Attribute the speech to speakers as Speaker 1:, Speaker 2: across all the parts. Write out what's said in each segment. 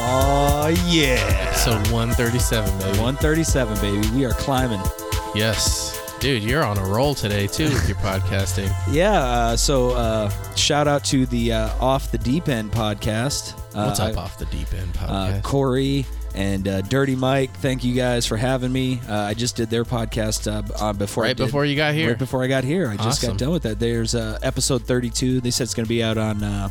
Speaker 1: Oh yeah.
Speaker 2: Episode 137, baby.
Speaker 1: 137, baby. We are climbing.
Speaker 2: Yes. Dude, you're on a roll today, too, with your podcasting.
Speaker 1: Yeah. Uh, so uh, shout out to the uh, Off the Deep End podcast. Uh,
Speaker 2: What's up,
Speaker 1: I-
Speaker 2: Off the Deep End
Speaker 1: Uh,
Speaker 2: podcast?
Speaker 1: Corey and uh, Dirty Mike, thank you guys for having me. Uh, I just did their podcast uh, b- uh, before I
Speaker 2: Right
Speaker 1: did-
Speaker 2: before you got here.
Speaker 1: Right before I got here, I just
Speaker 2: Awesome.
Speaker 1: got done with that. There's uh, episode 32. They said it's going to be out on uh,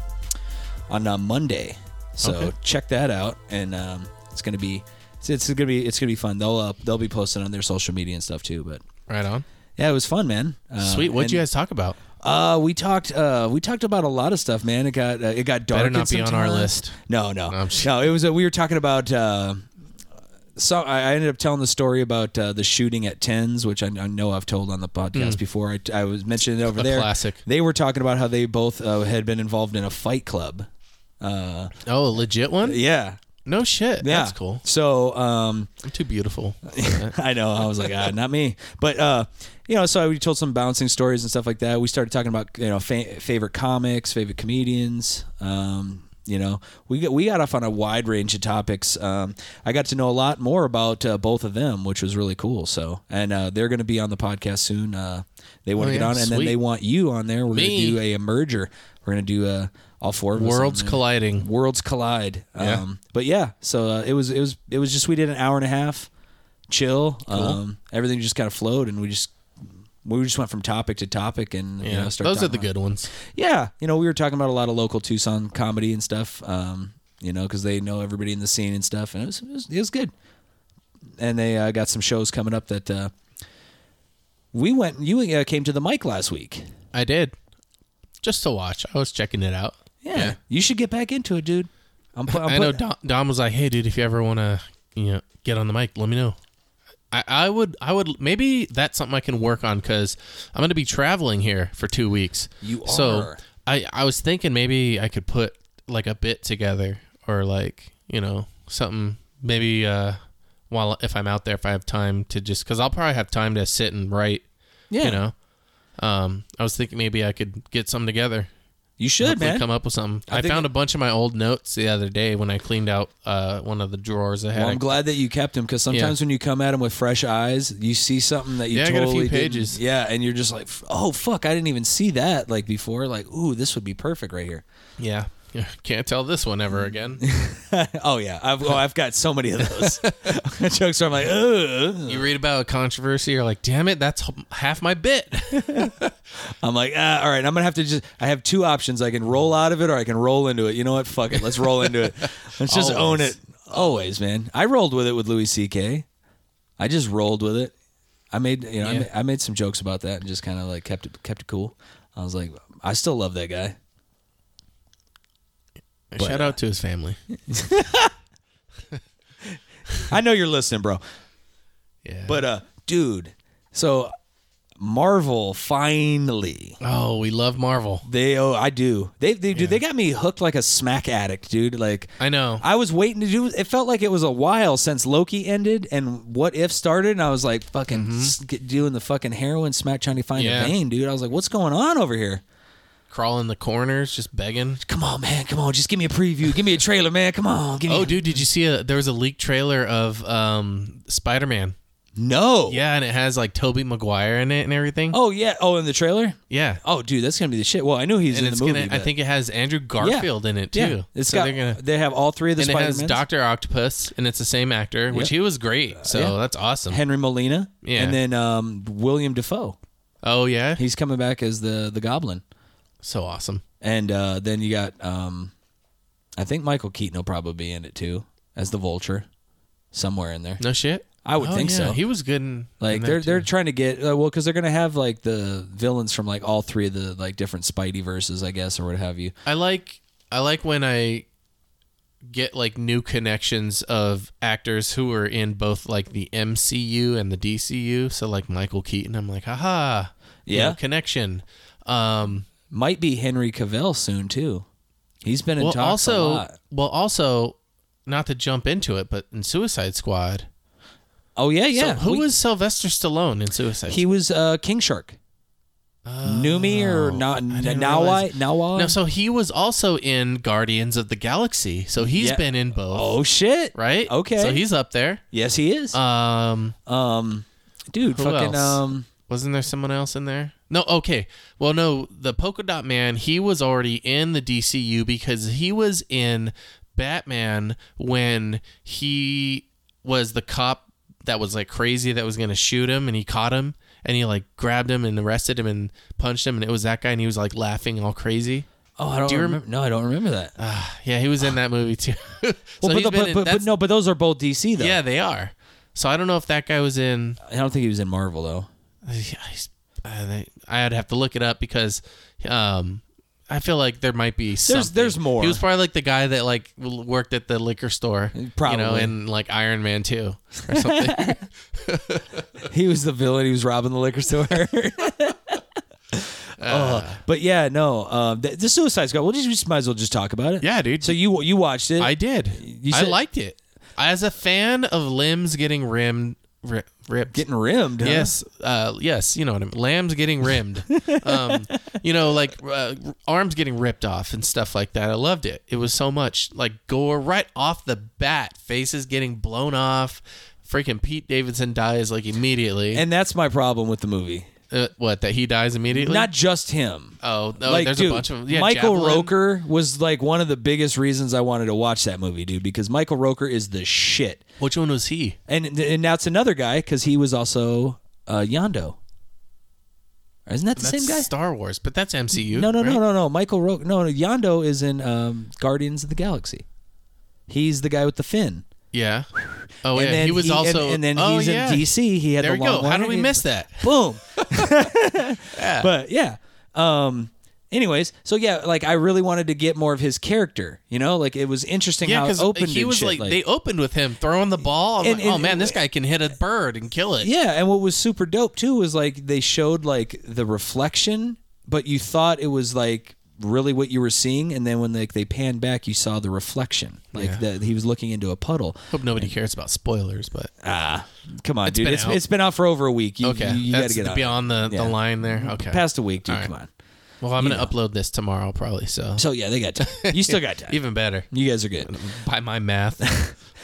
Speaker 1: on uh, Monday, so
Speaker 2: Okay.
Speaker 1: check that out. And um, it's going to be it's, it's going to be it's going to be fun. They'll uh, they'll be posting on their social media and stuff too. But
Speaker 2: Right on.
Speaker 1: yeah, it was fun, man. Um,
Speaker 2: Sweet. What'd
Speaker 1: and-
Speaker 2: you guys talk about?
Speaker 1: uh, we talked. Uh, we talked about a lot of stuff, man. It got uh, it got dark.
Speaker 2: Better not
Speaker 1: at
Speaker 2: be
Speaker 1: some
Speaker 2: on our
Speaker 1: times.
Speaker 2: list.
Speaker 1: No, no,
Speaker 2: I'm just-
Speaker 1: no. It was. A, we were talking about. Uh, so I I ended up telling the story about uh, the shooting at Tens, which I, I know I've told on the podcast before. I, I was mentioning it over
Speaker 2: Hmm. A
Speaker 1: there.
Speaker 2: classic.
Speaker 1: They were talking about how they both uh, had been involved in a fight club. Uh,
Speaker 2: Oh, a legit one?
Speaker 1: yeah,
Speaker 2: No shit.
Speaker 1: yeah,
Speaker 2: That's cool.
Speaker 1: So, um,
Speaker 2: I'm too beautiful.
Speaker 1: I know. I was like, ah, not me. But uh, you know, so we told some bouncing stories and stuff like that. We started talking about you know fa- favorite comics, favorite comedians. Um, you know, we got we got off on a wide range of topics. Um, I got to know a lot more about uh, both of them, which was really cool. So, and uh, they're going to be on the podcast soon. Uh, they want
Speaker 2: Oh,
Speaker 1: to get
Speaker 2: yeah?
Speaker 1: on, and then
Speaker 2: Sweet.
Speaker 1: they want you on there. We're going to
Speaker 2: Me?
Speaker 1: do a, merger. We're going to do uh, all four of us on
Speaker 2: Worlds
Speaker 1: there
Speaker 2: colliding.
Speaker 1: worlds collide.
Speaker 2: Yeah.
Speaker 1: Um, but yeah, so uh, it was it was it was just we did an hour and a half, chill. Um, everything just kind of flowed, and we just we just went from topic to topic, and you
Speaker 2: Yeah.
Speaker 1: know, started
Speaker 2: Those are
Speaker 1: talking
Speaker 2: the
Speaker 1: about-
Speaker 2: good ones.
Speaker 1: Yeah, you know, we were talking about a lot of local Tucson comedy and stuff. Um, you know, because they know everybody in the scene and stuff, and it was it was, it was good. And they uh, got some shows coming up that uh, we went. You uh, came to the mic last week.
Speaker 2: I did. Just to watch. I was checking it out.
Speaker 1: Yeah, you should get back into it, dude. I'm, pu- I'm
Speaker 2: i
Speaker 1: put-
Speaker 2: know Dom, Dom was like, "Hey, dude, if you ever want to, you know, get on the mic, let me know." I, I would, I would, maybe that's something I can work on because I'm going to be traveling here for two weeks.
Speaker 1: You
Speaker 2: So
Speaker 1: are.
Speaker 2: I, I was thinking maybe I could put like a bit together or like you know something maybe uh while if I'm out there if I have time to just because I'll probably have time to sit and write.
Speaker 1: yeah,
Speaker 2: You know, um, I was thinking maybe I could get some together
Speaker 1: you should,
Speaker 2: hopefully
Speaker 1: man.
Speaker 2: come up with something.
Speaker 1: I
Speaker 2: I,
Speaker 1: think-
Speaker 2: found a bunch of my old notes the other day when I cleaned out uh, one of the drawers I had.
Speaker 1: Well, I'm glad that you kept them because sometimes when you come at them with fresh eyes, you see something that you
Speaker 2: Yeah, I got a few
Speaker 1: totally didn't-
Speaker 2: pages.
Speaker 1: Yeah, and you're just like, oh fuck, I didn't even see that like before. Like, ooh, this would be perfect right here.
Speaker 2: yeah. Can't tell this one
Speaker 1: Mm.
Speaker 2: ever again.
Speaker 1: oh yeah, I've oh, I've got so many of those jokes where I'm like, ugh.
Speaker 2: You read about a controversy, you're like, damn it, that's h- half my bit.
Speaker 1: I'm like, ah, all right, I'm gonna have to just. I have two options. I can roll out of it, or I can roll into it. You know what? Fuck it, let's roll into it. Let's just own
Speaker 2: Always.
Speaker 1: it. Always, man. I rolled with it with Louis C.K. I just rolled with it. I made you know I,
Speaker 2: Yeah.
Speaker 1: made, I made some jokes about that and just kind of like kept it kept it cool. I was like, I still love that guy.
Speaker 2: Shout out to his family.
Speaker 1: I know you're listening, bro.
Speaker 2: Yeah.
Speaker 1: But uh, dude, so Marvel finally
Speaker 2: oh, we love Marvel.
Speaker 1: They oh I do. They they do. They got me hooked like a smack addict, dude. Like
Speaker 2: I know.
Speaker 1: I was waiting to do. It felt like it was a while since Loki ended and What If started, and I was like fucking s- get- doing the fucking heroin smack trying to find
Speaker 2: Mm-hmm. Yeah.
Speaker 1: a vein, dude. I was like, what's going on over here?
Speaker 2: Crawl in the corners, just begging.
Speaker 1: Come on, man. Come on, just give me a preview. Give me a trailer, man. Come on. Give me.
Speaker 2: Oh,
Speaker 1: a-
Speaker 2: dude, did you see a? There was a leaked trailer of um, Spider Man.
Speaker 1: no.
Speaker 2: Yeah, and it has like Toby Maguire in it and everything.
Speaker 1: Oh yeah. Oh, in the trailer.
Speaker 2: yeah.
Speaker 1: Oh, dude, that's gonna be the shit. Well, I knew he's
Speaker 2: and
Speaker 1: in
Speaker 2: it's
Speaker 1: the movie.
Speaker 2: gonna. I
Speaker 1: but-
Speaker 2: think it has Andrew Garfield in it too.
Speaker 1: Yeah, it's
Speaker 2: So
Speaker 1: got.
Speaker 2: they're gonna-
Speaker 1: They have all three of the
Speaker 2: and it
Speaker 1: Spider
Speaker 2: has
Speaker 1: Men.
Speaker 2: Doctor Octopus, and it's the same actor, which
Speaker 1: Yep.
Speaker 2: he was great. So
Speaker 1: yeah.
Speaker 2: that's awesome.
Speaker 1: Henry Molina.
Speaker 2: Yeah.
Speaker 1: And then um, William Defoe.
Speaker 2: oh yeah,
Speaker 1: He's coming back as the the Goblin,
Speaker 2: so awesome.
Speaker 1: and uh, then you got um, I think Michael Keaton will probably be in it too as the Vulture, somewhere in there.
Speaker 2: No shit.
Speaker 1: I would
Speaker 2: Oh,
Speaker 1: think
Speaker 2: yeah,
Speaker 1: so.
Speaker 2: He was good. In,
Speaker 1: Like
Speaker 2: in
Speaker 1: they're
Speaker 2: that,
Speaker 1: they're
Speaker 2: too.
Speaker 1: trying to get uh, well because they're gonna have like the villains from like all three of the like different Spidey verses, I guess, or what have you.
Speaker 2: I like I like when I get like new connections of actors who are in both like the MCU and the DCU. So like Michael Keaton, I'm like, haha, you
Speaker 1: Yeah.
Speaker 2: know, connection. Um,
Speaker 1: Might be Henry Cavill soon too. He's been in
Speaker 2: well,
Speaker 1: talks a
Speaker 2: also,
Speaker 1: lot.
Speaker 2: well, also, not to jump into it, but in Suicide Squad.
Speaker 1: Oh yeah, yeah.
Speaker 2: So who
Speaker 1: We-
Speaker 2: was Sylvester Stallone in Suicide?
Speaker 1: he was uh, King Shark. Numi or
Speaker 2: Oh,
Speaker 1: not Nawai? Nawai?
Speaker 2: No, so he was also in Guardians of the Galaxy. So he's
Speaker 1: Yeah.
Speaker 2: been in both,
Speaker 1: oh shit!
Speaker 2: right?
Speaker 1: Okay.
Speaker 2: So he's up there.
Speaker 1: yes, he is.
Speaker 2: Um,
Speaker 1: um, dude,
Speaker 2: who
Speaker 1: fucking
Speaker 2: else?
Speaker 1: um,
Speaker 2: wasn't there someone else in there? No, okay. Well, no, the Polka Dot Man, he was already in the DCU because he was in Batman when he was the cop that was like crazy that was going to shoot him and he caught him and he like grabbed him and arrested him and punched him and it was that guy and he was like laughing all crazy.
Speaker 1: oh, I don't
Speaker 2: Do you rem-
Speaker 1: remember. No, I don't remember that.
Speaker 2: Ah, yeah, he was in that movie too. so
Speaker 1: well, but,
Speaker 2: he's
Speaker 1: the,
Speaker 2: been
Speaker 1: but, but,
Speaker 2: in-
Speaker 1: but
Speaker 2: that's-
Speaker 1: no, but those are both DC though.
Speaker 2: yeah, they are. So I don't know if that guy was in.
Speaker 1: I don't think he was in Marvel though.
Speaker 2: I- I'd have to look it up because um, I feel like there might be something.
Speaker 1: there's more.
Speaker 2: He was probably like the guy that like l- worked at the liquor store, you know,
Speaker 1: Probably.
Speaker 2: in like Iron Man Two or something.
Speaker 1: he was the villain. He was robbing the liquor store. Oh, but yeah, no. Uh, the, the Suicide Squad. We'll just, we just might as well just talk about it.
Speaker 2: yeah, dude.
Speaker 1: So you you watched it?
Speaker 2: I did.
Speaker 1: You
Speaker 2: I
Speaker 1: said-
Speaker 2: liked it. As a fan of limbs getting rimmed, ri- ripped,
Speaker 1: getting rimmed. Huh?
Speaker 2: Yes, uh, yes, you know what I mean. Lambs getting rimmed, um, you know, like uh, arms getting ripped off and stuff like that. I loved it. It was so much like gore right off the bat. Faces getting blown off. Freaking Pete Davidson dies like immediately.
Speaker 1: And that's my problem with the movie.
Speaker 2: uh, what? That he dies immediately?
Speaker 1: Not just him.
Speaker 2: Oh, no,
Speaker 1: like,
Speaker 2: there's
Speaker 1: dude,
Speaker 2: a bunch of yeah.
Speaker 1: Michael
Speaker 2: Javelin.
Speaker 1: Roker was like one of the biggest reasons I wanted to watch that movie, dude, because Michael Roker is the shit.
Speaker 2: Which one was he?
Speaker 1: And and that's another guy because he was also uh, Yondo. Isn't that the
Speaker 2: That's
Speaker 1: same guy?
Speaker 2: Star Wars, but that's MCU.
Speaker 1: no, no,
Speaker 2: right?
Speaker 1: no, no, no. Michael Roker. No, no, Yondo is in um, Guardians of the Galaxy. He's the guy with the fin.
Speaker 2: Yeah. Oh,
Speaker 1: and
Speaker 2: yeah.
Speaker 1: then
Speaker 2: he was
Speaker 1: and-
Speaker 2: also.
Speaker 1: And, then
Speaker 2: oh,
Speaker 1: he's
Speaker 2: yeah.
Speaker 1: in DC. He had
Speaker 2: There
Speaker 1: the
Speaker 2: we
Speaker 1: long
Speaker 2: go. How
Speaker 1: one.
Speaker 2: did we miss that?
Speaker 1: Boom. But yeah. Um anyways, so yeah, like I really wanted to get more of his character, you know? Like it was interesting
Speaker 2: Yeah,
Speaker 1: how it
Speaker 2: because
Speaker 1: opened
Speaker 2: he
Speaker 1: and
Speaker 2: was
Speaker 1: shit,
Speaker 2: like, they opened with him throwing the ball. I'm
Speaker 1: And-
Speaker 2: like,
Speaker 1: and-
Speaker 2: oh man, this guy can hit a bird and kill it.
Speaker 1: Yeah, and what was super dope too was like they showed like the reflection, but you thought it was like really what you were seeing and then when like they panned back you saw the reflection like that he was looking into a puddle
Speaker 2: Hope nobody cares about spoilers, but
Speaker 1: ah come on dude
Speaker 2: been
Speaker 1: it's,
Speaker 2: out.
Speaker 1: it's been out for over a week you,
Speaker 2: okay,
Speaker 1: you, you gotta
Speaker 2: that's
Speaker 1: get on it.
Speaker 2: beyond the,
Speaker 1: Yeah.
Speaker 2: the line there. Okay,
Speaker 1: past a week dude
Speaker 2: All right.
Speaker 1: come on
Speaker 2: well, I'm gonna upload this tomorrow probably. So
Speaker 1: so yeah they got time you still got time
Speaker 2: even better
Speaker 1: you guys are good
Speaker 2: by my math.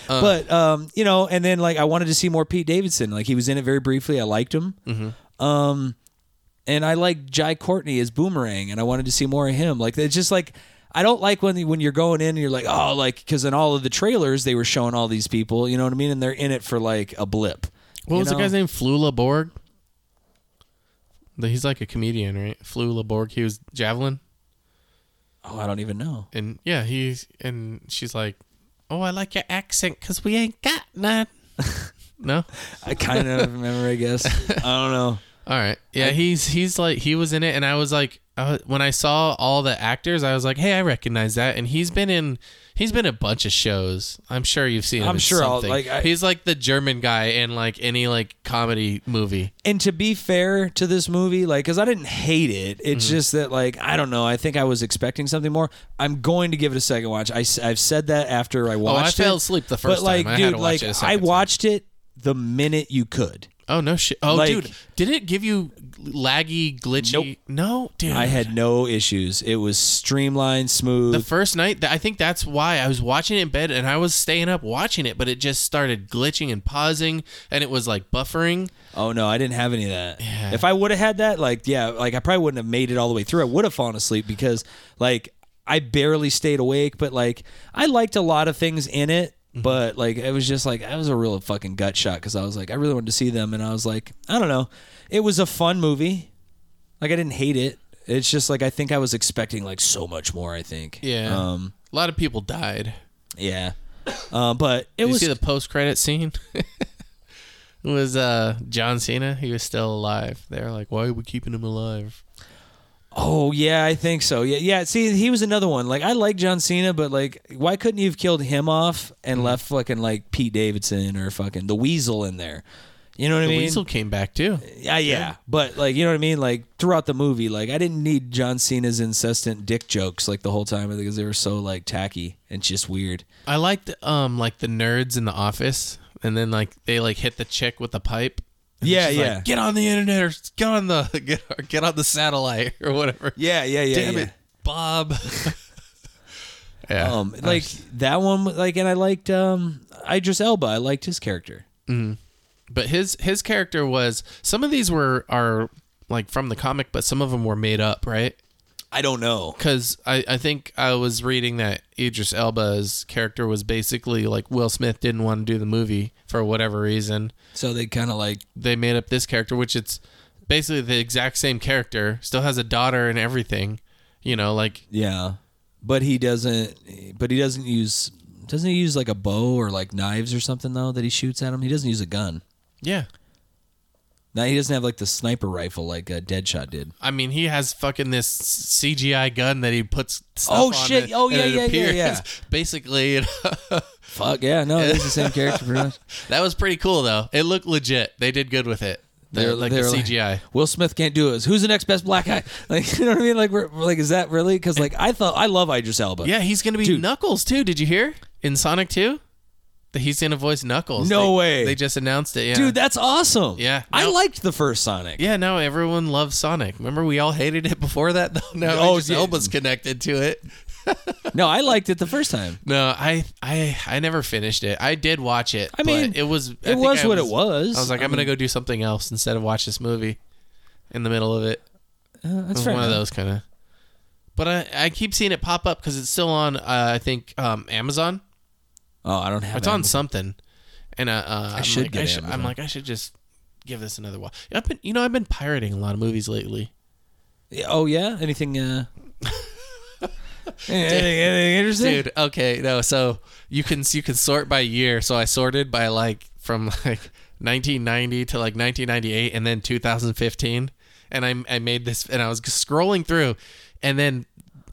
Speaker 1: but um, you know, and then like I wanted to see more Pete Davidson. Like he was in it very briefly. I liked him. Um, and I like Jai Courtney as Boomerang, and I wanted to see more of him. Like it's just like I don't like when when you're going in and you're like oh like because in all of the trailers they were showing all these people. You know what I mean? And they're in it for like a blip.
Speaker 2: what
Speaker 1: you
Speaker 2: was
Speaker 1: know?
Speaker 2: the guy's name? Flula Borg. The- He's like a comedian, right? Flula Borg. He was javelin,
Speaker 1: Oh, I don't even know.
Speaker 2: and yeah, he's and she's like, oh, I like your accent because we ain't got none. no.
Speaker 1: I kind of remember. I guess I don't know.
Speaker 2: All right. Yeah, he's he's like he was in it, and I was like, uh, when I saw all the actors, I was like, hey, I recognize that, and he's been in he's been in a bunch of shows. I'm sure you've seen. Him
Speaker 1: I'm
Speaker 2: in
Speaker 1: sure I'll-
Speaker 2: something.
Speaker 1: like, I-
Speaker 2: he's like the German guy in like any like comedy movie.
Speaker 1: and to be fair to this movie, like, because I didn't hate it. It's
Speaker 2: Mm-hmm.
Speaker 1: just that, like, I don't know. I think I was expecting something more. I'm going to give it a second watch. I, have said that after I
Speaker 2: Oh,
Speaker 1: watched
Speaker 2: I
Speaker 1: it.
Speaker 2: fell asleep the first
Speaker 1: but, like,
Speaker 2: time. I
Speaker 1: dude,
Speaker 2: had to watch
Speaker 1: like,
Speaker 2: it. a
Speaker 1: I
Speaker 2: second time.
Speaker 1: watched it the minute you could.
Speaker 2: Oh no shit. Oh
Speaker 1: like-
Speaker 2: dude, did it give you laggy, glitchy? No, dude.
Speaker 1: I had no issues. It was streamlined, smooth.
Speaker 2: the first night. th- I think that's why I was watching it in bed, and I was staying up watching it, but it just started glitching and pausing, and it was like buffering.
Speaker 1: oh no, I didn't have any of that. If I would have had that, like, yeah, like I probably wouldn't have made it all the way through. I would have fallen asleep because, like, I barely stayed awake. But like, I liked a lot of things in it.
Speaker 2: Mm-hmm.
Speaker 1: But like, it was just like I was a real fucking gut shot because I was like, I really wanted to see them, and I was like, I don't know. It was a fun movie. Like I didn't hate it. It's just like I think I was expecting like so much more. I think.
Speaker 2: Yeah.
Speaker 1: Um.
Speaker 2: A lot of people died.
Speaker 1: Yeah. Uh, but it
Speaker 2: Did you
Speaker 1: was
Speaker 2: see the post credit scene? it was uh, John Cena. He was still alive. They were like, why are we keeping him alive?
Speaker 1: Oh yeah, I think so. Yeah, yeah. See, he was another one. Like I like John Cena, but like, why couldn't you have killed him off and left fucking like Pete Davidson or fucking the Weasel in there? You know what I
Speaker 2: The
Speaker 1: mean?
Speaker 2: Weasel came back too.
Speaker 1: Yeah, yeah. But like, you know what I mean? Like throughout the movie, like I didn't need John Cena's incessant dick jokes like the whole time because they were so like tacky and just weird.
Speaker 2: I liked um like the nerds in the office, and then like they like hit the chick with the pipe,
Speaker 1: Yeah,
Speaker 2: She's
Speaker 1: yeah.
Speaker 2: like, get on the internet or get on the get, or get on the satellite or whatever.
Speaker 1: yeah, yeah, yeah.
Speaker 2: Damn
Speaker 1: yeah.
Speaker 2: it, Bob. yeah.
Speaker 1: Um, like that one, like, and I liked um, Idris Elba. I liked his character.
Speaker 2: but his his character was some of these were are like from the comic, but some of them were made up, right?
Speaker 1: I don't know.
Speaker 2: Because I, I think I was reading that Idris Elba's character was basically like Will Smith didn't want to do the movie for whatever reason.
Speaker 1: So they kind of like,
Speaker 2: They made up this character, which it's basically the exact same character, still has a daughter and everything. You know, like
Speaker 1: yeah, but he doesn't. But he doesn't use. Doesn't he use like a bow or like knives or something though that he shoots at him? He doesn't use a gun.
Speaker 2: yeah.
Speaker 1: Now he doesn't have like the sniper rifle like uh, Deadshot did.
Speaker 2: I mean, he has fucking this CGI gun that he puts. Stuff
Speaker 1: Oh,
Speaker 2: on
Speaker 1: shit.
Speaker 2: it,
Speaker 1: Oh,
Speaker 2: and
Speaker 1: yeah,
Speaker 2: it
Speaker 1: yeah, yeah,
Speaker 2: appears-
Speaker 1: yeah.
Speaker 2: Basically, you know,
Speaker 1: Fuck yeah, no, it's the same character pretty much.
Speaker 2: that was pretty cool though. It looked legit. They did good with it. They're,
Speaker 1: They're-
Speaker 2: like
Speaker 1: they're
Speaker 2: the
Speaker 1: like-
Speaker 2: CGI.
Speaker 1: Will Smith can't do it. Who's the next best black guy? Like you know what I mean? Like we're, we're like is that really? Because like I thought I love Idris Elba.
Speaker 2: Yeah, he's gonna be Knuckles too. Did you hear in Sonic Two that he's gonna voice Knuckles?
Speaker 1: No
Speaker 2: They-
Speaker 1: way.
Speaker 2: They just announced it. Yeah.
Speaker 1: dude, that's awesome.
Speaker 2: Yeah.
Speaker 1: I
Speaker 2: No.
Speaker 1: liked the first Sonic.
Speaker 2: yeah, no, everyone loves Sonic. Remember, we all hated it before that, though. Now
Speaker 1: Oh,
Speaker 2: oh, Idris
Speaker 1: yeah.
Speaker 2: Elba's connected to it.
Speaker 1: No, I liked it the first time.
Speaker 2: No, I, I, I never finished it. I did watch it.
Speaker 1: I mean,
Speaker 2: but it was, I
Speaker 1: It
Speaker 2: think
Speaker 1: was
Speaker 2: I
Speaker 1: what it was.
Speaker 2: I was like, I am gonna go do something else instead of watch this movie in the middle of it.
Speaker 1: Uh,
Speaker 2: It
Speaker 1: that's
Speaker 2: was
Speaker 1: fair.
Speaker 2: one of
Speaker 1: enough.
Speaker 2: those kind of. But I, I keep seeing it pop up because it's still on. Uh, I think um, Amazon.
Speaker 1: Oh, I don't have.
Speaker 2: It's
Speaker 1: it.
Speaker 2: on something, and uh, uh, I'm
Speaker 1: should
Speaker 2: like,
Speaker 1: get
Speaker 2: I should, I'm
Speaker 1: Amazon.
Speaker 2: like, I should just give this another watch. I've been, you know, I've been pirating a lot of movies lately.
Speaker 1: Yeah, Oh yeah. Anything? Uh... anything, anything interesting?
Speaker 2: Dude, okay, no, so you can you can sort by year. So I sorted by like from like 1990 to like 1998, and then 2015, and I I made this, and I was scrolling through, and then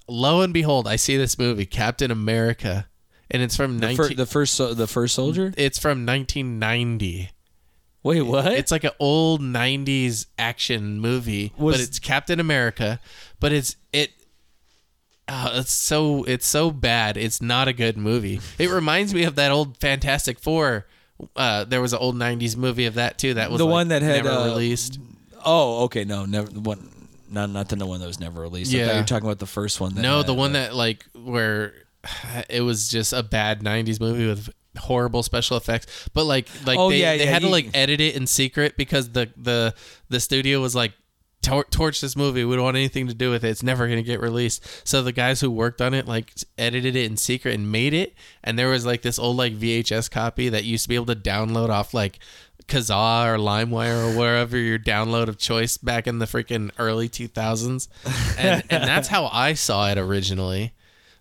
Speaker 2: lo and behold, I see this movie, Captain America, and it's from
Speaker 1: The
Speaker 2: 19.
Speaker 1: fir- the first, so- the first soldier.
Speaker 2: it's from 1990.
Speaker 1: Wait, what?
Speaker 2: It's like an old '90s action movie,
Speaker 1: Was-
Speaker 2: but it's Captain America. But it's it. Oh, it's so it's so bad. It's not a good movie. It reminds me of that old Fantastic Four. Uh, there was an old '90s movie of that too. That was
Speaker 1: The
Speaker 2: like,
Speaker 1: one that had,
Speaker 2: never
Speaker 1: uh,
Speaker 2: released.
Speaker 1: oh, okay. No, never. the One, not not the one that was never released. I
Speaker 2: Yeah.
Speaker 1: thought you were talking about the first one. That
Speaker 2: No,
Speaker 1: had,
Speaker 2: the one that like where it was just a bad '90s movie with horrible special effects. But like like
Speaker 1: Oh,
Speaker 2: they,
Speaker 1: yeah,
Speaker 2: they
Speaker 1: yeah,
Speaker 2: had to
Speaker 1: you-
Speaker 2: like edit it in secret because the the the studio was like "Tor- torch this movie. We don't want anything to do with it. It's never gonna get released. So the guys who worked on it like edited it in secret and made it. And there was like this old like VHS copy that you used to be able to download off like. Kazaa or LimeWire or wherever your download of choice back in the freaking early 2000s. And, and that's how I saw it originally.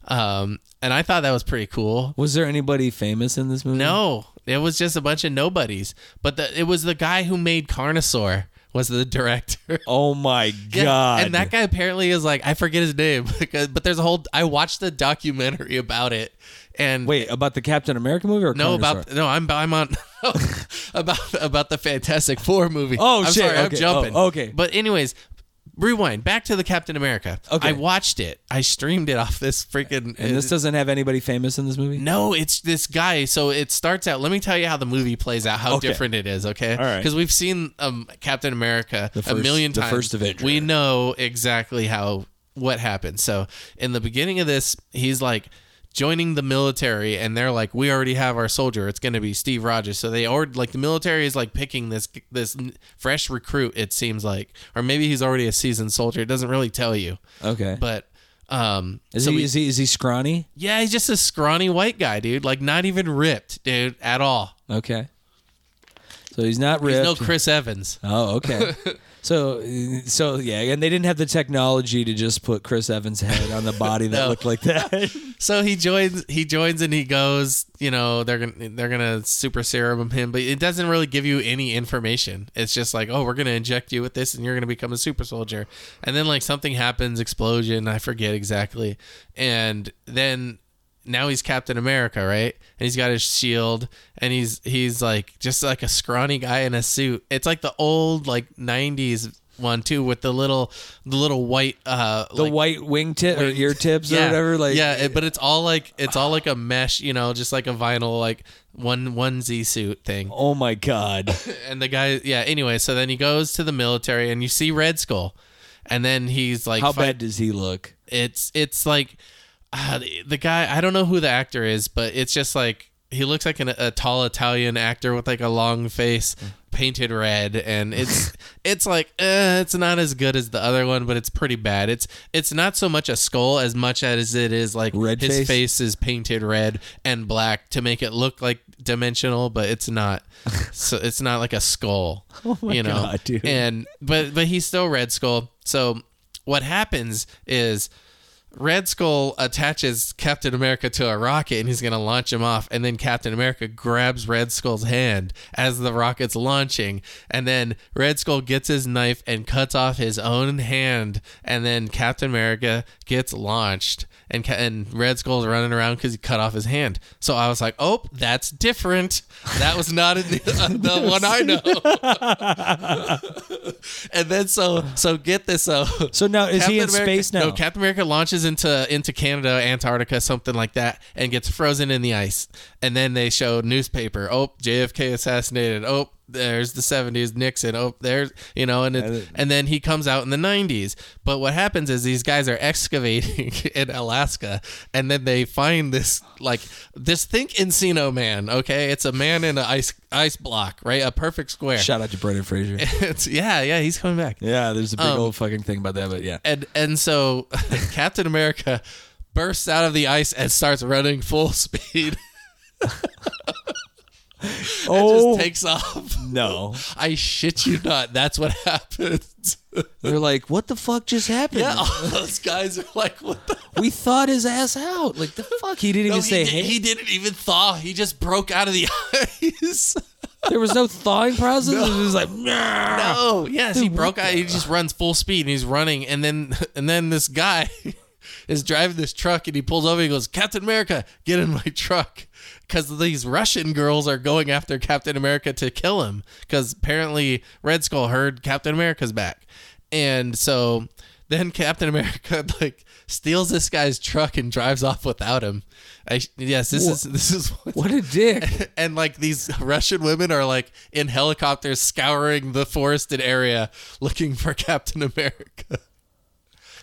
Speaker 2: Um, and I thought that was pretty cool.
Speaker 1: Was there anybody famous in this movie?
Speaker 2: No, it was just a bunch of nobodies. But the, it was the guy who made Carnosaur was the director.
Speaker 1: Oh my
Speaker 2: Yeah,
Speaker 1: god.
Speaker 2: And that guy apparently is like I forget his name because but there's a whole I watched the documentary about it and
Speaker 1: Wait, about the Captain America movie or
Speaker 2: no
Speaker 1: Carnosaur?
Speaker 2: about no I'm I'm on about about the Fantastic Four movie.
Speaker 1: Oh,
Speaker 2: I'm
Speaker 1: shit,
Speaker 2: Sorry,
Speaker 1: okay,
Speaker 2: I'm jumping.
Speaker 1: oh, okay.
Speaker 2: But anyways, rewind back to the Captain America.
Speaker 1: Okay.
Speaker 2: I watched it. I streamed it off this freaking
Speaker 1: and this doesn't have anybody famous in this movie.
Speaker 2: no, it's this guy. So it starts out. Let me tell you how the movie plays out. How
Speaker 1: Okay.
Speaker 2: different it is. Okay.
Speaker 1: All right.
Speaker 2: Because we've seen um, Captain America
Speaker 1: The
Speaker 2: a
Speaker 1: first-
Speaker 2: million
Speaker 1: the
Speaker 2: times.
Speaker 1: first Avenger.
Speaker 2: We know exactly how what happened. So in the beginning of this, he's like joining the military, and they're like, "We already have our soldier. It's going to be Steve Rogers." So they already like the military is like picking this this n- fresh recruit. It seems like, or maybe he's already a seasoned soldier. It doesn't really tell you,
Speaker 1: Okay.
Speaker 2: but. Um,
Speaker 1: is
Speaker 2: so
Speaker 1: he
Speaker 2: we-
Speaker 1: is he is he scrawny?
Speaker 2: yeah, he's just a scrawny white guy, dude. Like not even ripped, dude, at all.
Speaker 1: Okay. So he's not
Speaker 2: He's
Speaker 1: ripped.
Speaker 2: no Chris Evans.
Speaker 1: oh, okay. so uh, so yeah, and they didn't have the technology to just put Chris Evans' head on the body that looked like that.
Speaker 2: So he joins he joins and he goes, you know, they're gonna they're gonna super serum him, but it doesn't really give you any information. It's just like, oh, we're gonna inject you with this and you're gonna become a super soldier. And then like something happens, explosion, I forget exactly. And then now he's Captain America, right? And he's got his shield, and he's he's like just like a scrawny guy in a suit. It's like the old like '90s one too with the little the little white uh
Speaker 1: the
Speaker 2: like-
Speaker 1: white wingtip or ear tips or whatever. Like
Speaker 2: yeah, it- but it's all like it's all like a mesh, you know, just like a vinyl like one onesie suit thing.
Speaker 1: oh my god,
Speaker 2: And the guy, yeah. Anyway, so then he goes to the military, and you see Red Skull, and then he's like,
Speaker 1: how
Speaker 2: fight-
Speaker 1: bad does he look?
Speaker 2: It's it's like uh, the- the guy. I don't know who the actor is, but it's just like he looks like an, a tall Italian actor with like a long face
Speaker 1: Mm.
Speaker 2: painted red and it's it's like uh, it's not as good as the other one but it's pretty bad it's it's not so much a skull as much as it is like
Speaker 1: Red
Speaker 2: his
Speaker 1: face?
Speaker 2: face is painted red and black to make it look like dimensional but it's not so it's not like a skull
Speaker 1: my
Speaker 2: you know
Speaker 1: God, dude.
Speaker 2: and but but he's still red skull so what happens is Red Skull attaches Captain America to a rocket and he's going to launch him off. And then Captain America grabs Red Skull's hand as the rocket's launching. And then Red Skull gets his knife and cuts off his own hand. And then Captain America gets launched. And, Ca- and Red Skull's running around because he cut off his hand. So I was like, oh, that's different. That was not in the, uh, the one I know. and then so, so get this. So,
Speaker 1: So now Oh, is he in
Speaker 2: America-
Speaker 1: space now?
Speaker 2: No, Captain America launches into into Canada, Antarctica, something like that, and gets frozen in the ice. And then they show newspaper. Oh, JFK assassinated. Oh, there's the 70s Nixon. Oh, there's you know, and it, and then he comes out in the 90s. But what happens is these guys are excavating in Alaska, and then they find this like this think Encino man. Okay, it's a man in an ice ice block, right? A perfect square.
Speaker 1: Shout out to Brendan Fraser.
Speaker 2: It's- yeah, yeah, he's coming back.
Speaker 1: yeah, there's a big
Speaker 2: Um,
Speaker 1: old fucking thing about that, but yeah.
Speaker 2: And and so Captain America bursts out of the ice and starts running full speed and
Speaker 1: Oh
Speaker 2: just takes off.
Speaker 1: no!
Speaker 2: I shit you not. That's what happens.
Speaker 1: They're like, what the fuck just happened?
Speaker 2: yeah, all those guys are like, what the
Speaker 1: We thought his ass out. Like the fuck, he didn't
Speaker 2: no,
Speaker 1: even
Speaker 2: he,
Speaker 1: say
Speaker 2: did,
Speaker 1: hey.
Speaker 2: he didn't even thaw. He just broke out of the ice.
Speaker 1: there was no thawing process. It was just like, "Nah."
Speaker 2: Oh, yes, he
Speaker 1: what
Speaker 2: broke out. He just runs full speed and he's running and then and then this guy is driving this truck and he pulls over he goes, "Captain America, get in my truck." Cuz these Russian girls are going after Captain America to kill him cuz apparently Red Skull heard Captain America's back. And so then Captain America like steals this guy's truck and drives off without him. I, yes, this is this is
Speaker 1: what a dick.
Speaker 2: and like these Russian women are like in helicopters scouring the forested area looking for Captain America.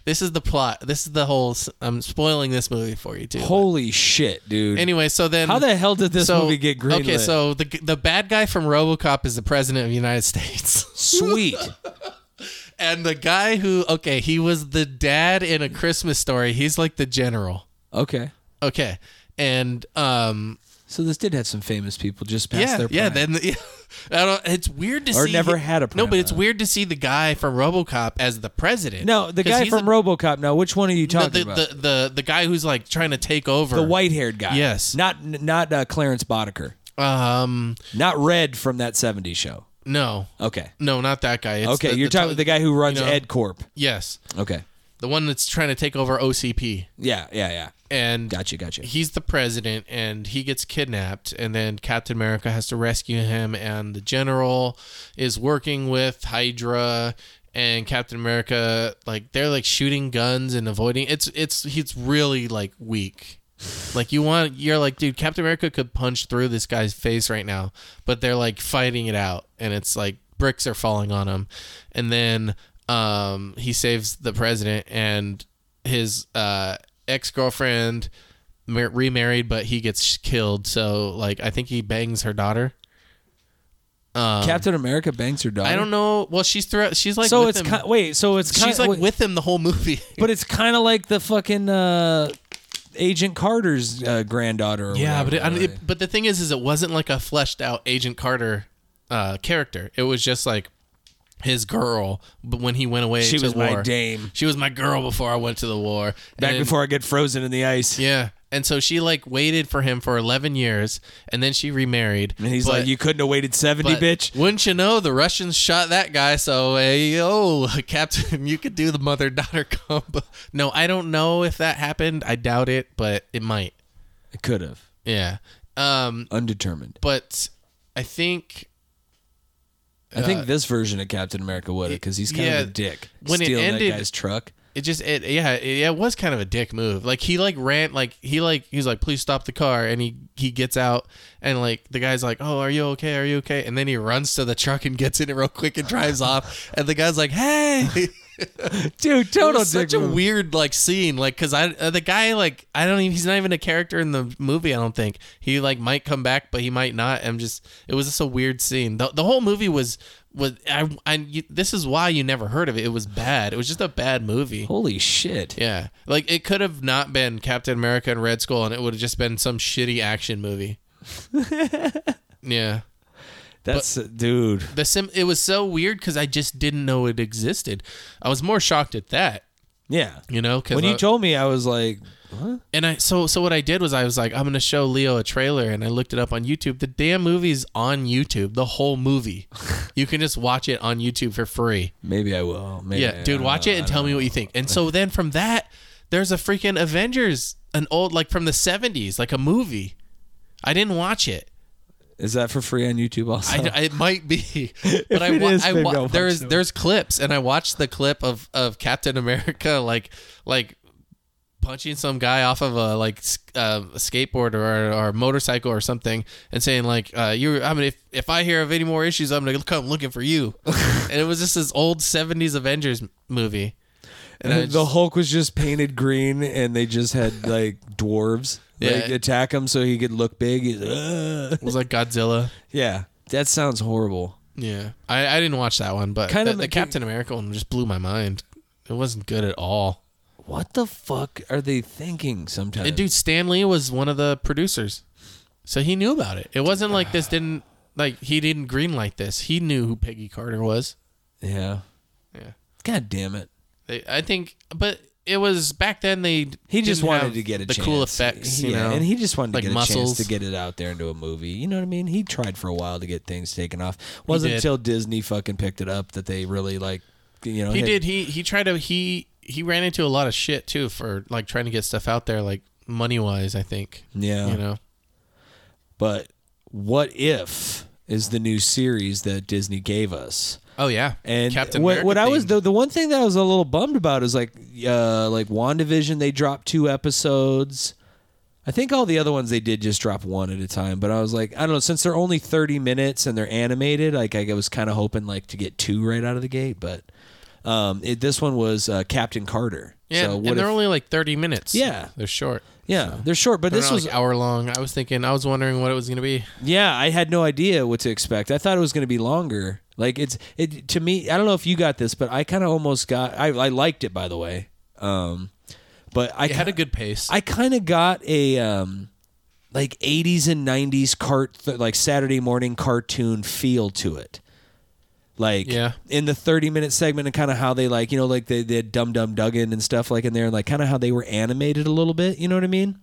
Speaker 2: This is the plot. This is the whole. I'm spoiling this movie for you too.
Speaker 1: Holy shit, dude.
Speaker 2: anyway, so then
Speaker 1: How the hell did this
Speaker 2: so,
Speaker 1: movie get greenlit?
Speaker 2: Okay, so the the bad guy from RoboCop is the president of the United States.
Speaker 1: sweet.
Speaker 2: And the guy who okay, he was the dad in a Christmas story. He's like the general.
Speaker 1: Okay.
Speaker 2: Okay. And um
Speaker 1: So this did have some famous people just past
Speaker 2: yeah,
Speaker 1: their
Speaker 2: yeah.
Speaker 1: prime.
Speaker 2: Then the, I don't. It's weird to
Speaker 1: Or
Speaker 2: see
Speaker 1: never had a
Speaker 2: no, but
Speaker 1: prime,
Speaker 2: it's
Speaker 1: huh?
Speaker 2: weird to see the guy from RoboCop as the president.
Speaker 1: no, the
Speaker 2: 'Cause
Speaker 1: guy
Speaker 2: he's
Speaker 1: from
Speaker 2: a-
Speaker 1: RoboCop. No, which one are you
Speaker 2: no,
Speaker 1: talking
Speaker 2: the,
Speaker 1: about?
Speaker 2: the, the the guy who's like trying to take over
Speaker 1: The white-haired guy.
Speaker 2: Yes.
Speaker 1: Not not uh, Clarence Boddicker.
Speaker 2: Um,
Speaker 1: Not Red from that '70s show.
Speaker 2: no,
Speaker 1: Okay.
Speaker 2: no, not that guy. It's
Speaker 1: Okay,
Speaker 2: the-
Speaker 1: you're
Speaker 2: the
Speaker 1: talking
Speaker 2: t-
Speaker 1: the guy who runs
Speaker 2: you know-
Speaker 1: Ed Corp.
Speaker 2: Yes,
Speaker 1: Okay.
Speaker 2: the one that's trying to take over OCP,
Speaker 1: Yeah, yeah, yeah.
Speaker 2: and
Speaker 1: Gotcha, gotcha.
Speaker 2: he's the president and he gets kidnapped and then captain america has to rescue him and the general is working with hydra and captain america like they're like shooting guns and avoiding it's it's he's really like weak like you want you're like dude captain america could punch through this guy's face right now but they're like fighting it out and it's like bricks are falling on him and then um he saves the president and his uh ex-girlfriend mar- remarried, but he gets sh- killed. So like, I think he bangs her daughter. Um,
Speaker 1: Captain America bangs her daughter.
Speaker 2: I don't know. Well, she's throughout. She's like
Speaker 1: so
Speaker 2: with
Speaker 1: it's
Speaker 2: him.
Speaker 1: ki- wait. So it's kind
Speaker 2: she's like with him the whole movie.
Speaker 1: but it's kind of like the fucking uh, Agent Carter's uh, granddaughter. Or
Speaker 2: yeah, but it, I
Speaker 1: whatever,
Speaker 2: mean,
Speaker 1: right?
Speaker 2: it, but the thing is, is it wasn't like a fleshed out Agent Carter uh, character. It was just like his girl. But when he went away,
Speaker 1: she
Speaker 2: to
Speaker 1: was my
Speaker 2: war.
Speaker 1: dame
Speaker 2: She was my girl before I went to the war. And
Speaker 1: back
Speaker 2: then-
Speaker 1: before I get frozen in the ice.
Speaker 2: Yeah, and so she like waited for him for eleven years, and then she remarried.
Speaker 1: And he's
Speaker 2: But-
Speaker 1: like, "You couldn't have waited seventy,
Speaker 2: But
Speaker 1: bitch."
Speaker 2: Wouldn't you know the Russians shot that guy? So hey, oh, Captain, you could do the mother daughter combo. No, I don't know if that happened. I doubt it, but it might.
Speaker 1: I could have.
Speaker 2: Yeah. Um,
Speaker 1: Undetermined.
Speaker 2: but I think
Speaker 1: I think this version of Captain America would have because he's kind
Speaker 2: Uh, yeah,
Speaker 1: of a dick
Speaker 2: when it
Speaker 1: stealing
Speaker 2: ended-
Speaker 1: that guy's truck.
Speaker 2: it just it yeah it, yeah, it was kind of a dick move like he like ran like he like he's like please stop the car and he he gets out and like the guy's like oh are you okay are you okay and then he runs to the truck and gets in it real quick and drives off and the guy's like hey
Speaker 1: Dude,
Speaker 2: it
Speaker 1: total
Speaker 2: was such a weird like scene like because i uh, the guy like i don't even he's not even a character in the movie i don't think he like might come back but he might not i'm just it was just a weird scene the, the whole movie was was i, I you, this is why you never heard of it it was bad it was just a bad movie
Speaker 1: Holy shit.
Speaker 2: yeah like it could have not been captain america and red skull and it would have just been some shitty action movie yeah
Speaker 1: That's uh, dude.
Speaker 2: the sim it was so weird because i just didn't know it existed i was more shocked at that
Speaker 1: Yeah.
Speaker 2: you know 'cause
Speaker 1: When you
Speaker 2: I-
Speaker 1: told me, I was like, what?
Speaker 2: And I so so what I did was I was like I'm gonna show Leo a trailer and I looked it up on YouTube. The damn movie's on YouTube, the whole movie. you can just watch it on YouTube for free.
Speaker 1: Maybe I will. Maybe
Speaker 2: Yeah,
Speaker 1: I-
Speaker 2: dude,
Speaker 1: I
Speaker 2: watch
Speaker 1: don't
Speaker 2: it
Speaker 1: know.
Speaker 2: and
Speaker 1: I
Speaker 2: tell
Speaker 1: don't
Speaker 2: me
Speaker 1: know.
Speaker 2: what you think. And so then from that, there's a freaking Avengers, an old like from the 70s, like a movie. I didn't watch it.
Speaker 1: Is that for free on YouTube also?
Speaker 2: I, I- it might be, but I,
Speaker 1: it
Speaker 2: wa-
Speaker 1: is,
Speaker 2: I
Speaker 1: maybe
Speaker 2: wa-
Speaker 1: I'll watch
Speaker 2: there's
Speaker 1: it.
Speaker 2: there's clips, and I watched the clip of of Captain America like like punching some guy off of a like s- uh, a skateboard or or motorcycle or something, and saying like uh, you. I mean, if if I hear of any more issues, I'm gonna come looking for you. and it was just this old '70s Avengers m- movie. And I
Speaker 1: the
Speaker 2: just-
Speaker 1: Hulk was just painted green, and they just had like dwarves like,
Speaker 2: Yeah.
Speaker 1: attack him so he could look big. He's, "Ugh."
Speaker 2: it was like Godzilla.
Speaker 1: Yeah, that sounds horrible.
Speaker 2: Yeah, I, I didn't watch that one, but
Speaker 1: Kind
Speaker 2: the,
Speaker 1: of
Speaker 2: the
Speaker 1: like-
Speaker 2: Captain America one just blew my mind. It wasn't good at all.
Speaker 1: What the fuck are they thinking? Sometimes,
Speaker 2: And dude, Stan Lee was one of the producers. So he knew about it. It wasn't like this didn't like he didn't greenlight this. He knew who Peggy Carter was.
Speaker 1: yeah,
Speaker 2: Yeah.
Speaker 1: god damn it.
Speaker 2: They, I think but it was back then they
Speaker 1: He just
Speaker 2: didn't
Speaker 1: wanted
Speaker 2: have
Speaker 1: to get a
Speaker 2: the
Speaker 1: chance.
Speaker 2: cool effects, you
Speaker 1: yeah,
Speaker 2: know.
Speaker 1: and he just wanted to
Speaker 2: like
Speaker 1: get a
Speaker 2: muscles.
Speaker 1: chance to get it out there into a movie. You know what I mean? He tried for a while to get things taken off. Wasn't
Speaker 2: did.
Speaker 1: until Disney fucking picked it up that they really like, you know,
Speaker 2: He
Speaker 1: hit-
Speaker 2: did he he tried to he he ran into a lot of shit too for like trying to get stuff out there like money wise, I think.
Speaker 1: Yeah,
Speaker 2: You know.
Speaker 1: but what if is the new series that Disney gave us?
Speaker 2: Oh yeah.
Speaker 1: And
Speaker 2: Captain
Speaker 1: what,
Speaker 2: America
Speaker 1: what I was
Speaker 2: themed.
Speaker 1: the, the one thing that I was a little bummed about is like uh like WandaVision they dropped two episodes. I think all the other ones they did just drop one at a time, but I was like, I don't know, since they're only 30 minutes and they're animated, like I was kind of hoping like to get two right out of the gate, but um it, this one was uh, Captain Carter.
Speaker 2: yeah,
Speaker 1: so
Speaker 2: and
Speaker 1: what
Speaker 2: they're
Speaker 1: if-
Speaker 2: only like 30 minutes.
Speaker 1: Yeah.
Speaker 2: They're short.
Speaker 1: yeah, they're short, but
Speaker 2: They're
Speaker 1: this
Speaker 2: not,
Speaker 1: was
Speaker 2: like hour long. I was thinking I was wondering what it was going to be.
Speaker 1: Yeah, I had no idea what to expect. I thought it was going to be longer. Like it's it to me. I don't know if you got this, but I kind of almost got. I I liked it by the way. Um, but I
Speaker 2: It had
Speaker 1: ki-
Speaker 2: a good pace.
Speaker 1: I kind of got a um like 80s and 90s cart like Saturday morning cartoon feel to it. Like
Speaker 2: Yeah.
Speaker 1: in the 30 minute segment and kind of how they like, you know, like they, they had Dum Dum Duggan and stuff like in there and like kind of how they were animated a little bit, you know what I mean?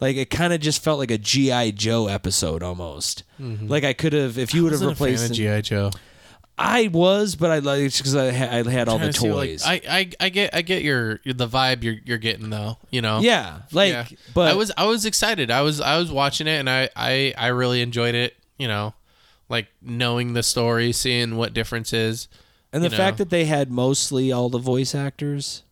Speaker 1: Like it kind of just felt like a GI Joe episode almost. Like I could have if you would have
Speaker 2: Mm-hmm. wasn't a
Speaker 1: replaced
Speaker 2: fan of
Speaker 1: it-
Speaker 2: GI Joe.
Speaker 1: I was, but I like cuz I had, I had all the
Speaker 2: Trying to see, like,
Speaker 1: toys.
Speaker 2: I, I I get I get your the vibe you're you're getting though. You know.
Speaker 1: yeah, like
Speaker 2: Yeah.
Speaker 1: but
Speaker 2: I was I was excited. I was I was watching it and I I I really enjoyed it. You know, like knowing the story, seeing what difference is.
Speaker 1: and the
Speaker 2: you know.
Speaker 1: fact that they had mostly all the voice actors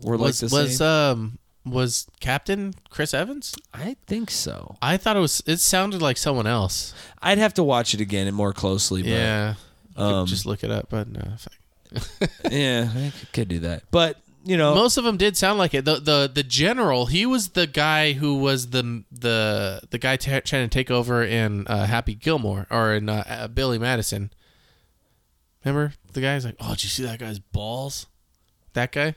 Speaker 1: were like
Speaker 2: Was
Speaker 1: the
Speaker 2: was
Speaker 1: same.
Speaker 2: um was Captain Chris Evans?
Speaker 1: I think so.
Speaker 2: I thought it was. It sounded like someone else.
Speaker 1: I'd have to watch it again and more closely. But yeah,
Speaker 2: yeah. You could
Speaker 1: Um,
Speaker 2: just look it up, but uh, no. fuck.
Speaker 1: yeah, I c- could do that. But you know,
Speaker 2: Most of them did sound like it. The the the general, he was the guy who was the the the guy t- trying to take over in uh, Happy Gilmore or in uh, uh, Billy Madison. Remember the guy's like, "Oh, did you see that guy's balls?" That guy,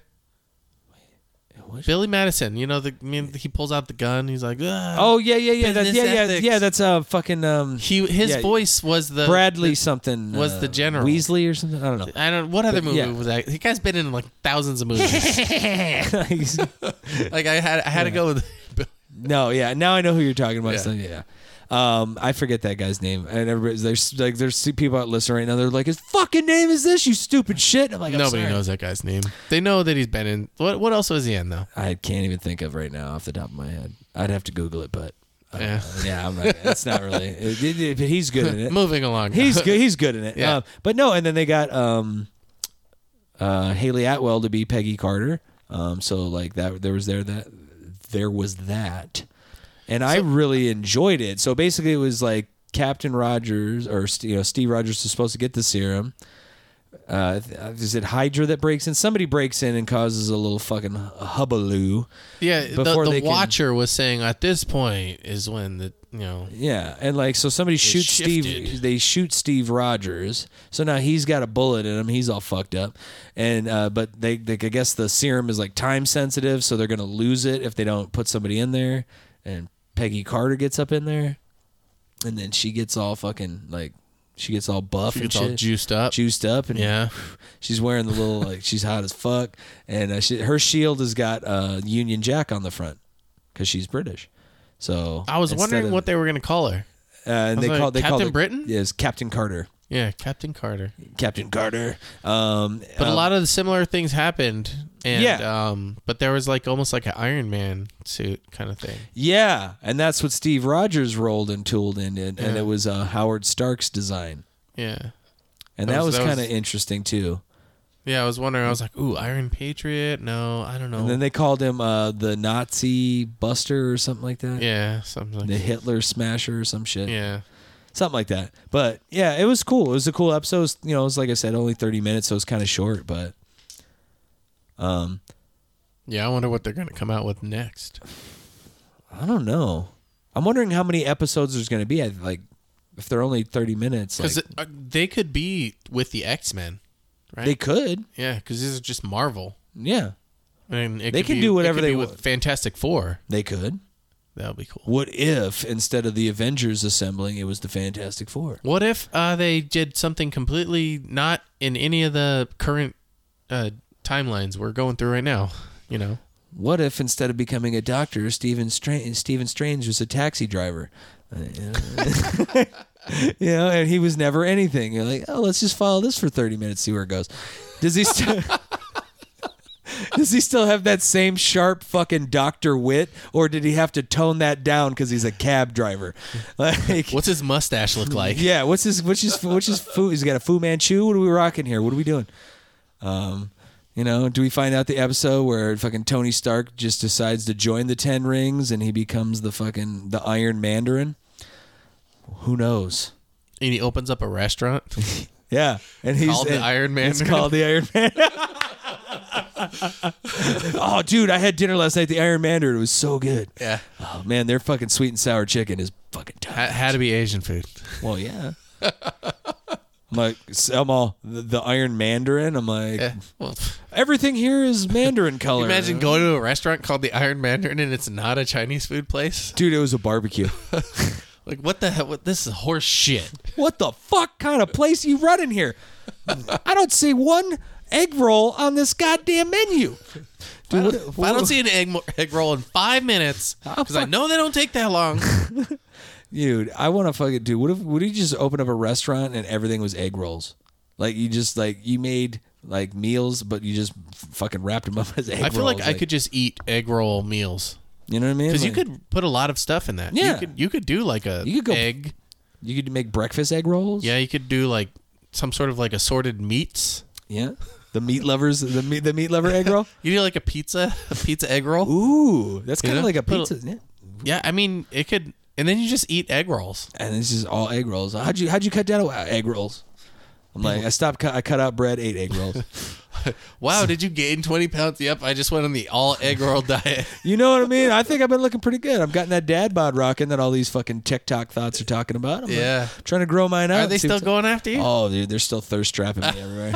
Speaker 1: which-
Speaker 2: Billy Madison. You know the I mean, he pulls out the gun. He's like, "Oh."
Speaker 1: oh yeah, yeah, yeah, that's yeah,
Speaker 2: business
Speaker 1: yeah,
Speaker 2: ethics.
Speaker 1: yeah. That's uh fucking um
Speaker 2: He his
Speaker 1: Yeah.
Speaker 2: voice was the
Speaker 1: Bradley something
Speaker 2: was
Speaker 1: uh,
Speaker 2: the general.
Speaker 1: Weasley or something. I don't know.
Speaker 2: I don't. What other movie
Speaker 1: yeah.
Speaker 2: was that? The guy's been in like thousands of movies. like I had I had to go with.
Speaker 1: no, yeah. Now I know who you're talking about.
Speaker 2: Yeah.
Speaker 1: Yeah. So, yeah. Um, I forget that guy's name, and everybody's there's like there's people out listening right now. They're like, "His fucking name is this, you stupid shit." I'm like, I'm
Speaker 2: Nobody
Speaker 1: sorry.
Speaker 2: knows that guy's name. They know that he's been in. What what else was he in though?
Speaker 1: I can't even think of right now off the top of my head. I'd have to Google it, but I don't
Speaker 2: Yeah.
Speaker 1: know. yeah, I'm not, it's not really. it- it- it- but he's good in it.
Speaker 2: Moving along.
Speaker 1: He's good. He's good in it.
Speaker 2: Yeah.
Speaker 1: Uh, but no, and then they got um, uh, Haley Atwell to be Peggy Carter. Um, so like that, there was there that there was that, and I really enjoyed it. So basically, it was like Captain Rogers or you know Steve Rogers is supposed to get the serum. Uh, is it Hydra that breaks in? Somebody breaks in and causes a little fucking hubbaloo.
Speaker 2: Yeah, the,
Speaker 1: Before
Speaker 2: the
Speaker 1: they can-
Speaker 2: watcher was saying at this point is when the you know
Speaker 1: Yeah, and like so somebody shoots Steve.
Speaker 2: shifted.
Speaker 1: They shoot Steve Rogers. So now he's got a bullet in him. He's all fucked up. And uh, but they, they, I guess the serum is like time sensitive, so they're gonna lose it if they don't put somebody in there. And Peggy Carter gets up in there, and then she gets all fucking like she gets all buff
Speaker 2: she
Speaker 1: and
Speaker 2: gets
Speaker 1: shit.
Speaker 2: all juiced up.
Speaker 1: Juiced up and
Speaker 2: Yeah,
Speaker 1: she's wearing the little like she's hot as fuck, and uh, she, her shield has got uh, Union Jack on the front because she's British. So
Speaker 2: I was
Speaker 1: instead
Speaker 2: wondering
Speaker 1: of-
Speaker 2: what they were gonna call her.
Speaker 1: uh, and
Speaker 2: was
Speaker 1: they
Speaker 2: like,
Speaker 1: called they called
Speaker 2: Captain
Speaker 1: it-
Speaker 2: Britain?
Speaker 1: Yes, Captain Carter.
Speaker 2: Yeah, Captain Carter.
Speaker 1: Captain Carter. Um,
Speaker 2: But
Speaker 1: um,
Speaker 2: a lot of the similar things happened, and
Speaker 1: Yeah.
Speaker 2: um, but there was like almost like an Iron Man suit kind of thing.
Speaker 1: yeah, and that's what Steve Rogers rolled and tooled in, and, and
Speaker 2: Yeah.
Speaker 1: it was uh, Howard Stark's design,
Speaker 2: Yeah,
Speaker 1: and
Speaker 2: That
Speaker 1: that was,
Speaker 2: was- that
Speaker 1: kind of
Speaker 2: was-
Speaker 1: interesting too.
Speaker 2: yeah. I was wondering. I was like, ooh, Iron Patriot. No, I don't know.
Speaker 1: And then they called him uh, the Nazi Buster or something like that.
Speaker 2: yeah, something like
Speaker 1: The
Speaker 2: that.
Speaker 1: Hitler Smasher or some shit,
Speaker 2: Yeah,
Speaker 1: something like that. But yeah, it was cool. It was a cool episode. It was, you know, it was like I said, only thirty minutes, so it's kind of short. But um,
Speaker 2: yeah. I wonder what they're gonna come out with next.
Speaker 1: I don't know. I'm wondering how many episodes there's going to be. I, like, if they're only 30 minutes, like,
Speaker 2: Because uh, they could be with the X Men, right?
Speaker 1: they could.
Speaker 2: yeah, because this is just Marvel.
Speaker 1: Yeah,
Speaker 2: And it
Speaker 1: They
Speaker 2: could
Speaker 1: can
Speaker 2: be-
Speaker 1: do
Speaker 2: it
Speaker 1: whatever
Speaker 2: could
Speaker 1: they
Speaker 2: be
Speaker 1: want.
Speaker 2: with Fantastic Four.
Speaker 1: they could.
Speaker 2: That would be cool.
Speaker 1: What if instead of the Avengers assembling, it was the Fantastic Four?
Speaker 2: What if uh, they did something completely not in any of the current uh, timelines we're going through right now? You know,
Speaker 1: What if instead of becoming a doctor, Stephen Strange, Stephen Strange was a taxi driver? Uh, yeah. you know, and he was never anything. You're like, oh, let's just follow this for 30 minutes, see where it goes. Does he still? Does he still have that same sharp fucking doctor wit, or did he have to tone that down because he's a cab driver? Like,
Speaker 2: what's his mustache look like?
Speaker 1: Yeah, what's his what's his what's his Fu? He's got a Fu Manchu. What are we rocking here? What are we doing? Um, you know, do we find out the episode where fucking Tony Stark just decides to join the Ten Rings and he becomes the fucking the Iron Mandarin? Who knows?
Speaker 2: And he opens up a restaurant.
Speaker 1: Yeah, and he's
Speaker 2: Called the
Speaker 1: and
Speaker 2: Iron
Speaker 1: It's
Speaker 2: Mandarin?
Speaker 1: called the Iron Man. oh, dude, I had dinner last night. at The Iron Mandarin it was so good.
Speaker 2: yeah,
Speaker 1: Oh man, their fucking sweet and sour chicken is fucking tough.
Speaker 2: had, had to be Asian food.
Speaker 1: Well, yeah. I'm like, so I'm all the, the Iron Mandarin. I'm like,
Speaker 2: Yeah. Well,
Speaker 1: everything here is Mandarin color.
Speaker 2: imagine going to a restaurant called the Iron Mandarin and it's not a Chinese food place.
Speaker 1: dude, it was a barbecue.
Speaker 2: Like what the hell? What this is horse shit.
Speaker 1: what the fuck kind of place you running here? I don't see one egg roll on this goddamn menu. Dude, what-
Speaker 2: If I don't see an egg, mo- egg roll in five minutes because I know they don't take that long.
Speaker 1: dude, I want to fucking do. What if? Would you just open up a restaurant and everything was egg rolls? Like you just like you made like meals, but you just f- fucking wrapped them up as egg rolls.
Speaker 2: I feel like, I could just eat egg roll meals
Speaker 1: You know what I mean?
Speaker 2: because you
Speaker 1: Like,
Speaker 2: could put a lot of stuff in that.
Speaker 1: Yeah.
Speaker 2: you could, you could do like a
Speaker 1: You could go-
Speaker 2: egg.
Speaker 1: you could make breakfast egg rolls.
Speaker 2: Yeah, you could do like some sort of like assorted meats.
Speaker 1: Yeah. The meat lovers, the meat, the meat lover egg roll.
Speaker 2: You do like a pizza, a pizza egg roll.
Speaker 1: Ooh, that's kind
Speaker 2: Yeah.
Speaker 1: of like a
Speaker 2: Put a-
Speaker 1: pizza. yeah.
Speaker 2: Yeah, I mean it could, and then you just eat egg rolls.
Speaker 1: And it's just all egg rolls. How'd you how'd you cut down on uh, egg rolls? I'm like, I stopped. Cut, I cut out bread, ate egg rolls.
Speaker 2: Wow, did you gain twenty pounds? Yep, I just went on the all egg roll diet.
Speaker 1: you know what I mean? I think I've been looking pretty good. I've gotten that dad bod rocking that all these fucking TikTok thoughts are talking about. I'm like,
Speaker 2: Yeah.
Speaker 1: trying to grow mine out.
Speaker 2: Are they
Speaker 1: see
Speaker 2: still
Speaker 1: what's-
Speaker 2: going after you?
Speaker 1: Oh, dude, they're still thirst trapping me everywhere.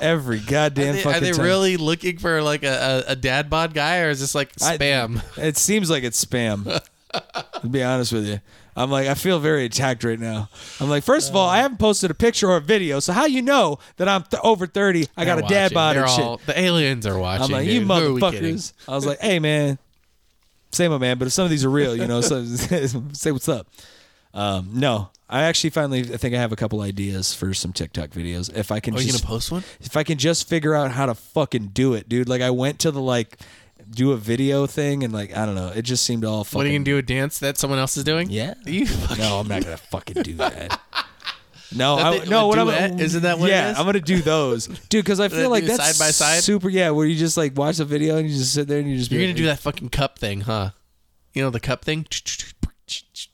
Speaker 1: Every goddamn
Speaker 2: Are they,
Speaker 1: fucking
Speaker 2: are they
Speaker 1: time.
Speaker 2: really looking for like a, a, a dad bod guy, or is this like
Speaker 1: I-
Speaker 2: spam?
Speaker 1: It seems like it's spam. to be honest with you, I'm like I feel very attacked right now. I'm like, first of all, I haven't posted a picture or a video, so how you know that I'm th- over thirty? I got a
Speaker 2: They're
Speaker 1: dad
Speaker 2: watching.
Speaker 1: bod
Speaker 2: They're
Speaker 1: and shit.
Speaker 2: all- The aliens are watching.
Speaker 1: I'm like,
Speaker 2: dude.
Speaker 1: you
Speaker 2: Who are we kidding?
Speaker 1: motherfuckers. I was like, hey man, say my man, but if some of these are real, you know, so say what's up. Um, no, I actually finally I think I have a couple ideas for some TikTok videos. If I can
Speaker 2: Are Oh, you
Speaker 1: just
Speaker 2: gonna post one?
Speaker 1: if I can just figure out how to fucking do it, dude. Like I went to the like do a video thing and like I don't know. It just seemed all fucking.
Speaker 2: What are you gonna do? A dance that someone else is doing?
Speaker 1: Yeah.
Speaker 2: You fucking.
Speaker 1: No, I'm not gonna fucking do that. No,
Speaker 2: That
Speaker 1: I,
Speaker 2: they-
Speaker 1: no.
Speaker 2: a
Speaker 1: What I'm
Speaker 2: duet? Isn't that what it
Speaker 1: Yeah,
Speaker 2: is?
Speaker 1: I'm gonna do those, dude. Because I
Speaker 2: They
Speaker 1: feel like
Speaker 2: do
Speaker 1: that's
Speaker 2: side by side?
Speaker 1: super. Yeah, where you just like watch the video and you just sit there and you just. be
Speaker 2: You're gonna
Speaker 1: like,
Speaker 2: do that fucking cup thing, huh? You know the cup thing.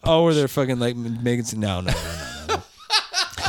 Speaker 1: Oh, where they're fucking like making some. No, no, no, no, no.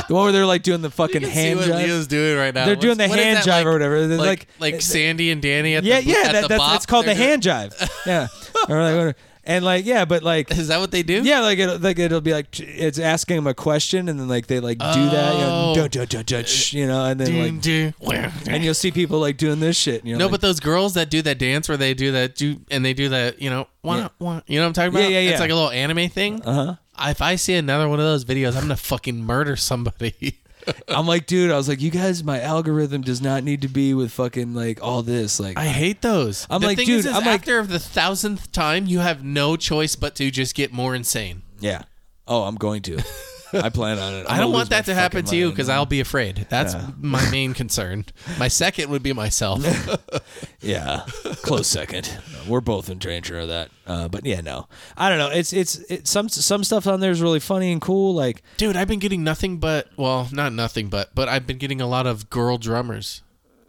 Speaker 1: the one where they're like doing the fucking
Speaker 2: You can
Speaker 1: hand
Speaker 2: see what
Speaker 1: jive.
Speaker 2: Leo's doing right now.
Speaker 1: They're doing the
Speaker 2: What's- what is
Speaker 1: hand
Speaker 2: that,
Speaker 1: jive
Speaker 2: like-
Speaker 1: or whatever. They're
Speaker 2: Like,
Speaker 1: like-
Speaker 2: like Sandy and Danny at
Speaker 1: yeah,
Speaker 2: the
Speaker 1: yeah.
Speaker 2: at
Speaker 1: That,
Speaker 2: the
Speaker 1: that's
Speaker 2: bop,
Speaker 1: it's called the
Speaker 2: they're doing-
Speaker 1: hand jive. Yeah, or like, whatever. and like yeah, but like
Speaker 2: Is that what they do?
Speaker 1: Yeah, like it'll, like it'll be like it's asking them a question, and then like they like do that, you know,
Speaker 2: Oh.
Speaker 1: duh, duh, duh, duh, sh- you know, and then
Speaker 2: Dun,
Speaker 1: like,
Speaker 2: dun, wah, dun.
Speaker 1: and you'll see people like doing this shit. And you're
Speaker 2: No,
Speaker 1: like,
Speaker 2: but those girls that do that dance where they do that do and they do that, you know, wah,
Speaker 1: Yeah.
Speaker 2: wah, you know what I'm talking about?
Speaker 1: Yeah, yeah, yeah.
Speaker 2: It's like a little anime thing.
Speaker 1: Uh-huh.
Speaker 2: If I see another one of those videos, I'm gonna fucking murder somebody.
Speaker 1: I'm like, dude, I was like, you guys, my algorithm does not need to be with fucking like all this. Like,
Speaker 2: I hate those.
Speaker 1: I'm
Speaker 2: the
Speaker 1: like,
Speaker 2: thing
Speaker 1: dude,
Speaker 2: is, is
Speaker 1: I'm like-
Speaker 2: after the thousandth time, you have no choice but to just get more insane.
Speaker 1: yeah, oh, I'm going to. I plan on it. I'm
Speaker 2: I
Speaker 1: gonna
Speaker 2: don't
Speaker 1: lose
Speaker 2: want
Speaker 1: my
Speaker 2: that to happen
Speaker 1: fucking
Speaker 2: to you
Speaker 1: mind.
Speaker 2: because I'll be afraid. That's my main concern. My second would be myself.
Speaker 1: Yeah, close second. We're both in danger of that. Uh, but yeah, no, I don't know. It's it's it's some some stuff on there is really funny and cool. Like,
Speaker 2: Dude, I've been getting nothing but, well, not nothing but, but I've been getting a lot of girl drummers.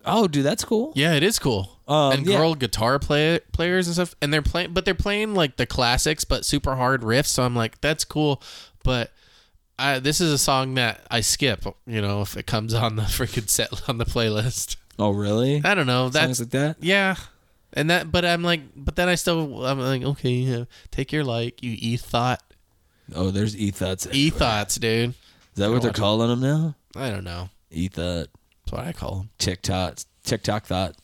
Speaker 1: oh, dude, that's cool.
Speaker 2: Yeah, it is cool.
Speaker 1: Um,
Speaker 2: and
Speaker 1: yeah.
Speaker 2: girl guitar play- players and stuff, and they're playing, but they're playing like the classics, but super hard riffs. So I'm like, that's cool, but I, this is a song that I skip. You know, if it comes on the freaking set on the playlist,
Speaker 1: Oh, really?
Speaker 2: I don't know.
Speaker 1: Songs
Speaker 2: That's
Speaker 1: like that.
Speaker 2: yeah, and that. But I'm like, but then I still, I'm like, okay, yeah, take your like, you e thought,
Speaker 1: Oh, there's ethots.
Speaker 2: e thoughts, dude.
Speaker 1: Is that what they're
Speaker 2: watch
Speaker 1: calling them now?
Speaker 2: I don't know.
Speaker 1: Ethot,
Speaker 2: That's what I call them.
Speaker 1: TikTok, TikTok thought,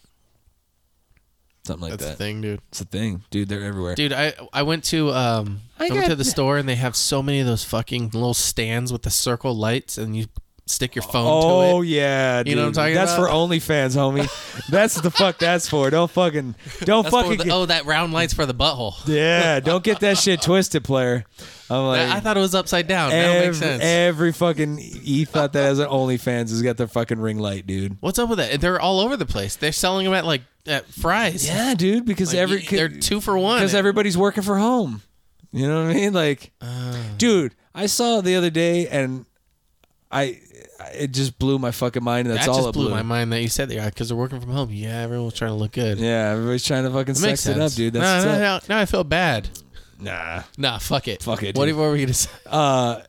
Speaker 1: something like
Speaker 2: That's the
Speaker 1: that.
Speaker 2: thing, dude.
Speaker 1: It's a thing, dude. They're everywhere.
Speaker 2: Dude, I I went to um
Speaker 1: I
Speaker 2: I, went to
Speaker 1: got-
Speaker 2: the store and they have so many of those fucking little stands with the circle lights and you stick your phone
Speaker 1: oh
Speaker 2: to it.
Speaker 1: yeah, dude.
Speaker 2: You know what I'm talking
Speaker 1: That's
Speaker 2: about?
Speaker 1: for OnlyFans, homie. that's the fuck that's for. Don't fucking, don't
Speaker 2: That's
Speaker 1: fucking.
Speaker 2: for
Speaker 1: get-
Speaker 2: the, oh, that round light's for the butthole.
Speaker 1: Yeah, don't get that shit twisted, player. I'm like,
Speaker 2: I, I thought it was upside down. that
Speaker 1: every,
Speaker 2: makes sense.
Speaker 1: every fucking e thought that has an OnlyFans has got their fucking ring light, dude.
Speaker 2: What's up with that? They're all over the place. They're selling them at like at fries.
Speaker 1: Yeah, dude, because
Speaker 2: Like,
Speaker 1: every
Speaker 2: y- they're two for one.
Speaker 1: because everybody's working from home. You know what I mean? Like,
Speaker 2: Uh.
Speaker 1: dude, I saw the other day and I, I- it just blew my fucking mind. And
Speaker 2: that
Speaker 1: that's
Speaker 2: just
Speaker 1: all it
Speaker 2: blew,
Speaker 1: blew.
Speaker 2: my mind that you said that because they're working from home. Yeah, everyone's trying to look good.
Speaker 1: Yeah, everybody's trying to fucking
Speaker 2: It
Speaker 1: sex
Speaker 2: makes sense.
Speaker 1: it up, dude. That's
Speaker 2: no, no,
Speaker 1: what's
Speaker 2: no, no, I feel bad.
Speaker 1: up. nah.
Speaker 2: Nah, fuck it.
Speaker 1: Fuck it,
Speaker 2: What,
Speaker 1: dude.
Speaker 2: what were we gonna say?
Speaker 1: Uh,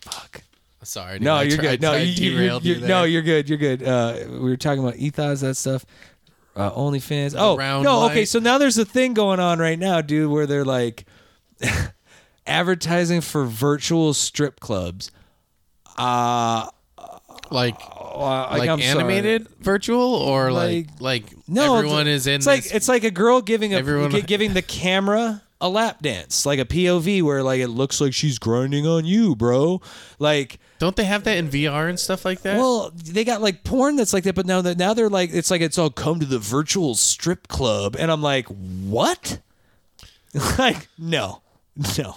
Speaker 1: fuck.
Speaker 2: Sorry. dude,
Speaker 1: No,
Speaker 2: I
Speaker 1: you're
Speaker 2: tr- I
Speaker 1: good. No,
Speaker 2: tried
Speaker 1: you,
Speaker 2: to
Speaker 1: you- you-
Speaker 2: derail
Speaker 1: you-
Speaker 2: there.
Speaker 1: no, you're good. You're good. Uh, we were talking about ethos, that stuff. Uh, OnlyFans. Oh,
Speaker 2: round
Speaker 1: no. Okay,
Speaker 2: light.
Speaker 1: so now there's a thing going on right now, dude, where they're like advertising for virtual strip clubs. Uh,
Speaker 2: like
Speaker 1: Oh, I-
Speaker 2: like
Speaker 1: I'm sorry.
Speaker 2: animated virtual or like like,
Speaker 1: No,
Speaker 2: everyone
Speaker 1: it's-
Speaker 2: is in
Speaker 1: It's like
Speaker 2: this-
Speaker 1: it's like a girl giving a
Speaker 2: Everyone-
Speaker 1: gi- giving the camera a lap dance, like a POV where like it looks like she's grinding on you, bro. Like,
Speaker 2: don't they have that in VR and stuff like that?
Speaker 1: well, they got like porn that's like that, but now that now they're like it's like it's all come to the virtual strip club, and I'm like, what? like, no, no.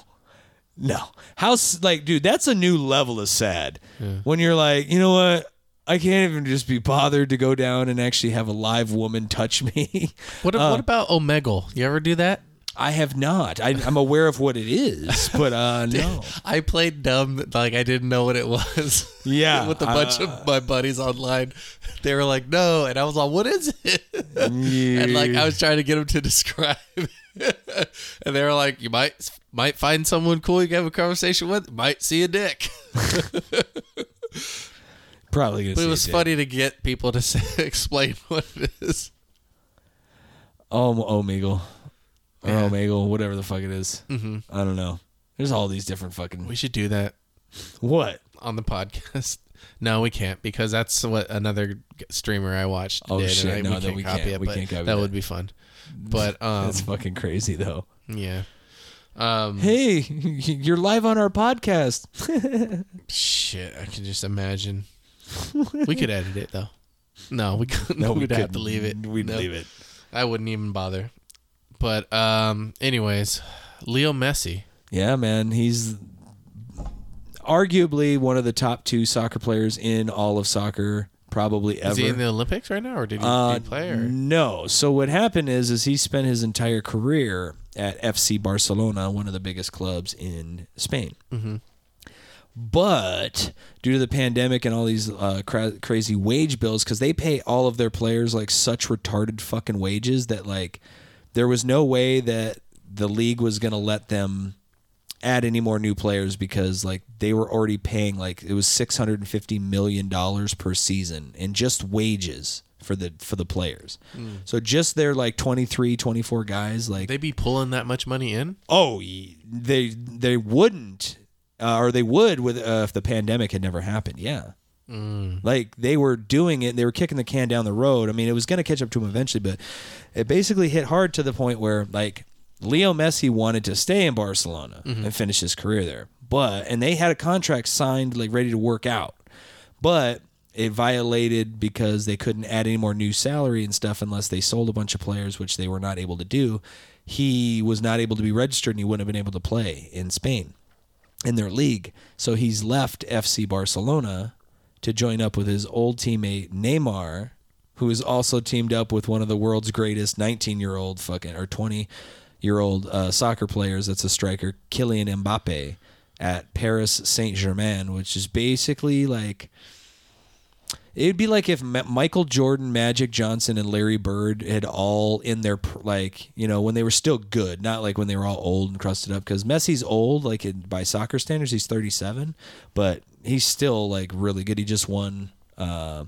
Speaker 1: No. How s- like dude, that's a new level of sad. When you're like, you know what? I can't even just be bothered to go down and actually have a live woman touch me.
Speaker 2: what
Speaker 1: uh,
Speaker 2: what about Omegle? You ever do that?
Speaker 1: I have not. I, I'm aware of what it is, but uh, no.
Speaker 2: I played dumb, like I didn't know what it was.
Speaker 1: Yeah, uh,
Speaker 2: with a bunch of my buddies online, they were like, "No," and I was like, "What is it?" and like I was trying to get them to describe, it. and they were like, "You might might find someone cool you can have a conversation with, might see a dick."
Speaker 1: Probably gonna.
Speaker 2: But
Speaker 1: see
Speaker 2: it was
Speaker 1: dick.
Speaker 2: funny to get people to say, explain what it is.
Speaker 1: Oh, Omegle, or Omegle, whatever the fuck it is. I don't know. There's all these different fucking
Speaker 2: Mm-hmm. We should do that
Speaker 1: what?
Speaker 2: on the podcast. No, we can't because that's what another g- streamer I watched
Speaker 1: Oh,
Speaker 2: did.
Speaker 1: shit,
Speaker 2: and I-
Speaker 1: no, then
Speaker 2: we can't
Speaker 1: we
Speaker 2: copy
Speaker 1: can't-
Speaker 2: it.
Speaker 1: we
Speaker 2: but
Speaker 1: can't copy
Speaker 2: that
Speaker 1: that.
Speaker 2: would be fun. But um,
Speaker 1: That's fucking crazy though.
Speaker 2: yeah, um,
Speaker 1: Hey, you're live on our podcast.
Speaker 2: shit, I can just imagine. we could edit it though. No, we couldn't.
Speaker 1: No, we
Speaker 2: we'd have to
Speaker 1: couldn't.
Speaker 2: leave it.
Speaker 1: We'd
Speaker 2: No,
Speaker 1: leave it.
Speaker 2: I wouldn't even bother. But um, anyways, Leo Messi.
Speaker 1: Yeah, man, he's arguably one of the top two soccer players in all of soccer. probably ever.
Speaker 2: Is he in the Olympics right now, or did he,
Speaker 1: Uh,
Speaker 2: did he play? Or?
Speaker 1: No. So what happened is, is he spent his entire career at FC Barcelona, one of the biggest clubs in Spain. But due to the pandemic and all these uh, cra- crazy wage bills, because they pay all of their players like such retarded fucking wages that like there was no way that the league was gonna let them add any more new players because like they were already paying like it was 650 million dollars per season in just wages for the for the players. So just their like 23 24 guys like
Speaker 2: They be pulling that much money in?
Speaker 1: oh y- they they wouldn't uh, or they would with uh, if the pandemic had never happened. Yeah. Like they were doing it, they were kicking the can down the road. I mean, it was going to catch up to him eventually, but it basically hit hard to the point where like Leo Messi wanted to stay in Barcelona and finish his career there. But and they had a contract signed like ready to work out. But it violated because they couldn't add any more new salary and stuff unless they sold a bunch of players, which they were not able to do. He was not able to be registered and he wouldn't have been able to play in Spain in their league. So he's left FC Barcelona to join up with his old teammate Neymar, who is also teamed up with one of the world's greatest 19 year old fucking or 20 year old uh, soccer players. That's a striker, Kylian Mbappe, at Paris Saint Germain, which is basically like. It'd be like if Ma- Michael Jordan, Magic Johnson, and Larry Bird had all in their pr- like you know when they were still good, not like when they were all old and crusted up. Because Messi's old, like in, by soccer standards, he's thirty seven, but he's still like really good. He just won uh,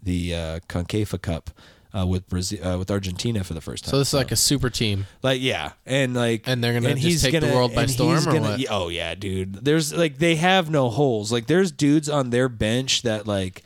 Speaker 1: the uh, Concacaf Cup uh, with Brazil uh, with Argentina for the first time.
Speaker 2: So this is like a super team.
Speaker 1: Like yeah, and like
Speaker 2: And they're gonna just take the world by
Speaker 1: and he's
Speaker 2: storm or
Speaker 1: gonna-
Speaker 2: what?
Speaker 1: Oh yeah, dude. There's like they have no holes. Like there's dudes on their bench that like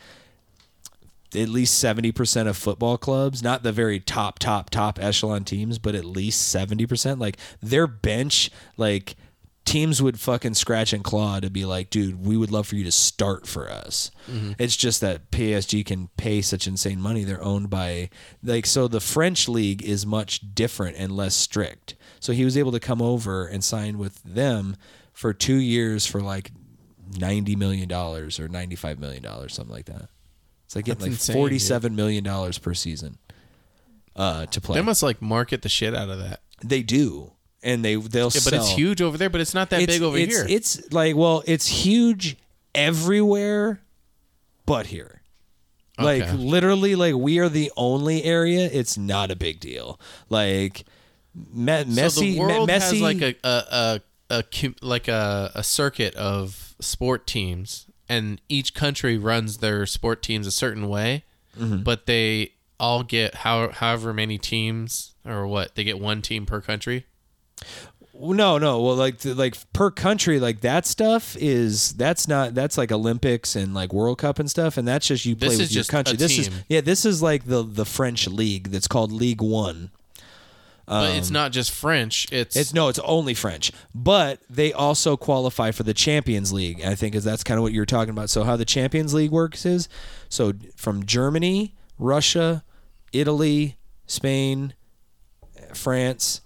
Speaker 1: at least seventy percent of football clubs, not the very top top top echelon teams, but at least seventy percent. Like their bench, like teams would fucking scratch and claw to be like, dude, we would love for you to start for us. It's just that PSG can pay such insane money. They're owned by like so the French league is much different and less strict. So he was able to come over and sign with them for two years for like ninety million dollars or ninety five million dollars, something like that. It's like getting
Speaker 2: That's
Speaker 1: like
Speaker 2: insane, dude.
Speaker 1: forty seven million dollars per season uh, to play.
Speaker 2: They must like market the shit out of that.
Speaker 1: they do, and they they'll
Speaker 2: Yeah, but
Speaker 1: sell.
Speaker 2: it's huge over there, but it's not that
Speaker 1: It's-
Speaker 2: big over
Speaker 1: it's-
Speaker 2: here.
Speaker 1: It's like well, it's huge everywhere, but here. Like
Speaker 2: Okay.
Speaker 1: literally, like we are the only area. It's not a big deal. Like me- Messi,
Speaker 2: so the
Speaker 1: Me-
Speaker 2: world
Speaker 1: Messi
Speaker 2: has like a a, a, a com- like a, a circuit of sport teams, and each country runs their sport teams a certain way,
Speaker 1: Mm-hmm.
Speaker 2: but they all get how, however many teams or what they get one team per country.
Speaker 1: No, no. Well, like the, like per country, like that stuff is that's not that's like Olympics and like World Cup and stuff, and that's just you play
Speaker 2: This
Speaker 1: with
Speaker 2: is
Speaker 1: your
Speaker 2: just
Speaker 1: country.
Speaker 2: a
Speaker 1: this is
Speaker 2: team.
Speaker 1: yeah, this is like the the French league that's called League One.
Speaker 2: but it's not just French. It's,
Speaker 1: Um, It's no, it's only French, but they also qualify for the Champions League. I think is that's kind of what you're talking about. So how the Champions League works is so from Germany, Russia, Italy, Spain, France,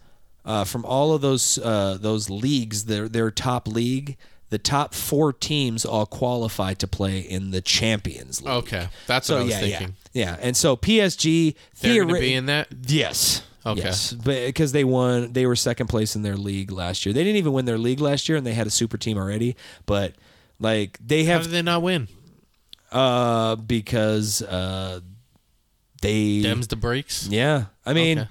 Speaker 1: uh, from all of those uh, those leagues, their their top league, the top four teams all qualify to play in the Champions League.
Speaker 2: okay. Oh, That's
Speaker 1: So
Speaker 2: what I was
Speaker 1: yeah, yeah,
Speaker 2: thinking.
Speaker 1: yeah, and so PSG
Speaker 2: They're going to
Speaker 1: theoret-
Speaker 2: be in that.
Speaker 1: Yes.
Speaker 2: Okay.
Speaker 1: Yes, because they won, they were second place in their league last year. They didn't even win their league last year, and they had a super team already. But like they
Speaker 2: How
Speaker 1: have,
Speaker 2: did they not win?
Speaker 1: uh, because uh, they,
Speaker 2: Dems the breaks.
Speaker 1: yeah. I mean,
Speaker 2: Okay.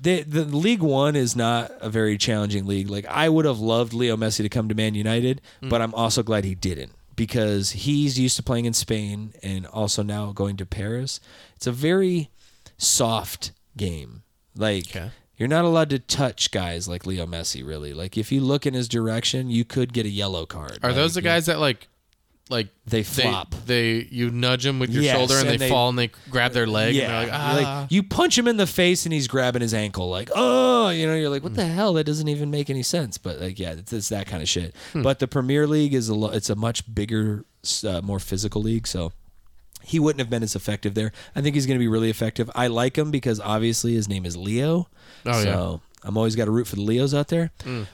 Speaker 1: the the League One is not a very challenging league. Like I would have loved Leo Messi to come to Man United,
Speaker 2: Mm.
Speaker 1: but I'm also glad he didn't because he's used to playing in Spain and also now going to Paris. It's a very soft game. Like
Speaker 2: Okay.
Speaker 1: you're not allowed to touch guys like Leo Messi really. Like if you look in his direction, you could get a yellow card.
Speaker 2: Are
Speaker 1: Like,
Speaker 2: those the guys that like, like
Speaker 1: They
Speaker 2: they
Speaker 1: flop.
Speaker 2: they you nudge them with your
Speaker 1: Yes,
Speaker 2: shoulder and,
Speaker 1: and
Speaker 2: they,
Speaker 1: they-
Speaker 2: fall and they grab their leg
Speaker 1: Yeah,
Speaker 2: and they're like
Speaker 1: You're
Speaker 2: ah.
Speaker 1: you punch him in the face and he's grabbing his ankle, like oh, you know, you're like, what
Speaker 2: Hmm.
Speaker 1: the hell? That doesn't even make any sense. But like, yeah, it's, it's that kind of shit.
Speaker 2: Hmm.
Speaker 1: But the Premier League is a lo- it's a much bigger, uh, more physical league, so he wouldn't have been as effective there. I think he's going to be really effective. I like him because obviously his name is Leo.
Speaker 2: Oh, Hmm.
Speaker 1: so I'm always got to root for the Leos out there.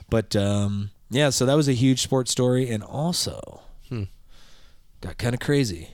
Speaker 1: But um, yeah, so that was a huge sports story, and also got kind of crazy.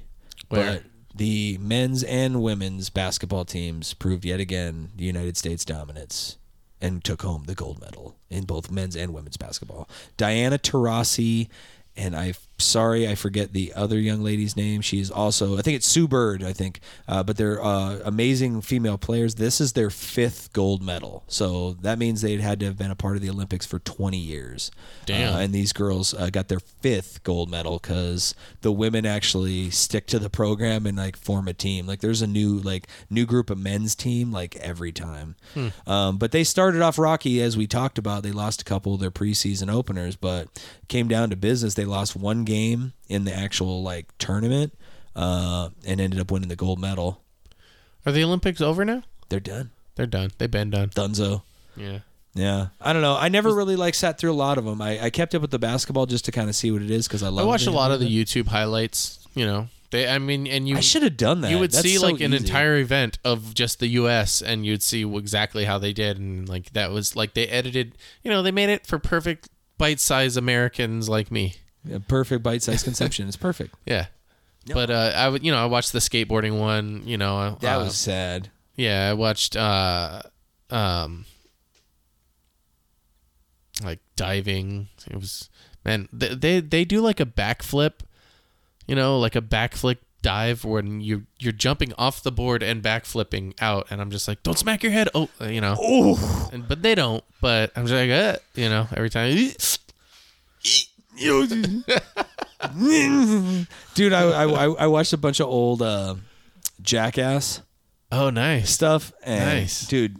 Speaker 2: Hmm. Where?
Speaker 1: But the men's and women's basketball teams proved yet again the United States dominance and took home the gold medal in both men's and women's basketball. Diana Taurasi and I sorry I forget the other young lady's name. She's also I think it's Sue Bird I think, uh, but they're uh, amazing female players. This is their fifth gold medal, so that means they'd had to have been a part of the Olympics for 20 years.
Speaker 2: Damn.
Speaker 1: Uh, and these girls uh, got their fifth gold medal because the women actually stick to the program and like form a team. Like there's a new like new group of men's team like every time.
Speaker 2: Hmm.
Speaker 1: Um, but they started off rocky as we talked about. They lost a couple of their preseason openers, but came down to business. They lost one game in the actual like tournament uh, and ended up winning the gold medal.
Speaker 2: "Ah, Are the Olympics over now?
Speaker 1: They're done.
Speaker 2: They're done. They've been done.
Speaker 1: Dunzo.
Speaker 2: Yeah.
Speaker 1: Yeah, I don't know. I never really like sat through a lot of them. I, I kept up with the basketball just to kind of see what it is because I
Speaker 2: I
Speaker 1: love.
Speaker 2: watched a
Speaker 1: it.
Speaker 2: lot of the YouTube highlights, you know. They I mean and you
Speaker 1: I should have done that.
Speaker 2: you would
Speaker 1: That's
Speaker 2: see
Speaker 1: so
Speaker 2: like an
Speaker 1: easy.
Speaker 2: entire event of just the US and you'd see exactly how they did and like that was like they edited, you know, they made it for perfect bite-sized Americans like me.
Speaker 1: A perfect bite-sized consumption. It's perfect.
Speaker 2: Yeah. But uh, I would, you know, I watched the skateboarding one. You know,
Speaker 1: That
Speaker 2: uh,
Speaker 1: was sad.
Speaker 2: yeah. I watched, uh, um, like diving. It was man. They they, they do like a backflip, you know, like a backflip dive when you you're jumping off the board and backflipping out, and I'm just like, don't smack your head. Oh, uh, you know.
Speaker 1: Oh,
Speaker 2: And, but they don't. But I'm just like, uh, you know, every time.
Speaker 1: dude, I, I I- I watched a bunch of old uh, Jackass
Speaker 2: Oh, nice.
Speaker 1: stuff, and
Speaker 2: Nice.
Speaker 1: dude,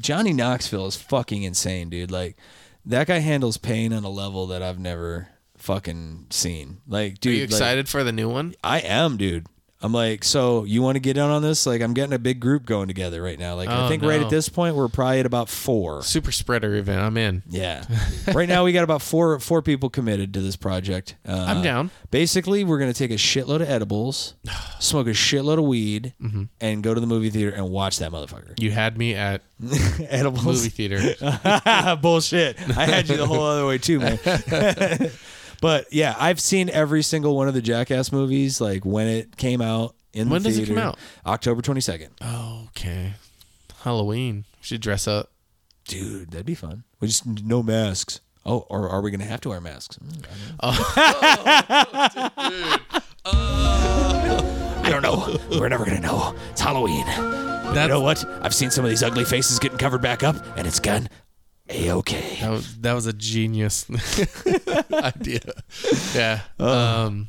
Speaker 1: Johnny Knoxville is fucking insane, dude. Like that guy handles pain on a level that I've never fucking seen. Like,
Speaker 2: Are
Speaker 1: dude,
Speaker 2: you
Speaker 1: like-
Speaker 2: excited for the new one?
Speaker 1: I am, dude. I'm like, so you want to get in on this? Like, I'm getting a big group going together right now. Like, I
Speaker 2: Oh,
Speaker 1: think right
Speaker 2: no.
Speaker 1: at this point we're probably at about four.
Speaker 2: Super spreader event. I'm in.
Speaker 1: Yeah. right now we got about four four people committed to this project. Uh,
Speaker 2: I'm down.
Speaker 1: Basically, we're gonna take a shitload of edibles, smoke a shitload of weed,
Speaker 2: Mm-hmm.
Speaker 1: and go to the movie theater and watch that motherfucker.
Speaker 2: You had me at
Speaker 1: edibles. Ah,
Speaker 2: movie theater.
Speaker 1: Bullshit. I had you the whole other way too, man. but yeah, I've seen every single one of the Jackass movies, like when it came out in
Speaker 2: When
Speaker 1: the
Speaker 2: does it
Speaker 1: theater.
Speaker 2: come out?
Speaker 1: October twenty second.
Speaker 2: okay. Halloween. We should dress up.
Speaker 1: Dude, that'd be fun. We just no masks. Oh, or are we gonna have to wear masks? Mm, I don't know. I don't know. We're never gonna know. It's Halloween. But
Speaker 2: That's-
Speaker 1: you know what? I've seen some of these ugly faces getting covered back up, and it's gone a okay.
Speaker 2: That was, that was a genius idea. Yeah.
Speaker 1: Uh.
Speaker 2: Um.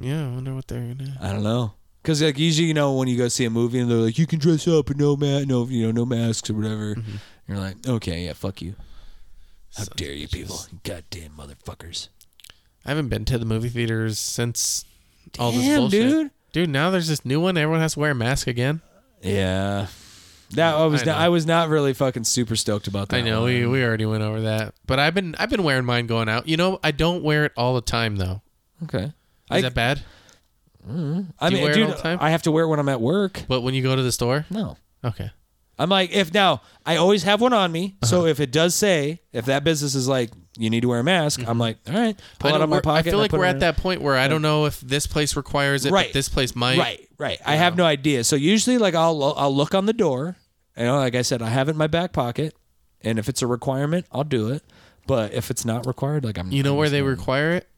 Speaker 2: Yeah. I wonder what they're gonna.
Speaker 1: I don't know. Cause like usually you know when you go see a movie and they're like you can dress up and no ma- no you know no masks or whatever, you're like okay yeah fuck you. How dare you people, you goddamn motherfuckers.
Speaker 2: I haven't been to the movie theaters since all this
Speaker 1: Damn,
Speaker 2: bullshit.
Speaker 1: dude.
Speaker 2: Dude, now there's this new one. Everyone has to wear a mask again.
Speaker 1: Yeah. That I was
Speaker 2: I
Speaker 1: not,
Speaker 2: know.
Speaker 1: I was not really fucking super stoked about that.
Speaker 2: I know
Speaker 1: one.
Speaker 2: we, we already went over that, but I've been I've been wearing mine going out. You know, I don't wear it all the time though.
Speaker 1: Okay.
Speaker 2: Is
Speaker 1: I,
Speaker 2: that bad?
Speaker 1: I
Speaker 2: do you
Speaker 1: mean,
Speaker 2: wear it
Speaker 1: dude,
Speaker 2: all the time?
Speaker 1: I have to wear it when I'm at work.
Speaker 2: But when you go to the store,
Speaker 1: No.
Speaker 2: okay.
Speaker 1: I'm like, if now I always have one on me.
Speaker 2: Uh-huh.
Speaker 1: So if it does say, if that business is like, you need to wear a mask, I'm like, all right, pull
Speaker 2: Mm-hmm. I
Speaker 1: it out
Speaker 2: know
Speaker 1: of my
Speaker 2: we're-
Speaker 1: pocket.
Speaker 2: I feel
Speaker 1: and
Speaker 2: like
Speaker 1: put
Speaker 2: we're
Speaker 1: it
Speaker 2: at
Speaker 1: in.
Speaker 2: that point where I don't know if this place requires it,
Speaker 1: Right.
Speaker 2: but this place might.
Speaker 1: Right, right. I have no idea. So usually, like, I'll I'll look on the door. You know, like I said, I have it in my back pocket, and if it's a requirement, I'll do it. But if it's not required, like I'm,
Speaker 2: You know where they require it?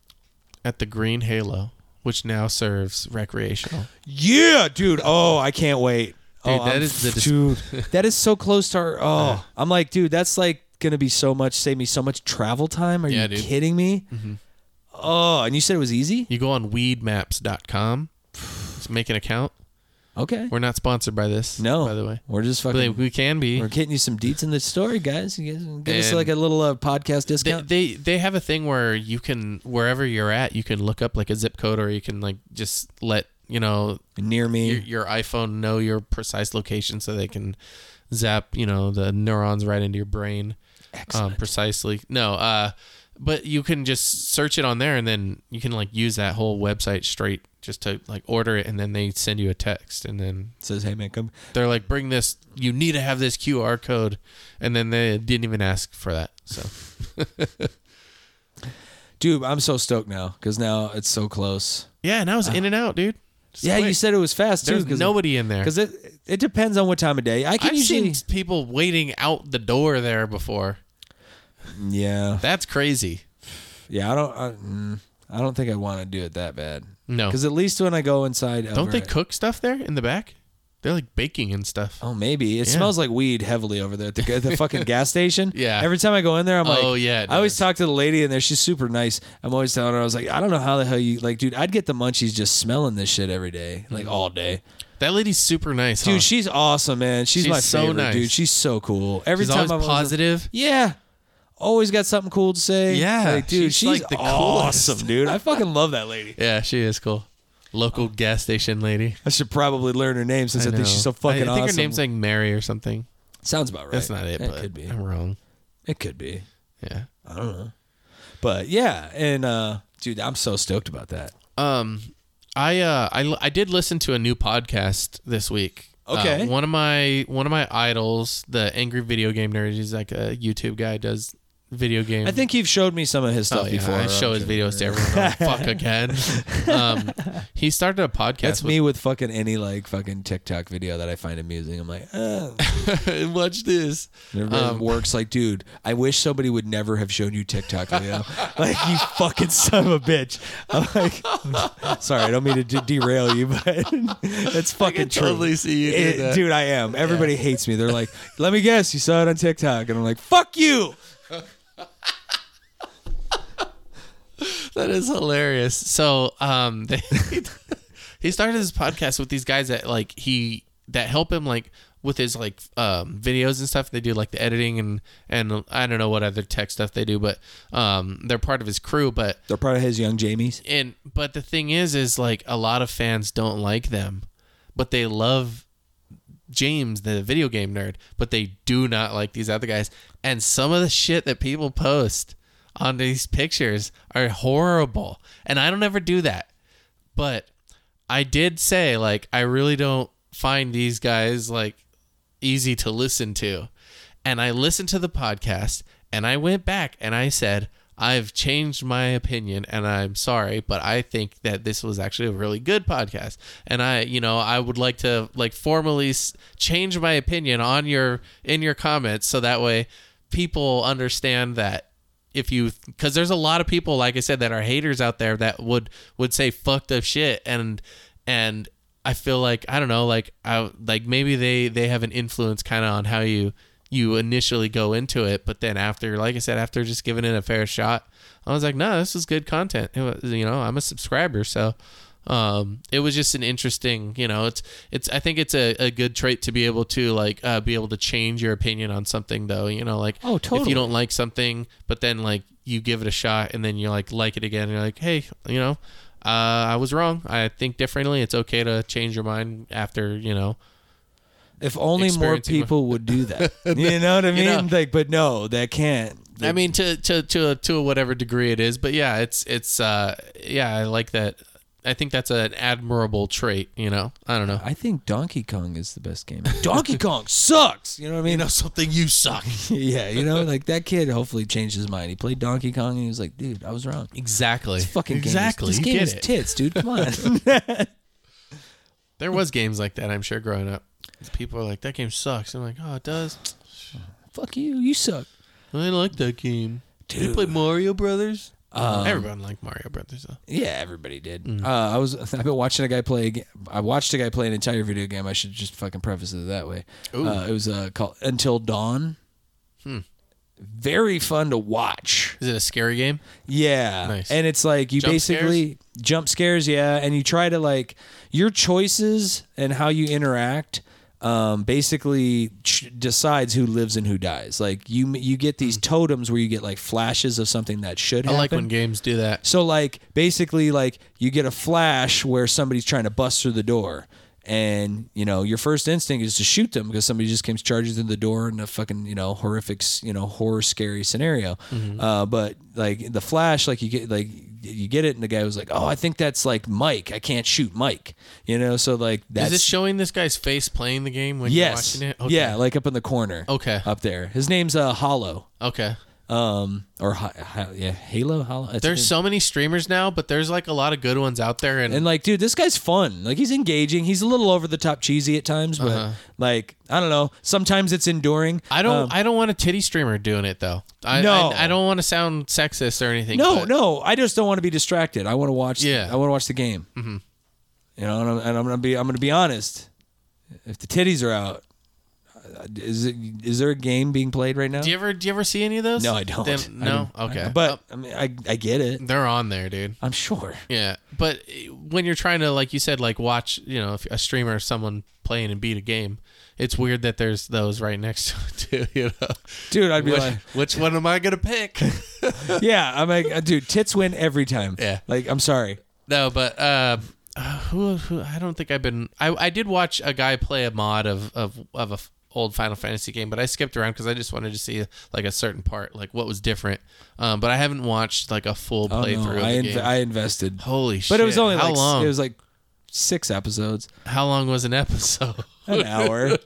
Speaker 2: At the Green Halo, which now serves recreational.
Speaker 1: Yeah, dude. Oh, I can't wait.
Speaker 2: Dude,
Speaker 1: oh,
Speaker 2: that
Speaker 1: I'm-
Speaker 2: is the dis- Uh.
Speaker 1: dude. that is so close to our. Oh, I'm like, dude, that's like gonna be so much. Save me so much travel time. Are
Speaker 2: Yeah,
Speaker 1: you
Speaker 2: dude. Mm-hmm.
Speaker 1: kidding me? Oh, and you said it was easy.
Speaker 2: You go on weedmaps.com, just make an account.
Speaker 1: Okay.
Speaker 2: We're not sponsored by this.
Speaker 1: no,
Speaker 2: by the way,
Speaker 1: we're just
Speaker 2: but they-
Speaker 1: fucking.
Speaker 2: we can be.
Speaker 1: We're getting you some deets in the story, guys. You guys give us
Speaker 2: And-
Speaker 1: like a little uh, podcast
Speaker 2: They,
Speaker 1: discount.
Speaker 2: they they have a thing where you can wherever you're at, you can look up like a zip code, or you can like just let you know
Speaker 1: Near me.
Speaker 2: your, your iPhone know your precise location, so they can zap you know the neurons right into your brain.
Speaker 1: Excellent.
Speaker 2: um, precisely. No, uh, but you can just search it on there, and then you can like use that whole website straight just to like order it, and then they send you a text, and then
Speaker 1: Says, hey man, come.
Speaker 2: they're like, "Bring this. You need to have this QR code," and then they didn't even ask for that. So
Speaker 1: Dude, I'm so stoked now because now it's so close.
Speaker 2: yeah, and I was in and out, dude. Just
Speaker 1: Uh, yeah, you
Speaker 2: quick.
Speaker 1: said it was fast too.
Speaker 2: there's nobody in there.
Speaker 1: Because it it depends on what time of day. I can
Speaker 2: I've
Speaker 1: usually.
Speaker 2: seen people waiting out the door there before.
Speaker 1: yeah,
Speaker 2: That's crazy.
Speaker 1: yeah. I don't. I, mm, I don't think I want to do it that bad.
Speaker 2: No,
Speaker 1: Because at least when I go inside,
Speaker 2: don't
Speaker 1: over
Speaker 2: they
Speaker 1: at-
Speaker 2: cook stuff there in the back? They're like baking and stuff.
Speaker 1: Oh, maybe it
Speaker 2: Yeah.
Speaker 1: smells like weed heavily over there at the, at the fucking gas station.
Speaker 2: Yeah.
Speaker 1: Every time I go in there, I'm like,
Speaker 2: Oh, yeah, it
Speaker 1: I always
Speaker 2: does.
Speaker 1: talk to the lady in there. She's super nice. I'm always telling her, I was like, I don't know how the hell you like, dude. I'd get the munchies just smelling this shit every
Speaker 2: Mm.
Speaker 1: day, like all day.
Speaker 2: That lady's super nice,
Speaker 1: Dude,
Speaker 2: huh?
Speaker 1: she's awesome, man. She's,
Speaker 2: She's
Speaker 1: my
Speaker 2: so
Speaker 1: favorite,
Speaker 2: nice.
Speaker 1: dude. She's so cool. Every
Speaker 2: She's
Speaker 1: time
Speaker 2: always
Speaker 1: I'm over-
Speaker 2: positive.
Speaker 1: yeah. Always got something cool to say.
Speaker 2: Yeah,
Speaker 1: Like, dude, she's,
Speaker 2: she's, like, the coolest.
Speaker 1: awesome, dude. I fucking love that lady.
Speaker 2: Yeah, she is cool. Local gas station lady.
Speaker 1: I should probably learn her name since Oh. I, think
Speaker 2: know.
Speaker 1: she's so fucking
Speaker 2: I, I think
Speaker 1: awesome.
Speaker 2: her name's like Mary or something.
Speaker 1: Sounds about right.
Speaker 2: That's not it,
Speaker 1: It
Speaker 2: but
Speaker 1: could be.
Speaker 2: I'm wrong.
Speaker 1: It could be.
Speaker 2: Yeah.
Speaker 1: I don't know. But yeah, and uh dude, I'm so stoked about that.
Speaker 2: Um, I uh, I l- I did listen to a new podcast this week. Uh,
Speaker 1: Okay.
Speaker 2: one of my one of my idols, the angry video game nerd, he's like a YouTube guy, does video game.
Speaker 1: I think you've showed me some of his
Speaker 2: Oh,
Speaker 1: stuff
Speaker 2: yeah,
Speaker 1: before.
Speaker 2: I show his videos to everyone. Oh, fuck again. Um, he started a podcast.
Speaker 1: That's
Speaker 2: with
Speaker 1: me with fucking any like fucking TikTok video that I find amusing. I'm like, oh.
Speaker 2: Watch this.
Speaker 1: And everybody
Speaker 2: Um,
Speaker 1: works like, dude, I wish somebody would never have shown you TikTok video. like, you fucking son of a bitch. I'm like, sorry, I don't mean to de- derail you, but that's fucking true.
Speaker 2: totally see you do
Speaker 1: It-
Speaker 2: that.
Speaker 1: Eh, dude, I am. Everybody hates me. They're like, let me guess, you saw it on TikTok. And I'm like, fuck you.
Speaker 2: That is hilarious. So, um, they, he started his podcast with these guys that like he that help him like with his like um, videos and stuff. They do like the editing and and I don't know what other tech stuff they do, but um, they're part of his crew. But
Speaker 1: They're part of his young Jamies.
Speaker 2: and but the thing is, is like a lot of fans don't like them, but they love James, the video game nerd. But they do not like these other guys. And some of the shit that people post on these pictures are horrible. And I don't ever do that, but I did say like I really don't find these guys like easy to listen to. And I listened to the podcast and I went back and I said, I've changed my opinion and I'm sorry, but I think that this was actually a really good podcast. And I, you know, I would like to like formally s- change my opinion on your in your comments so that way people understand that if you because there's a lot of people like i said that are haters out there that would would say fucked up shit and and i feel like i don't know like i like maybe they they have an influence kind of on how you you initially go into it but then after like i said after just giving it a fair shot i was like no this is good content it was, you know i'm a subscriber so um it was just an interesting you know it's it's i think it's a, a good trait to be able to like uh, be able to change your opinion on something though you know like
Speaker 1: Oh,
Speaker 2: if
Speaker 1: totally.
Speaker 2: you don't like something, but then like you give it a shot and then you like like it again. And you're like, hey, you know, uh, I was wrong. I think differently. It's okay to change your mind after you know.
Speaker 1: If only more
Speaker 2: experiencing my-
Speaker 1: people would do that. you know what I mean?
Speaker 2: know.
Speaker 1: Like, but no, that can't.
Speaker 2: I mean, to to to to whatever degree it is, but yeah, it's it's uh yeah, I like that. I think that's an admirable trait. You know, I don't know.
Speaker 1: I think Donkey Kong is the best game. Donkey Kong sucks. You know what I mean?
Speaker 2: something you suck.
Speaker 1: yeah, you know, like that kid hopefully changed his mind. He played Donkey Kong and he was like, dude, I was wrong.
Speaker 2: Exactly.
Speaker 1: Fucking
Speaker 2: exactly.
Speaker 1: Game is,
Speaker 2: You
Speaker 1: this game
Speaker 2: get
Speaker 1: is
Speaker 2: it.
Speaker 1: tits, dude. Come on.
Speaker 2: there was games like that. I'm sure growing up, people are like, that game sucks. I'm like, oh, it does.
Speaker 1: Fuck you. You suck.
Speaker 2: I like that game. Did you
Speaker 1: Dude.
Speaker 2: play Mario Brothers? Everyone liked Mario Brothers though.
Speaker 1: Yeah, everybody did.
Speaker 2: Mm.
Speaker 1: Uh, I was. I've been watching a guy play. a ga- I watched a guy play an entire video game. I should just fucking preface it that way.
Speaker 2: Ooh. Hmm.
Speaker 1: Uh, it was uh, called Until Dawn. Very fun to watch.
Speaker 2: Is it a scary game?
Speaker 1: Yeah.
Speaker 2: Nice.
Speaker 1: And it's like you
Speaker 2: Jump
Speaker 1: basically jump scares, yeah, and you try to like your choices and how you interact um basically ch- decides who lives and who dies. Like you you get these totems where you get like flashes of something that should happen.
Speaker 2: Hmm. I like when games do that.
Speaker 1: So like basically like you get a flash where somebody's trying to bust through the door. And you know your first instinct is to shoot them because somebody just came charging through the door in a fucking you know horrific s- you know horror scary scenario.
Speaker 2: Mm-hmm.
Speaker 1: Uh, but like the flash, like you get like you get it, and the guy was like, "Oh, I think that's like Mike. I can't shoot Mike." You know, so like that's
Speaker 2: Is it showing this guy's face playing the game when
Speaker 1: yes,
Speaker 2: you're watching it?
Speaker 1: yeah, like up in the corner,
Speaker 2: Okay.
Speaker 1: up there. His name's uh, Hollow.
Speaker 2: Okay.
Speaker 1: um, or hi, hi, yeah, Halo. Halo It's-
Speaker 2: There's so many streamers now, but there's like a lot of good ones out there, and,
Speaker 1: and like, dude, this guy's fun. Like, he's engaging. He's a little over the top cheesy at times, but like, I don't know. Sometimes it's enduring.
Speaker 2: Uh-huh.
Speaker 1: Um,
Speaker 2: I don't I don't want a titty streamer doing it though. I
Speaker 1: No.
Speaker 2: I, I don't want to sound sexist or anything.
Speaker 1: No,
Speaker 2: but
Speaker 1: no. I just don't want to be distracted. I want to watch.
Speaker 2: Yeah. Mm-hmm.
Speaker 1: I want to watch the game. You know, and I'm, and I'm gonna be. I'm gonna be honest. If the titties are out, uh, is it, is there a game being played right now?
Speaker 2: Do you ever do you ever see any of those?
Speaker 1: no, I don't.
Speaker 2: Them-
Speaker 1: I
Speaker 2: no,
Speaker 1: don't-
Speaker 2: okay. Oh,
Speaker 1: but I mean, I, I get it.
Speaker 2: they're on there, dude.
Speaker 1: I'm sure.
Speaker 2: Yeah, but eh, when you're trying to like you said, like watch you know if a streamer or someone playing and beat a game, it's weird that there's those right next to it, you know.
Speaker 1: Dude, I'd be
Speaker 2: Which,
Speaker 1: like,
Speaker 2: which one am I gonna pick?
Speaker 1: yeah, I'm like, uh, dude, tits win every time.
Speaker 2: Yeah.
Speaker 1: Like, I'm sorry.
Speaker 2: No, but uh, uh, who, who? I don't think I've been. I, I did watch a guy play a mod of of of a f- old Final Fantasy game, but I skipped around because I just wanted to see like a certain part, like what was different. Um, but I haven't watched like a full
Speaker 1: Oh,
Speaker 2: playthrough
Speaker 1: no,
Speaker 2: of the
Speaker 1: I,
Speaker 2: game.
Speaker 1: inv- I invested.
Speaker 2: Holy shit!
Speaker 1: But it was only
Speaker 2: how
Speaker 1: like s-
Speaker 2: long?
Speaker 1: it was like six episodes,
Speaker 2: how long was an episode?
Speaker 1: an hour,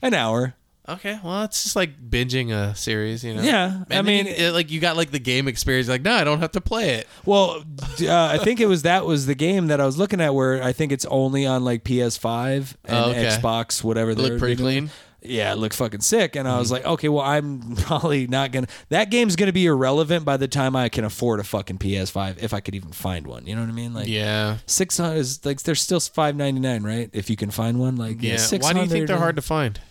Speaker 1: an hour.
Speaker 2: okay, well, it's just like binging a series, you know.
Speaker 1: Yeah, I
Speaker 2: I mean,
Speaker 1: mean-
Speaker 2: it, like you got like the game experience. Like, no, I don't have to play it.
Speaker 1: Well, d- uh, I think it was that was the game that I was looking at where I think it's only on like PS5 and
Speaker 2: Oh, okay.
Speaker 1: Xbox, whatever.
Speaker 2: It
Speaker 1: they're
Speaker 2: looked pretty Mm-hmm.
Speaker 1: doing.
Speaker 2: clean.
Speaker 1: Yeah, it looked fucking sick, and I was like, okay, well, I'm probably not gonna. That game's gonna be irrelevant by the time I can afford a fucking PS5 if I could even find one. You know what I mean? Like,
Speaker 2: Yeah.
Speaker 1: six hundred is like they're still five ninety nine, right? If you can find one, like
Speaker 2: Yeah.
Speaker 1: yeah, six
Speaker 2: Why
Speaker 1: hundred.
Speaker 2: do you think they're hard to find?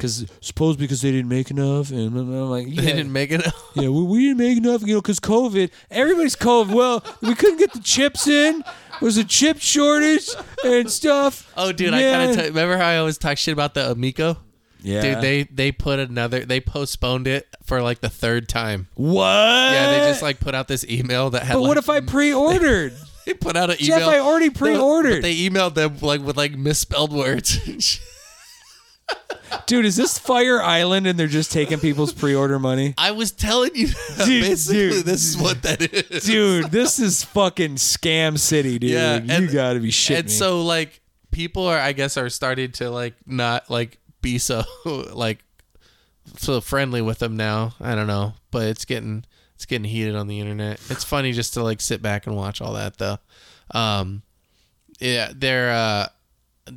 Speaker 1: Because suppose because they didn't make enough, and I'm like, yeah,
Speaker 2: They didn't make it.
Speaker 1: yeah, we, we didn't make enough, you know, because COVID, everybody's COVID. Well, we couldn't get the chips in. There was a chip shortage and stuff.
Speaker 2: Oh, dude, I
Speaker 1: Yeah.
Speaker 2: kind of t- remember how I always talk shit about the Amico.
Speaker 1: yeah,
Speaker 2: Dude, they they put another, they postponed it for like the third time.
Speaker 1: what?
Speaker 2: Yeah, they just like put out this email that had.
Speaker 1: But
Speaker 2: like,
Speaker 1: what if I pre-ordered?
Speaker 2: they put out an email?
Speaker 1: Jeff, I already
Speaker 2: No, but
Speaker 1: pre-ordered.
Speaker 2: They emailed them like with like misspelled words. and shit.
Speaker 1: Dude, is this Fire Island and they're just taking people's pre-order money?
Speaker 2: I was telling you, that.
Speaker 1: Dude,
Speaker 2: basically,
Speaker 1: dude.
Speaker 2: this is what that is.
Speaker 1: Dude, this is fucking scam city, dude.
Speaker 2: Yeah,
Speaker 1: you
Speaker 2: and-
Speaker 1: gotta be shitting
Speaker 2: and
Speaker 1: me.
Speaker 2: so like people are, I guess, are starting to like not like be so like so friendly with them now. I don't know, but it's getting it's getting heated on the internet. It's funny just to like sit back and watch all that though. Um, yeah, they're. Uh,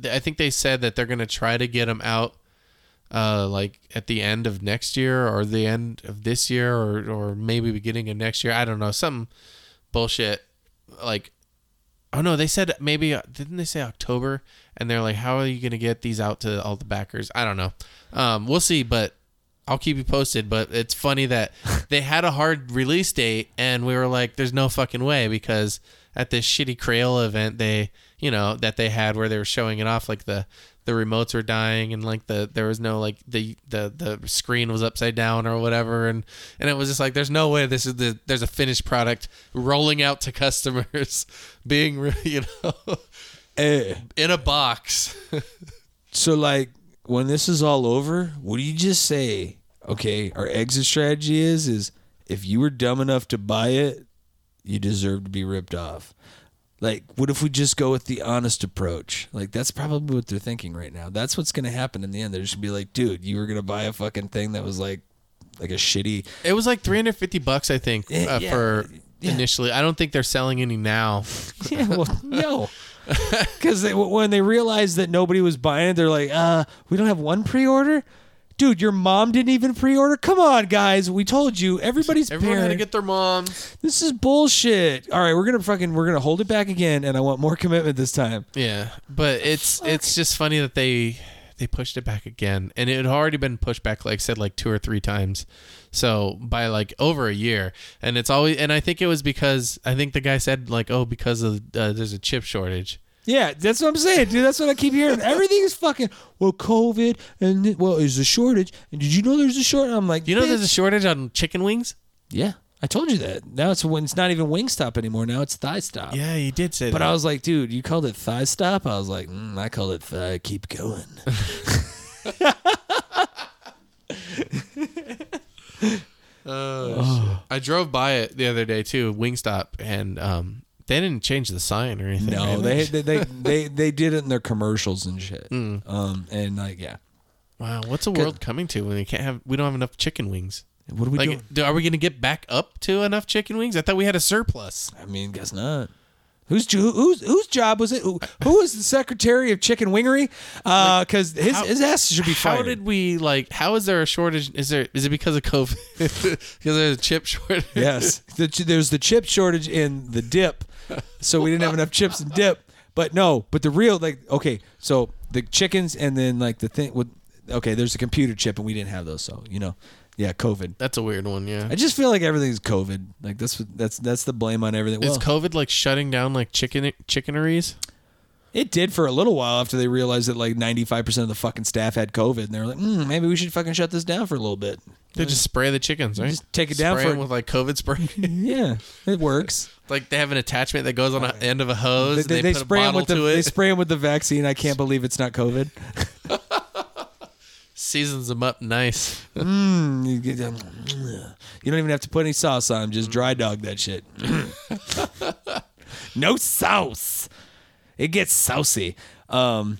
Speaker 2: th- I think they said that they're gonna try to get them out. Uh, like at the end of next year or the end of this year or, or maybe beginning of next year. I don't know. Some bullshit. Like, oh no, they said maybe, didn't they say October? And they're like, how are you going to get these out to all the backers? I don't know. Um, we'll see, but I'll keep you posted. But it's funny that they had a hard release date and we were like, there's no fucking way because at this shitty Crayola event, they, you know, that they had where they were showing it off, like the, the remotes were dying and like the there was no like the the the screen was upside down or whatever and and it was just like there's no way this is the there's a finished product rolling out to customers being re- you know
Speaker 1: Eh.
Speaker 2: in a box
Speaker 1: So like when this is all over, what do you just say? Okay, our exit strategy is is if you were dumb enough to buy it, you deserve to be ripped off. Like, what if we just go with the honest approach? Like, that's probably what they're thinking right now. That's what's gonna happen in the end. They're just gonna be like, dude, you were gonna buy a fucking thing that was like, like a shitty.
Speaker 2: it was like 350 bucks i think
Speaker 1: Eh,
Speaker 2: uh,
Speaker 1: yeah,
Speaker 2: for
Speaker 1: yeah.
Speaker 2: initially i don't think they're selling any now
Speaker 1: Yeah, well, no, because they, when they realized that nobody was buying it, they're like, uh, we don't have one pre-order. Dude, your mom didn't even pre-order. Come on, guys. We told you. Everybody's
Speaker 2: everyone had to
Speaker 1: parent.
Speaker 2: get their mom
Speaker 1: this is bullshit. All right, we're gonna fucking we're gonna hold it back again, and I want more commitment this time.
Speaker 2: Yeah, but it's it's just funny that they they pushed it back again, and it had already been pushed back, like I said, like two or three times, so by like over a year, and it's always and I think it was because I think the guy said like oh because of uh, there's a chip shortage.
Speaker 1: Yeah, that's what I'm saying, dude. That's what I keep hearing. Everything's fucking well, COVID, and th- well, there's a shortage. And did you know there's a shortage? I'm like,
Speaker 2: You know, there's
Speaker 1: bitch.
Speaker 2: a shortage on chicken wings.
Speaker 1: yeah. I told you that. Now it's when it's not even Wingstop anymore. Now it's Thigh Stop.
Speaker 2: Yeah, you did say
Speaker 1: But
Speaker 2: that.
Speaker 1: I was like, dude, you called it thigh stop. I was like, mm, I called it thigh keep going.
Speaker 2: oh, shit. I drove by it the other day too, Wingstop, and um, they didn't change the sign or anything.
Speaker 1: No,
Speaker 2: right?
Speaker 1: they they, they they they did it in their commercials and shit.
Speaker 2: Mm.
Speaker 1: Um, and like yeah,
Speaker 2: Wow, what's the world coming to when we can't have we don't have enough chicken wings?
Speaker 1: What are we doing?
Speaker 2: Like, do, are we going to get back up to enough chicken wings? I thought we had a surplus.
Speaker 1: I mean, guess not. Whose jo- whose whose job was it? Who, who was the secretary of chicken wingery? Because his his ass should be fired.
Speaker 2: How did we like? How is there a shortage? Is there? Is it because of COVID? because there's a chip shortage.
Speaker 1: yes, the, ch- there's the chip shortage and the dip, so we didn't have enough chips and dip. But no, but the real like okay, so the chickens and then like the thing with okay, there's a computer chip and we didn't have those, so you know, yeah, COVID.
Speaker 2: That's a weird one. Yeah.
Speaker 1: I just feel like everything's COVID. Like that's what- that's that's the blame on everything.
Speaker 2: is
Speaker 1: Well,
Speaker 2: COVID like shutting down like chicken chickeneries?
Speaker 1: It did for a little while after they realized that like 95% of the fucking staff had COVID. And they were like, mm, maybe we should fucking shut this down for a little bit.
Speaker 2: They just spray the chickens, right?
Speaker 1: Just take it
Speaker 2: Spray
Speaker 1: down for-
Speaker 2: them with like COVID spray.
Speaker 1: Yeah, it works.
Speaker 2: like they have an attachment that goes on the end of a hose. and they, put
Speaker 1: spray
Speaker 2: a
Speaker 1: 'em
Speaker 2: bottle
Speaker 1: with the,
Speaker 2: to it.
Speaker 1: They spray 'em with the vaccine. I can't believe it's not COVID.
Speaker 2: seasons them up nice.
Speaker 1: Mm, you get- you don't even have to put any sauce on 'em, Just dry dog that shit. no sauce. It gets saucy. Um,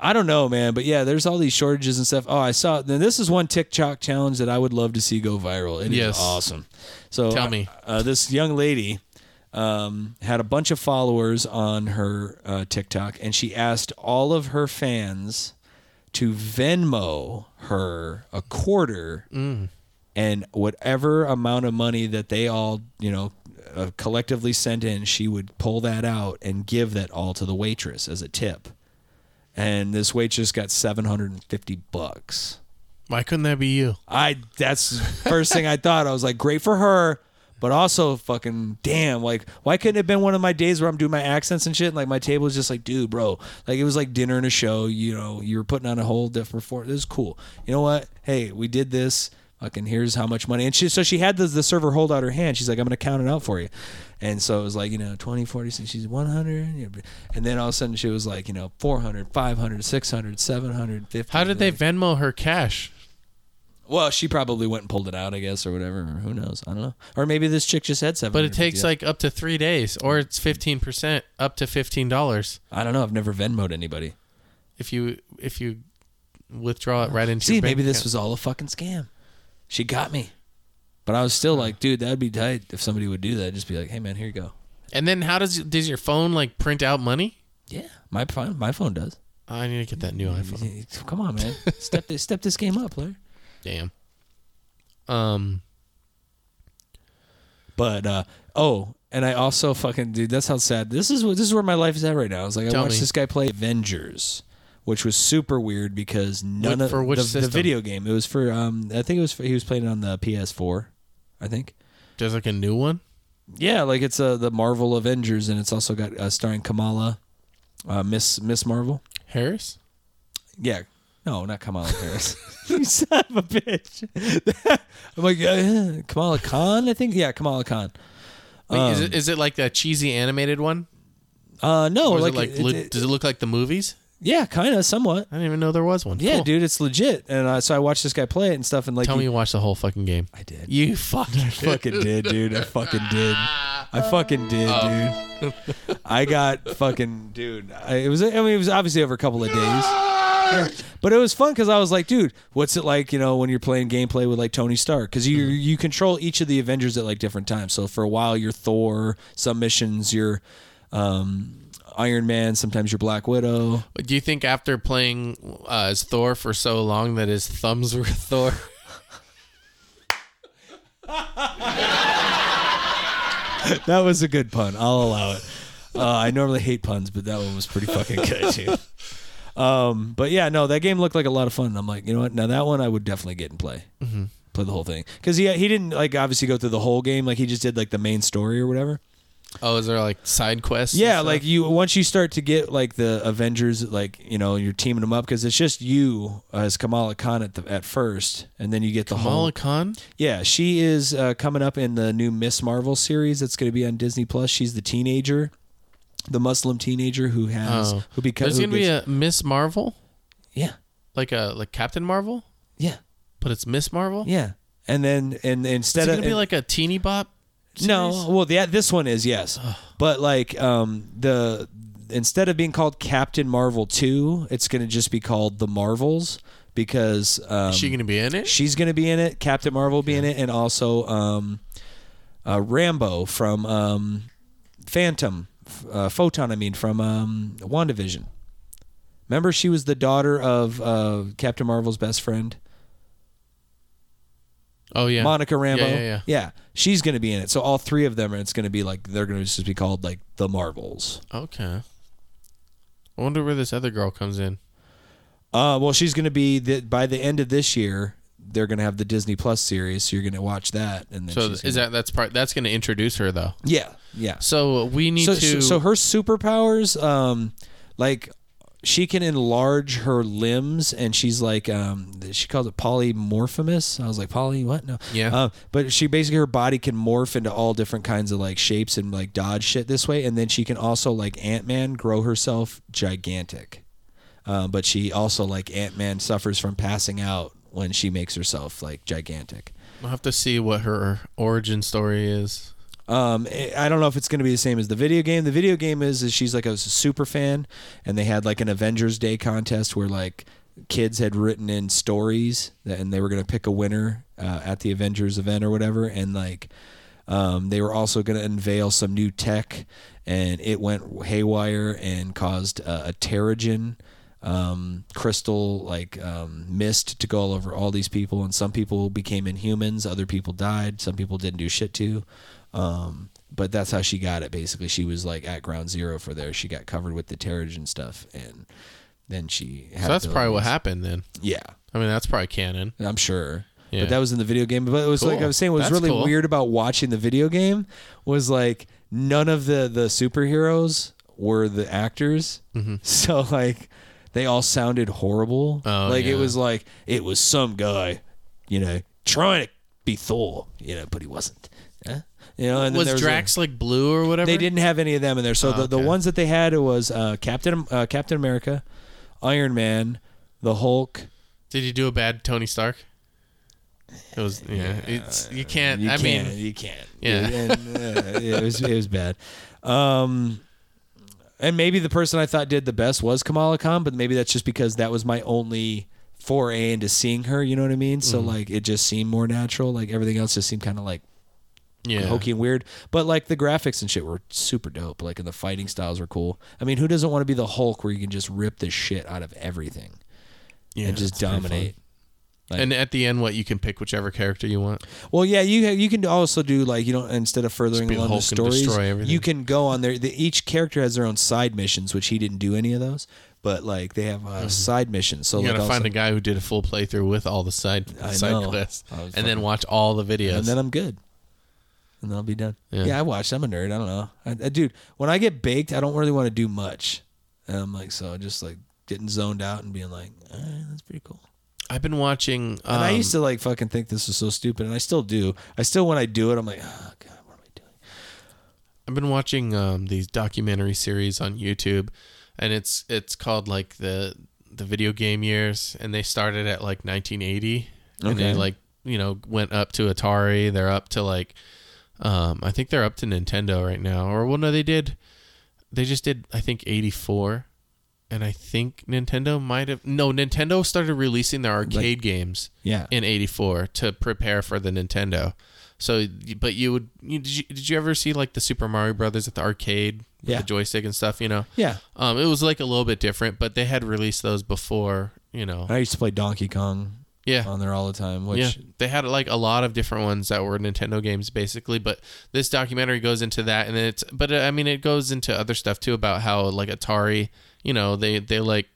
Speaker 1: I don't know, man, but yeah, there's all these shortages and stuff. Oh, I saw. Then this is one TikTok challenge that I would love to see go viral. It is
Speaker 2: Yes.
Speaker 1: awesome. So
Speaker 2: Tell
Speaker 1: uh,
Speaker 2: me.
Speaker 1: uh, this young lady um, had a bunch of followers on her uh, TikTok, and she asked all of her fans to Venmo her a quarter
Speaker 2: Mm.
Speaker 1: and whatever amount of money that they all, you know, uh, collectively sent in, she would pull that out and give that all to the waitress as a tip. And this waitress got 750 bucks.
Speaker 2: Why couldn't that be you?
Speaker 1: I that's the first thing I thought. I was like, great for her, but also fucking damn, like why couldn't it have been one of my days where I'm doing my accents and shit? And, like my table was just like, dude, bro, like it was like dinner and a show. You know, you were putting on a whole different form. This is cool. You know what? Hey, we did this. Fucking here's how much money. And she so she had the, the server hold out her hand. She's like, I'm gonna count it out for you. And so it was like, you know, 20, 40, so she's 100. you know, And then all of a sudden she was like, you know, 400, 500, 600, 700, 50.
Speaker 2: How did they Venmo her cash?
Speaker 1: Well, she probably went and pulled it out, I guess, or whatever. Or who knows? I don't know. Or maybe this chick just had seven.
Speaker 2: But it takes like up to three days, or it's fifteen percent up to fifteen dollars
Speaker 1: I don't know. I've never Venmoed anybody.
Speaker 2: if you if you withdraw it right into.
Speaker 1: See,
Speaker 2: your bank
Speaker 1: maybe this
Speaker 2: account.
Speaker 1: was all a fucking scam. She got me, but I was still like, dude, that'd be tight if somebody would do that. Just be like, hey, man, here you go.
Speaker 2: And then how does does your phone like print out money?
Speaker 1: Yeah, my phone, my phone does.
Speaker 2: I need to get that new iPhone.
Speaker 1: Come on, man, step this, step this game up, Larry.
Speaker 2: Damn. Um.
Speaker 1: But uh, oh, and I also fucking dude, that's how sad. This is what this is where my life is at right now. It's like I
Speaker 2: Tell
Speaker 1: watched
Speaker 2: me.
Speaker 1: this guy play Avengers, which was super weird because none
Speaker 2: Wait,
Speaker 1: of
Speaker 2: for which
Speaker 1: the, the
Speaker 2: system?
Speaker 1: video game. It was for um, I think it was for, he was playing it on the PS4, I think.
Speaker 2: There's like a new one.
Speaker 1: Yeah, like it's uh, the Marvel Avengers, and it's also got uh, starring Kamala, uh, Miss Miss Marvel.
Speaker 2: Harris.
Speaker 1: Yeah. No, not Kamala Harris. you son of a bitch. I'm like, uh, Kamala Khan, I think. Yeah, Kamala Khan.
Speaker 2: Wait, is
Speaker 1: Um,
Speaker 2: it is it like that cheesy animated one?
Speaker 1: Uh, no,
Speaker 2: Or
Speaker 1: like,
Speaker 2: is it like
Speaker 1: it-
Speaker 2: look,
Speaker 1: it-
Speaker 2: does it look like the movies?
Speaker 1: yeah, kind of, somewhat.
Speaker 2: I didn't even know there was one.
Speaker 1: Yeah,
Speaker 2: Cool.
Speaker 1: dude, it's legit. And uh, so I watched this guy play it and stuff, and like,
Speaker 2: Tell
Speaker 1: he-
Speaker 2: me you watched the whole fucking game.
Speaker 1: I did.
Speaker 2: You fucking
Speaker 1: I fucking did, dude. I fucking did. I fucking did,
Speaker 2: Oh.
Speaker 1: dude. I got fucking, dude. I, it was. I mean, it was obviously over a couple of days. But it was fun because I was like, dude, what's it like, you know, when you're playing gameplay with like Tony Stark? Because
Speaker 2: Mm-hmm.
Speaker 1: you you control each of the Avengers at like different times. So for a while, you're Thor. Some missions, you're um, Iron Man. Sometimes you're Black Widow.
Speaker 2: Do you think after playing uh, as Thor for so long that his thumbs were Thor?
Speaker 1: That was a good pun. I'll allow it. Uh, I normally hate puns, but that one was pretty fucking good too. Um, but yeah, no, that game looked like a lot of fun. I'm like, you know what? Now that one I would definitely get and play,
Speaker 2: Mm-hmm.
Speaker 1: play the whole thing because he he didn't like obviously go through the whole game. Like he just did like the main story or whatever.
Speaker 2: Oh, is there like side quests? and
Speaker 1: Yeah,
Speaker 2: stuff?
Speaker 1: like you once you start to get like the Avengers, like you know you're teaming them up because it's just you as Kamala Khan at the, at first, and then you get the whole
Speaker 2: Kamala Khan.
Speaker 1: yeah, she is uh, coming up in the new Miss Marvel series that's going to be on Disney Plus. She's the teenager, the Muslim teenager who has
Speaker 2: Oh.
Speaker 1: uh, who becomes.
Speaker 2: There's gonna be a Miss Marvel,
Speaker 1: yeah,
Speaker 2: like a like Captain Marvel,
Speaker 1: yeah,
Speaker 2: but it's Miss Marvel.
Speaker 1: yeah. And then and
Speaker 2: Is it
Speaker 1: instead
Speaker 2: gonna
Speaker 1: of
Speaker 2: be like a teeny bop?
Speaker 1: no, well, yeah, this one is yes, but like um the instead of being called Captain Marvel two, it's going to just be called the Marvels because um,
Speaker 2: Is she gonna be in it?
Speaker 1: she's going to be in it. Captain Marvel will be in it, and also um, uh, Rambo from um, Phantom, f- uh, Photon. I mean, from um, Wandavision. Remember, she was the daughter of uh, Captain Marvel's best friend,
Speaker 2: oh yeah,
Speaker 1: Monica Rambo.
Speaker 2: Yeah, yeah, yeah.
Speaker 1: she's going to be in it. So all three of them, are it's going to be like they're going to just be called like the Marvels.
Speaker 2: Okay. I wonder where this other girl comes in.
Speaker 1: Uh, well, she's going to be the, by the end of this year. They're going to have the Disney Plus series, so you're going to watch that, and then
Speaker 2: So
Speaker 1: she's
Speaker 2: is
Speaker 1: gonna-
Speaker 2: that that's part that's going to introduce her though.
Speaker 1: yeah, yeah.
Speaker 2: So we need
Speaker 1: so,
Speaker 2: to.
Speaker 1: so so her superpowers um like she can enlarge her limbs and she's like um she calls it polymorphemous i was like poly what no
Speaker 2: Yeah.
Speaker 1: uh, but she basically her body can morph into all different kinds of like shapes and like dodge shit this way and then she can also like ant-man grow herself gigantic um, but she also like ant-man suffers from passing out when she makes herself like gigantic
Speaker 2: I'll have to see what her origin story is.
Speaker 1: um, I- I don't know if it's going to be the same as the video game. The video game is is she's like a super fan, and they had like an Avengers Day contest where like kids had written in stories, that, and they were going to pick a winner uh, at the Avengers event or whatever, and like. Um, they were also going to unveil some new tech, and it went haywire and caused uh, a Terrigen um, crystal like um, mist to go all over all these people. And some people became inhumans, other people died, some people didn't do shit to. Um, but that's how she got it. Basically, she was like at ground zero for there. She got covered with the Terrigen stuff, and then she. Had
Speaker 2: So that's probably what
Speaker 1: abilities.
Speaker 2: happened then.
Speaker 1: Yeah.
Speaker 2: I mean, that's probably canon.
Speaker 1: I'm sure.
Speaker 2: Yeah.
Speaker 1: But that was in the video game. But it was like
Speaker 2: Cool.
Speaker 1: I was saying, what was
Speaker 2: That's
Speaker 1: really
Speaker 2: cool.
Speaker 1: weird about watching the video game was like none of the the superheroes were the actors.
Speaker 2: Mm-hmm.
Speaker 1: So like they all sounded horrible.
Speaker 2: Oh,
Speaker 1: like it
Speaker 2: yeah.
Speaker 1: was like it was some guy, you know, trying to be Thor, you know, but he wasn't. Huh? You know, and then
Speaker 2: was,
Speaker 1: there a-
Speaker 2: Drax like blue or whatever?
Speaker 1: they didn't have any of them in there. So the, the
Speaker 2: okay.
Speaker 1: ones that they had was uh, Captain uh, Captain America, Iron Man, the Hulk,
Speaker 2: Did he do a bad Tony Stark? It was yeah. It's you can't.
Speaker 1: You
Speaker 2: I
Speaker 1: can't,
Speaker 2: mean,
Speaker 1: you can't.
Speaker 2: Yeah.
Speaker 1: and, uh, it was it was bad. Um, and maybe the person I thought did the best was Kamala Khan, but maybe that's just because that was my only foray into seeing her. You know what I mean? So like, it just seemed more natural. Like everything else just seemed kind of like
Speaker 2: yeah.
Speaker 1: hokey and weird. But like the graphics and shit were super dope. Like and the fighting styles were cool. I mean, who doesn't want to be the Hulk where you can just rip the shit out of everything
Speaker 2: Yeah,
Speaker 1: and just
Speaker 2: that's pretty fun.
Speaker 1: dominate? like-
Speaker 2: and at the end, what you can pick whichever character you want.
Speaker 1: Well, yeah, you you can also do like you know instead of furthering
Speaker 2: Just be
Speaker 1: along the
Speaker 2: Hulk and
Speaker 1: stories,
Speaker 2: destroy everything.
Speaker 1: you can go on there. The, each character has their own side missions, which he didn't do any of those. But like they have uh, side missions, so
Speaker 2: Mm-hmm. You
Speaker 1: like
Speaker 2: gotta
Speaker 1: also-
Speaker 2: find a guy who did a full playthrough with all the side
Speaker 1: I
Speaker 2: side
Speaker 1: know.
Speaker 2: quests,
Speaker 1: I was
Speaker 2: and then watch all the videos.
Speaker 1: and then I'm good, and then I'll be done. Yeah,
Speaker 2: Yeah.
Speaker 1: I watched. I'm a nerd. I don't know, I, I- dude. When I get baked, I don't really want to do much. And I'm like so just like getting zoned out and being like, "All right, that's pretty cool.
Speaker 2: I've been watching. Um,
Speaker 1: And I used to like fucking think this was so stupid, and I still do. I still when I do it, I'm like, oh god, what am I doing?
Speaker 2: I've been watching um, these documentary series on YouTube, and it's it's called like the the video game years, and they started at like 1980, and
Speaker 1: Okay.
Speaker 2: they like you know went up to Atari. They're up to like, um, I think they're up to Nintendo right now, or well, no, they did, they just did I think 84, and I think Nintendo might have no Nintendo started releasing their arcade games
Speaker 1: Yeah.
Speaker 2: in 84 to prepare for the Nintendo. So, but you would, you, did, you, did you ever see like the Super Mario Brothers at the arcade with
Speaker 1: Yeah.
Speaker 2: the joystick and stuff, you know?
Speaker 1: Yeah.
Speaker 2: Um, it was like a little bit different, but they had released those before, you know?
Speaker 1: I used to play Donkey Kong
Speaker 2: Yeah.
Speaker 1: on there all the time, which
Speaker 2: yeah. They had like a lot of different ones that were Nintendo games basically, but this documentary goes into that and then it's, but uh, I mean, it goes into other stuff too about how like Atari, you know, they, they like,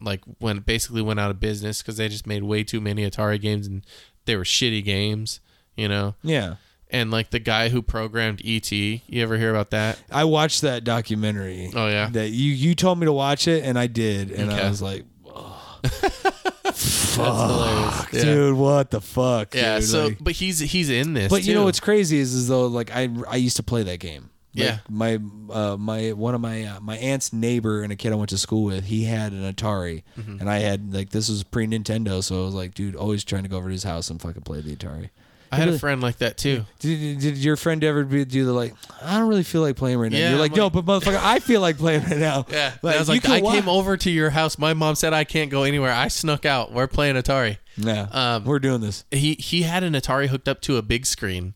Speaker 2: like when basically went out of business because they just made way too many Atari games and they were shitty games, you know?
Speaker 1: Yeah.
Speaker 2: and like the guy who programmed ET. You ever hear about that?
Speaker 1: I watched that documentary.
Speaker 2: Oh, yeah?
Speaker 1: That you you told me to watch it and I did and I
Speaker 2: Okay.
Speaker 1: was like
Speaker 2: That's hilarious.
Speaker 1: dude, what the fuck?
Speaker 2: Yeah. yeah
Speaker 1: dude?
Speaker 2: so,
Speaker 1: Like-
Speaker 2: but he's he's in this.
Speaker 1: but you know
Speaker 2: too.
Speaker 1: what's crazy is is though like I I used to play that game. Like,
Speaker 2: Yeah.
Speaker 1: My uh, my one of my uh, my aunt's neighbor and a kid I went to school with, he had an Atari
Speaker 2: Mm-hmm.
Speaker 1: and I had like this was pre Nintendo, so I was like, dude, always trying to go over to his house and fucking play the Atari.
Speaker 2: I had a
Speaker 1: really-
Speaker 2: friend like that too.
Speaker 1: Did, did your friend ever be, do the like? I don't really feel like playing right now.
Speaker 2: Yeah,
Speaker 1: You're like,
Speaker 2: I'm
Speaker 1: no,
Speaker 2: like-
Speaker 1: but motherfucker, I feel like playing right now.
Speaker 2: Yeah. And I was like,
Speaker 1: you
Speaker 2: I
Speaker 1: can wa-
Speaker 2: came over to your house. My mom said I can't go anywhere. I snuck out. We're playing Atari.
Speaker 1: Yeah,
Speaker 2: Um,
Speaker 1: we're doing this.
Speaker 2: He he had an Atari hooked up to a big screen,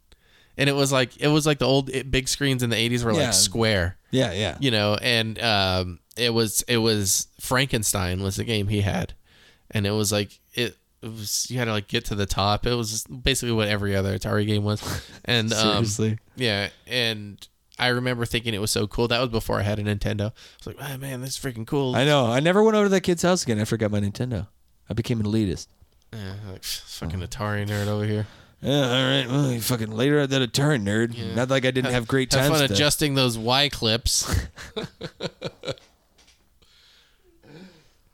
Speaker 2: and it was like it was like the old it, big screens in the '80s were
Speaker 1: Yeah.
Speaker 2: like square,
Speaker 1: Yeah, yeah.
Speaker 2: you know. And um, it was it was Frankenstein was the game he had, and it was like it. It was, you had to like get to the top. It was basically what every other Atari game was, and um,
Speaker 1: Seriously.
Speaker 2: Yeah, and I remember thinking it was so cool. That was before I had a Nintendo. I was like, oh, man, this is freaking cool.
Speaker 1: I know. I never went over to that kid's house again after I got my Nintendo. I became an elitist.
Speaker 2: yeah, like fucking Atari nerd over here.
Speaker 1: Yeah, all right. Well, you fucking later at that turn, nerd. Not like I didn't have great
Speaker 2: Have
Speaker 1: times.
Speaker 2: fun
Speaker 1: though.
Speaker 2: adjusting those Y clips.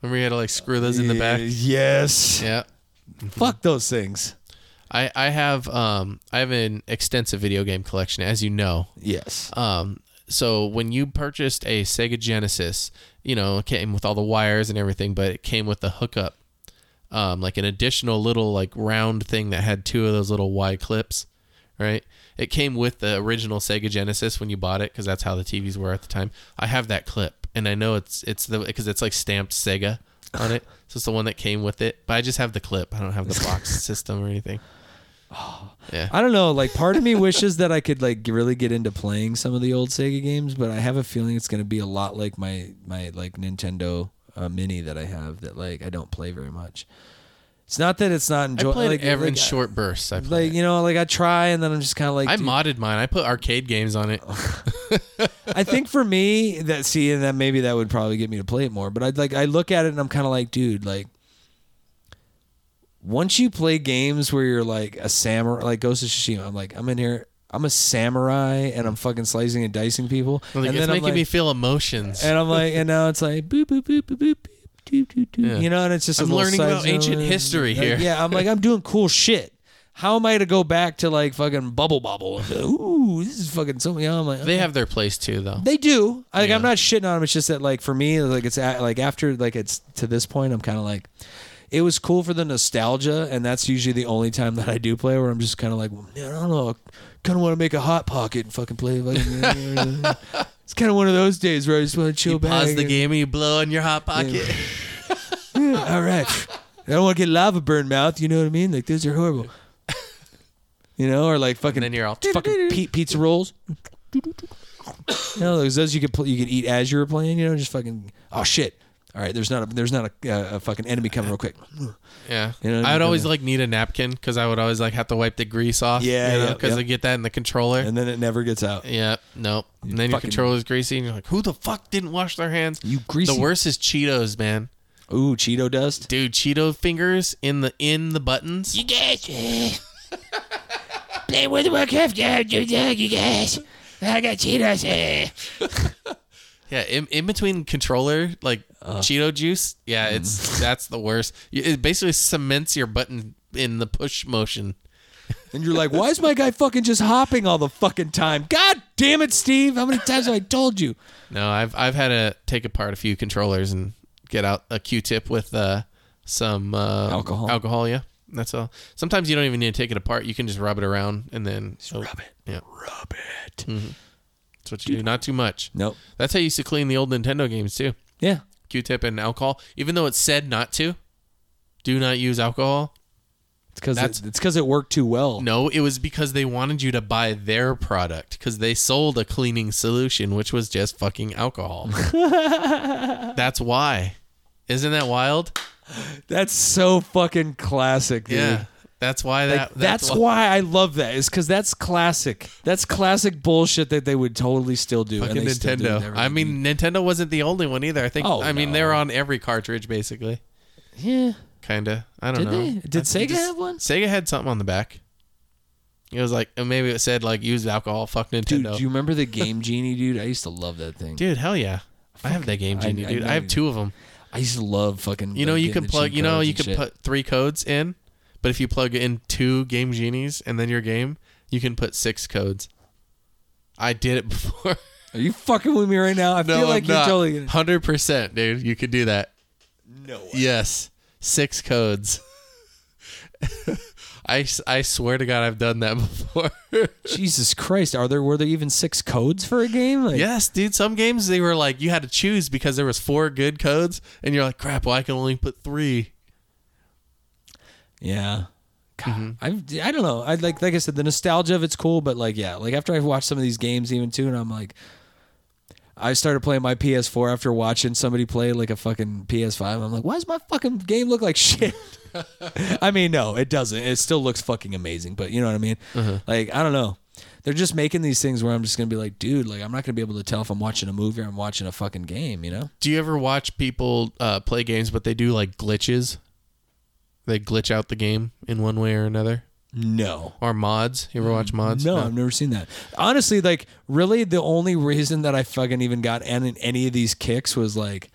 Speaker 2: remember you had to like screw those in the back.
Speaker 1: Yes.
Speaker 2: Yeah.
Speaker 1: Fuck those things.
Speaker 2: I, I have um I have an extensive video game collection, as you know.
Speaker 1: Yes.
Speaker 2: Um, so when you purchased a Sega Genesis, you know, it came with all the wires and everything, but it came with the hookup, um, like an additional little like round thing that had two of those little Y clips, right? It came with the original Sega Genesis when you bought it because that's how the TVs were at the time. I have that clip, and I know it's it's the because it's like stamped Sega on it, so it's the one that came with it. But I just have the clip. I don't have the box system or anything.
Speaker 1: Oh,
Speaker 2: Yeah.
Speaker 1: I don't know. Like, part of me wishes that I could like g- really get into playing some of the old Sega games, but I have a feeling it's going to be a lot like my my like Nintendo uh, Mini that I have that like I don't play very much. It's not that it's not
Speaker 2: I
Speaker 1: enjoyable.
Speaker 2: played
Speaker 1: like,
Speaker 2: every in
Speaker 1: like,
Speaker 2: short bursts. I played.
Speaker 1: Like you know, like I try and then I'm just kind of like Oh.
Speaker 2: I
Speaker 1: dude,
Speaker 2: modded mine. I put arcade games on it.
Speaker 1: I think for me that see and that maybe that would probably get me to play it more. But I'd like I look at it and I'm kind of like, dude, like once you play games where you're like a samurai, like Ghost of Tsushima, I'm like I'm in here, I'm a samurai and I'm fucking slicing and dicing people, and
Speaker 2: Like, it's
Speaker 1: then I'm
Speaker 2: making
Speaker 1: like,
Speaker 2: me feel emotions.
Speaker 1: and I'm like, and now it's like boop boop boop boop boop. Doop, doop, doop.
Speaker 2: Yeah.
Speaker 1: You know, and it's just a
Speaker 2: I'm
Speaker 1: little
Speaker 2: learning
Speaker 1: side
Speaker 2: about ancient
Speaker 1: zone.
Speaker 2: history
Speaker 1: Like,
Speaker 2: here.
Speaker 1: Yeah, I'm like, I'm doing cool shit. How am I to go back to like fucking bubble bobble? Ooh, this is fucking something. Yeah, I'm like,
Speaker 2: they have their place too, though.
Speaker 1: They do. Like
Speaker 2: Yeah.
Speaker 1: I'm not shitting on them. It's just that like for me, like it's at, like after like it's to this point, I'm kind of like, it was cool for the nostalgia, and that's usually the only time that I do play where I'm just kind of like, man, I don't know, kind of want to make a hot pocket and fucking play. Like, it's kind of one of those days where I just want to chill
Speaker 2: You
Speaker 1: back.
Speaker 2: pause the
Speaker 1: and-
Speaker 2: game and you blow in your hot pocket.
Speaker 1: Yeah, all right. I don't want to get lava burn mouth. You know what I mean? Like those are horrible. You know, or like fucking
Speaker 2: And then you're all
Speaker 1: fucking pe- pizza rolls. no, those those you could pl- you could eat as you were playing. You know, just fucking oh shit. All right, there's not a there's not a, uh, a fucking enemy coming real quick.
Speaker 2: Yeah.
Speaker 1: You know what I
Speaker 2: I would
Speaker 1: mean?
Speaker 2: always like need a napkin because I would always like have to wipe the grease off.
Speaker 1: Yeah,
Speaker 2: You
Speaker 1: yeah,
Speaker 2: Because
Speaker 1: yeah.
Speaker 2: I get that in the controller.
Speaker 1: And then it never gets out.
Speaker 2: yeah. Nope. And then your
Speaker 1: fucking-
Speaker 2: controller's greasy and you're like, who the fuck didn't wash their hands?
Speaker 1: You greasy.
Speaker 2: The worst is Cheetos, man.
Speaker 1: Ooh, Cheeto dust.
Speaker 2: Dude, Cheeto fingers in the in the buttons.
Speaker 3: You guys, uh, play with my craft, uh, you you guys. I got Cheetos. Uh,
Speaker 2: Yeah, in, in between controller like Cheeto juice. Yeah, it's that's the worst. You- It basically cements your button in the push motion.
Speaker 1: And you're like, why is my guy fucking just hopping all the fucking time? God damn it, Steve! How many times have I told you?
Speaker 2: No, I've I've had to take apart a few controllers and get out a Q-tip with uh, some uh,
Speaker 1: Alcohol.
Speaker 2: Alcohol, yeah. That's all. Sometimes you don't even need to take it apart. You can just rub it around and then rub it. Oh, Yeah, Mm-hmm.
Speaker 1: Rub it.
Speaker 2: that's what you do. Not too much.
Speaker 1: Nope.
Speaker 2: That's how you used to clean the old Nintendo games too.
Speaker 1: Yeah.
Speaker 2: Q-tip and alcohol, even though it said not to. Do not use alcohol.
Speaker 1: It's because
Speaker 2: That's-
Speaker 1: it, it's 'cause it worked too well.
Speaker 2: No, it was because they wanted you to buy their product because they sold a cleaning solution, which was just fucking alcohol. That's why. Isn't that wild?
Speaker 1: That's so fucking classic, dude.
Speaker 2: Yeah. That's why that.
Speaker 1: Like, that's why I love that. Is because that's classic. That's classic bullshit that they would totally still do. and
Speaker 2: fucking
Speaker 1: they still do and
Speaker 2: Nintendo.
Speaker 1: they're
Speaker 2: I
Speaker 1: like,
Speaker 2: mean, Nintendo wasn't the only one either. I think.
Speaker 1: Oh,
Speaker 2: I mean, they were on every cartridge basically.
Speaker 1: yeah.
Speaker 2: Kinda. I don't
Speaker 1: Did
Speaker 2: know.
Speaker 1: they? Did
Speaker 2: I think
Speaker 1: Sega have one?
Speaker 2: Sega had something on the back. It was like maybe it said like use alcohol. Fuck
Speaker 1: Dude,
Speaker 2: Nintendo.
Speaker 1: do you remember the Game Genie, dude? I used to love that thing.
Speaker 2: Dude, hell yeah. I have that game,
Speaker 1: I-
Speaker 2: Genie,
Speaker 1: I
Speaker 2: dude.
Speaker 1: know
Speaker 2: I have
Speaker 1: you-
Speaker 2: two of them.
Speaker 1: I used to love fucking.
Speaker 2: You know,
Speaker 1: like,
Speaker 2: you
Speaker 1: getting
Speaker 2: can
Speaker 1: the
Speaker 2: plug.
Speaker 1: cheat
Speaker 2: You know,
Speaker 1: codes
Speaker 2: you
Speaker 1: and
Speaker 2: can
Speaker 1: shit.
Speaker 2: put three codes in, but if you plug in two Game Genies and then your game, you can put six codes. I did it before.
Speaker 1: Are you fucking with me right now? I
Speaker 2: no,
Speaker 1: feel like
Speaker 2: I'm
Speaker 1: you're
Speaker 2: not.
Speaker 1: totally. gonna-
Speaker 2: Hundred percent, dude. You could do that.
Speaker 1: No.
Speaker 2: Yes, six codes. I, s- I swear to God, I've done that before.
Speaker 1: Jesus Christ, are there were there even six codes for a game? Like,
Speaker 2: yes, dude. Some games they were like you had to choose because there was four good codes, and you're like, crap. Well, I can only put three.
Speaker 1: Yeah. God, I've- I don't know. I like like I said, the nostalgia of it's cool, but like yeah, like after I've watched some of these games even too, and I'm like, I started playing my PS4 after watching somebody play like a fucking PS5. I'm like, why does my fucking game look like shit? I mean, no, it doesn't. It still looks fucking amazing, but you know what I mean. Like I don't know. They're just making these things where I'm just gonna be like, dude, like I'm not gonna be able to tell if I'm watching a movie or I'm watching a fucking game, you know?
Speaker 2: Do you ever watch people uh, play games, but they do like glitches? They glitch out the game in one way or another,
Speaker 1: No.
Speaker 2: or mods. You ever watch mods?
Speaker 1: No, I've never seen that. Honestly, like really, the only reason that I fucking even got in in any of these kicks was like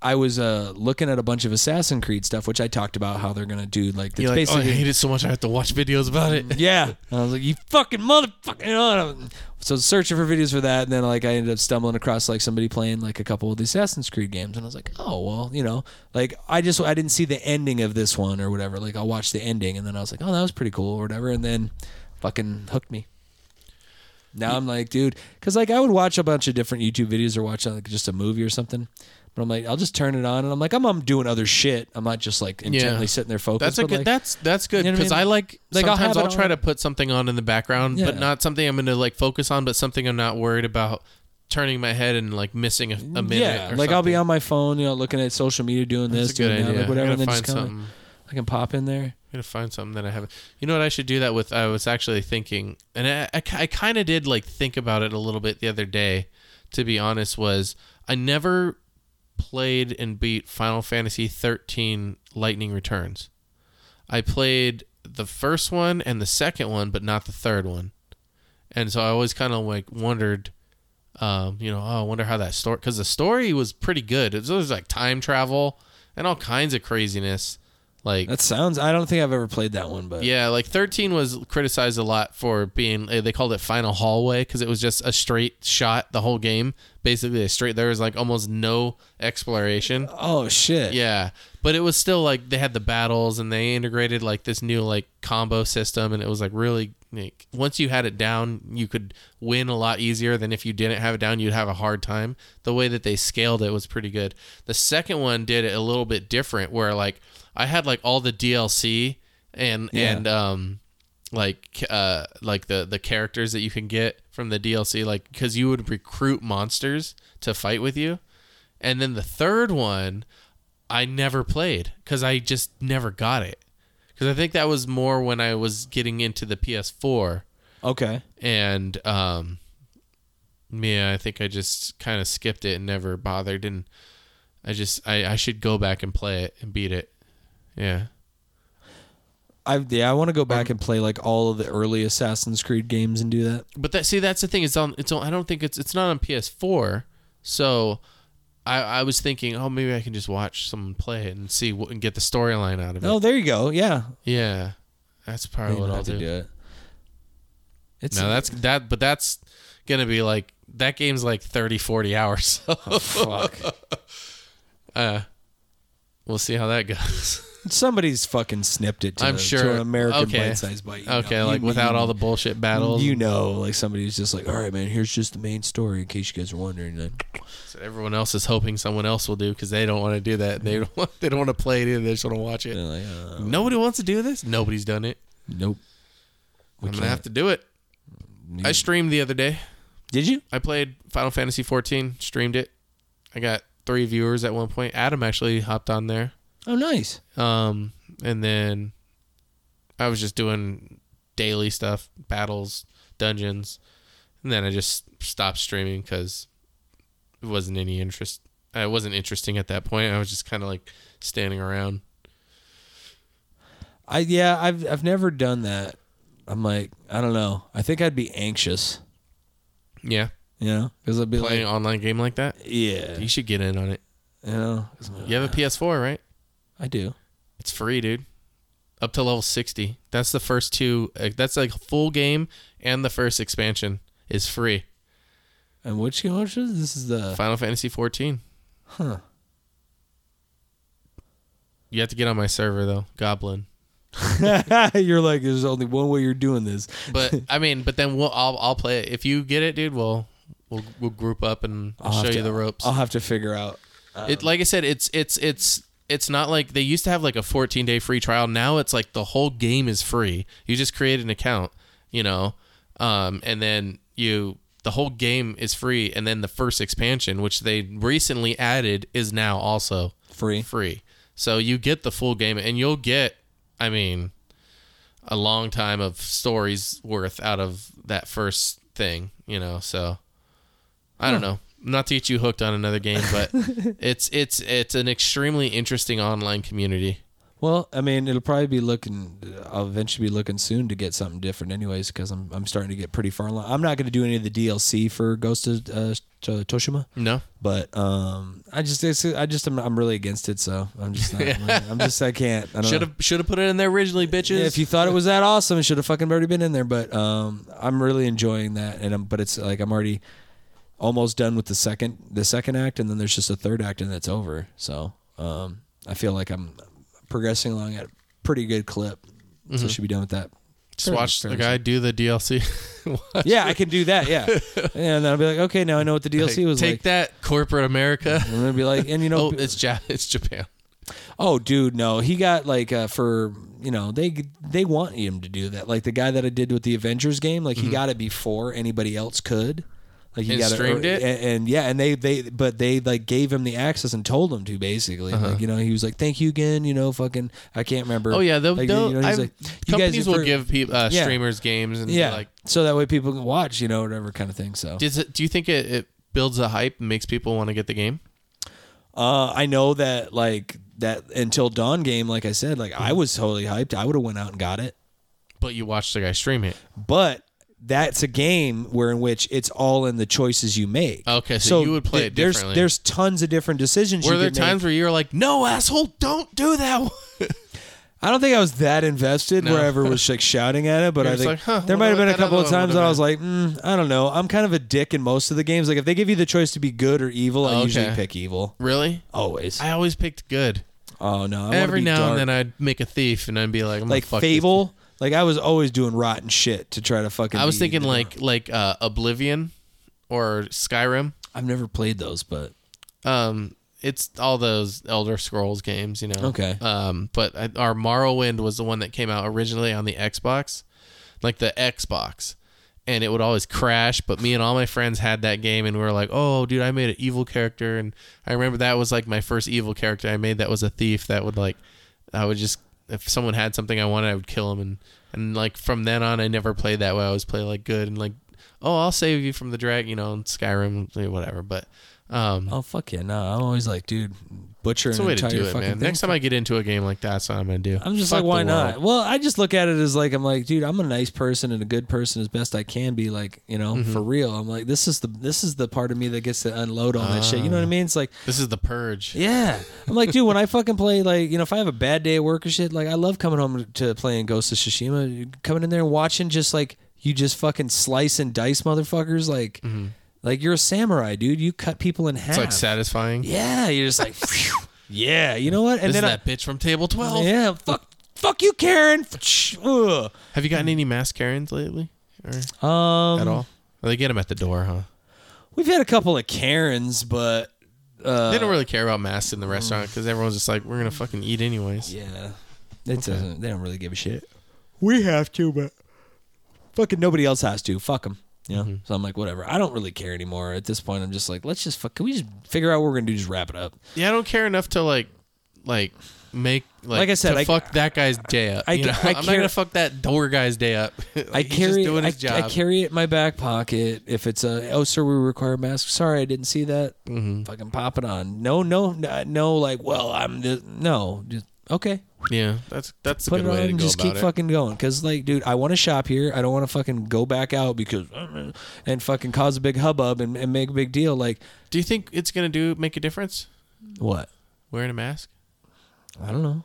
Speaker 1: I was uh, looking at a bunch of Assassin Creed stuff, which I talked about how they're gonna do like it's
Speaker 2: You're like, oh, I
Speaker 1: basically Mm-hmm.
Speaker 2: hate it so much. I have to watch videos about it.
Speaker 1: yeah. And I was like, you fucking motherfucking. You know, and I was- so I was searching for videos for that, and then like I ended up stumbling across like somebody playing like a couple of the Assassin's Creed games, and I was like, oh well, you know, like I just I didn't see the ending of this one or whatever. Like I'll watch the ending, and then I was like, oh that was pretty cool or whatever, and then fucking hooked me. Now I'm like, dude, because like I would watch a bunch of different YouTube videos or watch like just a movie or something. But I'm like, I'll just turn it on, and I'm like, I'm, I'm doing other shit. I'm not just like intently sitting there focused.
Speaker 2: That's a
Speaker 1: but,
Speaker 2: good.
Speaker 1: like-
Speaker 2: that's that's good
Speaker 1: You know what I
Speaker 2: because
Speaker 1: mean?
Speaker 2: I, like.
Speaker 1: Like, I'll have
Speaker 2: sometimes
Speaker 1: it
Speaker 2: I'll, try
Speaker 1: on.
Speaker 2: to put something on in the background, but
Speaker 1: Yeah.
Speaker 2: not something I'm going to like focus on, but something I'm not worried about turning my head and like missing a, a minute.
Speaker 1: Mm, yeah,
Speaker 2: or
Speaker 1: like I'll be
Speaker 2: something.
Speaker 1: on my phone, you know, looking at social media, doing
Speaker 2: That's
Speaker 1: this,
Speaker 2: a good
Speaker 1: doing that,
Speaker 2: idea.
Speaker 1: like whatever, and
Speaker 2: I'm gonna
Speaker 1: then
Speaker 2: find
Speaker 1: just
Speaker 2: something.
Speaker 1: kind of I can pop in there.
Speaker 2: I'm gonna find something that I haven't. You know what? I should do that with. I was actually thinking, and I, I, kind of did like think about it a little bit the other day. To be honest, was I never played and beat Final Fantasy 13 Lightning Returns. I played the first one and the second one, but not the third one. And so I always kind of like wondered, um, you know, oh, I wonder how that story, because the story was pretty good. It was, it was like time travel and all kinds of craziness. Like
Speaker 1: That sounds. I don't think I've ever played that one, but
Speaker 2: yeah, like 13 was criticized a lot for being eh, they called it final hallway because it was just a straight shot the whole game. Basically, a straight there was like almost no exploration.
Speaker 1: Oh shit.
Speaker 2: Yeah, but it was still like they had the battles and they integrated like this new like combo system and it was like really like once you had it down, you could win a lot easier than if you didn't have it down, you'd have a hard time. The way that they scaled it was pretty good. The second one did it a little bit different where like I had like all the DLC and
Speaker 1: Yeah.
Speaker 2: and um like uh like the the characters that you can get from the DLC like cuz you would recruit monsters to fight with you. And then the third one I never played cuz I just never got it. Cuz I think that was more when I was getting into the PS4
Speaker 1: Okay.
Speaker 2: and um yeah, I think I just kind of skipped it and never bothered and I just I I should go back and play it and beat it. Yeah.
Speaker 1: I yeah, I want to go
Speaker 2: Um,
Speaker 1: back and play like all of the early Assassin's Creed games and do that.
Speaker 2: But that see, that's the thing. It's on. It's on. I don't think it's. It's not on PS4. So, I I was thinking, oh, maybe I can just watch someone play it and see what and get the storyline out of it.
Speaker 1: Oh, there you go. Yeah.
Speaker 2: Yeah, that's probably
Speaker 1: Maybe
Speaker 2: Oh, what
Speaker 1: I
Speaker 2: I'll
Speaker 1: could
Speaker 2: do.
Speaker 1: it. It's
Speaker 2: No, that's that. But that's gonna be like that game's like 30, 40 hours. So
Speaker 1: fuck.
Speaker 2: we'll see how that goes.
Speaker 1: Somebody's fucking snipped it to,
Speaker 2: I'm
Speaker 1: the-
Speaker 2: sure.
Speaker 1: to an American
Speaker 2: okay.
Speaker 1: bite-sized bite. you know?
Speaker 2: okay,
Speaker 1: You-
Speaker 2: like without
Speaker 1: you-
Speaker 2: all the bullshit battles.
Speaker 1: You know, like somebody's just like, all right, man, here's just the main story in case you guys are wondering. Like,
Speaker 2: So everyone else is hoping someone else will do because they don't want to do that. They don't. Want, they don't want to play it either. They just want to watch it.
Speaker 1: they're like, uh,
Speaker 2: Nobody wants to do this. Nobody's done it.
Speaker 1: nope.
Speaker 2: I'm gonna have to do it. I streamed the other day.
Speaker 1: Did you?
Speaker 2: I played Final Fantasy 14, streamed it. I got three viewers at one point. Adam actually hopped on there.
Speaker 1: Oh, nice.
Speaker 2: Um, and then I was just doing daily stuff, battles, dungeons, and then I just stopped streaming because it wasn't any interest. It wasn't interesting at that point. I was just kind of like standing around.
Speaker 1: I yeah, I've I've never done that. I'm like, I don't know. I think I'd be anxious,
Speaker 2: Yeah,
Speaker 1: you know, because I'd be
Speaker 2: playing
Speaker 1: like,
Speaker 2: an online game like that.
Speaker 1: yeah,
Speaker 2: You
Speaker 1: you
Speaker 2: should get in on it.
Speaker 1: know, 'cause I'm like,
Speaker 2: You have a PS4, right?
Speaker 1: I do.
Speaker 2: It's free, dude. Up to level 60. That's the first two. Uh, that's like full game and the first expansion is free.
Speaker 1: And which game was this? This is the
Speaker 2: Final Fantasy 14.
Speaker 1: huh.
Speaker 2: You have to get on my server though, Goblin.
Speaker 1: you're like, there's only one way you're doing this.
Speaker 2: But I mean, but then we'll I'll I'll play it. If you get it, dude, we'll we'll we'll group up and I'll
Speaker 1: have
Speaker 2: show
Speaker 1: to-
Speaker 2: you the ropes.
Speaker 1: I'll have to figure out.
Speaker 2: it like I said, it's it's it's it's not like they used to have like a 14 day free trial. Now it's like the whole game is free. You just create an account, you know, um, and then you the whole game is free. And then the first expansion, which they recently added, is now also
Speaker 1: Free.
Speaker 2: Free. So you get the full game, and you'll get, I mean, a long time of stories worth out of that first thing, you know. So I don't know. Not to get you hooked on another game, but it's it's it's an extremely interesting online community.
Speaker 1: Well, I mean, it'll probably be looking. I'll eventually be looking soon to get something different, anyways, because I'm I'm starting to get pretty far along. I'm not going to do any of the DLC for Ghost of uh, to Toshima,
Speaker 2: No,
Speaker 1: but um, I just it's, I just I'm, I'm really against it, so I'm just not. I'm just I can't. I don't
Speaker 2: should
Speaker 1: know.
Speaker 2: have should have put it in there originally, bitches.
Speaker 1: Yeah, if you thought it was that awesome, it should have fucking already been in there. But um, I'm really enjoying that, and I'm, but it's like I'm already almost done with the second the second act, and then there's just a third act, and that's over. So um, I feel like I'm progressing along at a pretty good clip.
Speaker 2: Mm-hmm.
Speaker 1: So I should be done with that.
Speaker 2: just watch the
Speaker 1: fairly
Speaker 2: guy do the DLC. Watch-
Speaker 1: Yeah, I can do that. Yeah, and then I'll be like, okay, now I know what the DLC was
Speaker 2: Take
Speaker 1: like.
Speaker 2: that, corporate America.
Speaker 1: I'm gonna be like, and you know,
Speaker 2: Oh, it's ja- it's Japan.
Speaker 1: Oh, dude, no. He got like uh, for you know they they want him to do that. Like the guy that I did with the Avengers game, like he got it before anybody else could. Like he
Speaker 2: Mm-hmm. And
Speaker 1: got
Speaker 2: streamed it?
Speaker 1: and, and yeah, and they they but they like gave him the access and told him to basically. Like you know, he was like, "Thank you again," you know, fucking. I can't remember.
Speaker 2: Uh-huh. Oh yeah, they'll,
Speaker 1: Like,
Speaker 2: they'll
Speaker 1: you know, he's
Speaker 2: I-
Speaker 1: like, "You guys
Speaker 2: companies
Speaker 1: have
Speaker 2: will
Speaker 1: heard-"
Speaker 2: give people uh,
Speaker 1: Yeah.
Speaker 2: streamers games and
Speaker 1: yeah,
Speaker 2: like.
Speaker 1: so that way people can watch, you know, whatever kind of thing. So
Speaker 2: Does it, do you think it, it builds a hype and makes people want to get the game?
Speaker 1: Uh, I know that like that until dawn game, like I said, like
Speaker 2: Mm-hmm.
Speaker 1: I was totally hyped. I would have went out and got it.
Speaker 2: But you watch the guy stream it.
Speaker 1: but that's a game where in which it's all in the choices you make.
Speaker 2: Okay, so you would play it
Speaker 1: there's
Speaker 2: differently.
Speaker 1: there's tons of different decisions.
Speaker 2: Were
Speaker 1: you
Speaker 2: there
Speaker 1: could make.
Speaker 2: times where you were like, "No, asshole, don't do that"? one."
Speaker 1: I don't think I was that invested
Speaker 2: No.
Speaker 1: where everyone was like shouting at it, but
Speaker 2: You're
Speaker 1: I
Speaker 2: just
Speaker 1: think
Speaker 2: like, huh,
Speaker 1: there
Speaker 2: wonder
Speaker 1: might have
Speaker 2: what
Speaker 1: been a
Speaker 2: that
Speaker 1: couple
Speaker 2: other
Speaker 1: of
Speaker 2: one
Speaker 1: times
Speaker 2: would've
Speaker 1: that I was like, mm, I don't know. I'm kind of a dick in most of the games. Like if they give you the choice to be good or evil, I
Speaker 2: Oh, Okay.
Speaker 1: usually pick evil.
Speaker 2: really?
Speaker 1: Always.
Speaker 2: I always picked good.
Speaker 1: oh no. I wanna
Speaker 2: Every
Speaker 1: be
Speaker 2: now
Speaker 1: dark.
Speaker 2: and then, I'd make a thief, and I'd be like, "I'm
Speaker 1: like
Speaker 2: gonna fuck
Speaker 1: Fable. Like I was always doing rotten shit to try to fucking.
Speaker 2: This. I was
Speaker 1: be
Speaker 2: thinking
Speaker 1: the-
Speaker 2: like like uh, Oblivion or Skyrim.
Speaker 1: I've never played those, but
Speaker 2: Um, it's all those Elder Scrolls games, you know.
Speaker 1: Okay.
Speaker 2: Um, but I, our Morrowind was the one that came out originally on the Xbox, like the Xbox, and it would always crash. But me and all my friends had that game, and we were like, "Oh, dude, I made an evil character," and I remember that was like my first evil character I made. That was a thief that would like, I would just if someone had something I wanted, I would kill him, and and like from then on, I never played that way. I always play like good and like. Oh, I'll save you from the drag, you know, in Skyrim, whatever. But um,
Speaker 1: oh fuck yeah, no. I'm always like, dude, butcher
Speaker 2: it's a
Speaker 1: an
Speaker 2: way to
Speaker 1: entire
Speaker 2: do it,
Speaker 1: fucking
Speaker 2: man.
Speaker 1: thing.
Speaker 2: Next time I get into a game like that, that's what I'm gonna do.
Speaker 1: I'm just
Speaker 2: Fuck
Speaker 1: like, why
Speaker 2: the
Speaker 1: not?
Speaker 2: world.
Speaker 1: Well, I just look at it as like, I'm like, dude, I'm a nice person and a good person as best I can be. Like, you know,
Speaker 2: Mm-hmm.
Speaker 1: for real. I'm like, this is the this is the part of me that gets to unload all that shit. You know what
Speaker 2: Ah.
Speaker 1: I mean? It's like,
Speaker 2: This is the purge.
Speaker 1: yeah. I'm like, dude, when I fucking play, like, you know, if I have a bad day at work or shit, like, I love coming home to playing Ghost of Tsushima, coming in there and watching just like you just fucking slice and dice motherfuckers, like, like you're a samurai, dude. You cut people in half.
Speaker 2: Mm-hmm. It's like satisfying.
Speaker 1: Yeah, you're just like, phew. yeah. You know what? And
Speaker 2: this is
Speaker 1: then I,
Speaker 2: that bitch from table twelve.
Speaker 1: yeah, fuck, fuck you, Karen. Ugh.
Speaker 2: Have you gotten any mass Karens lately, or
Speaker 1: Um,
Speaker 2: at all? Well, they get them at the door, huh?
Speaker 1: We've had a couple of Karens, but uh,
Speaker 2: they don't really care about masks in the restaurant because everyone's just like, we're gonna fucking eat anyways.
Speaker 1: mm. yeah, it doesn't. They don't really give a shit. We have to, but fucking nobody else has to. Fuck them. You know.
Speaker 2: Mm-hmm.
Speaker 1: So I'm like, whatever. I don't really care anymore at this point. I'm just like, let's just fuck. Can we just figure out what we're gonna do? Just wrap it up.
Speaker 2: Yeah, I don't care enough to like, like make like,
Speaker 1: Like I said,
Speaker 2: to
Speaker 1: I-
Speaker 2: fuck that guy's day up.
Speaker 1: I
Speaker 2: you know?
Speaker 1: ca- I
Speaker 2: I'm not
Speaker 1: care-
Speaker 2: gonna fuck that door guy's day up. Like,
Speaker 1: I
Speaker 2: he's just
Speaker 1: carry.
Speaker 2: doing
Speaker 1: I,
Speaker 2: his job.
Speaker 1: I carry it in my back pocket. If it's a oh sir, we require masks. Sorry, I didn't see that.
Speaker 2: Mm-hmm.
Speaker 1: Fucking pop it on. No, no, no. no, Like, well, I'm the no. Just, okay,
Speaker 2: yeah, that's that's a
Speaker 1: put
Speaker 2: good
Speaker 1: it on
Speaker 2: way to
Speaker 1: and
Speaker 2: go
Speaker 1: just
Speaker 2: about
Speaker 1: keep
Speaker 2: it.
Speaker 1: fucking going. Because like, dude, I want to shop here. I don't want to fucking go back out because and fucking cause a big hubbub and, and make a big deal. Like
Speaker 2: Do you think it's gonna do make a difference
Speaker 1: what?
Speaker 2: wearing a mask?
Speaker 1: I don't know.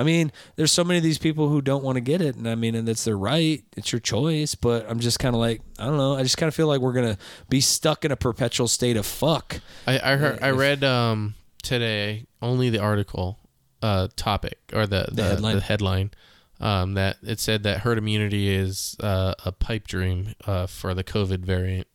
Speaker 1: I mean, there's so many of these people who don't want to get it, and I mean, and that's their right. It's your choice, but I'm just kind of like, I don't know. I just kind of feel like we're gonna be stuck in a perpetual state of fuck.
Speaker 2: I I, heard, I read um, today only the article uh, topic or the the, the,
Speaker 1: headline.
Speaker 2: headline um, that it said that herd immunity is uh, a pipe dream uh, for the COVID variant.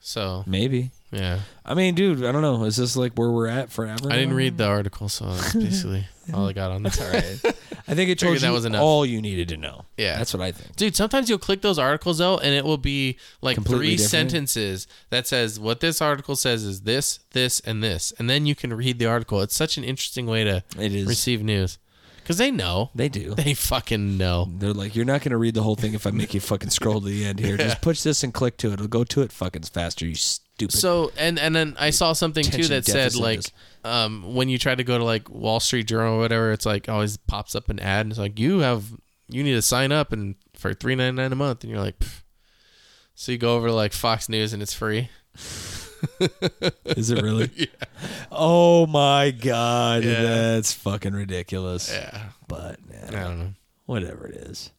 Speaker 2: So
Speaker 1: Maybe.
Speaker 2: yeah,
Speaker 1: I mean, dude, I don't know. Is this like where we're at forever?
Speaker 2: I didn't
Speaker 1: now?
Speaker 2: read the article, so that's basically all I got on that.
Speaker 1: I think it told you
Speaker 2: Figured that was enough.
Speaker 1: all you needed to know.
Speaker 2: Yeah.
Speaker 1: that's what I think.
Speaker 2: Dude, sometimes you'll click those articles though, and it will be like
Speaker 1: Completely
Speaker 2: three
Speaker 1: different.
Speaker 2: sentences that says what this article says is this, this, and this, and then you can read the article. It's such an interesting way to
Speaker 1: It is.
Speaker 2: receive news because they know
Speaker 1: They do.
Speaker 2: they fucking know.
Speaker 1: They're like, you're not going to read the whole thing if I make you fucking scroll to the end here. Just push this and click to it. It'll go to it fucking faster. You stupid.
Speaker 2: So and and then I saw something too
Speaker 1: Attention
Speaker 2: that said
Speaker 1: deficit
Speaker 2: like
Speaker 1: is-
Speaker 2: um, when you try to go to like Wall Street Journal or whatever, it's like always pops up an ad and it's like you have you need to sign up and for three ninety nine a month, and you're like. "Pff." So you go over to like Fox News and it's free.
Speaker 1: is it really? Oh my god, that's fucking ridiculous.
Speaker 2: Yeah,
Speaker 1: But eh,
Speaker 2: I don't know.
Speaker 1: whatever it is.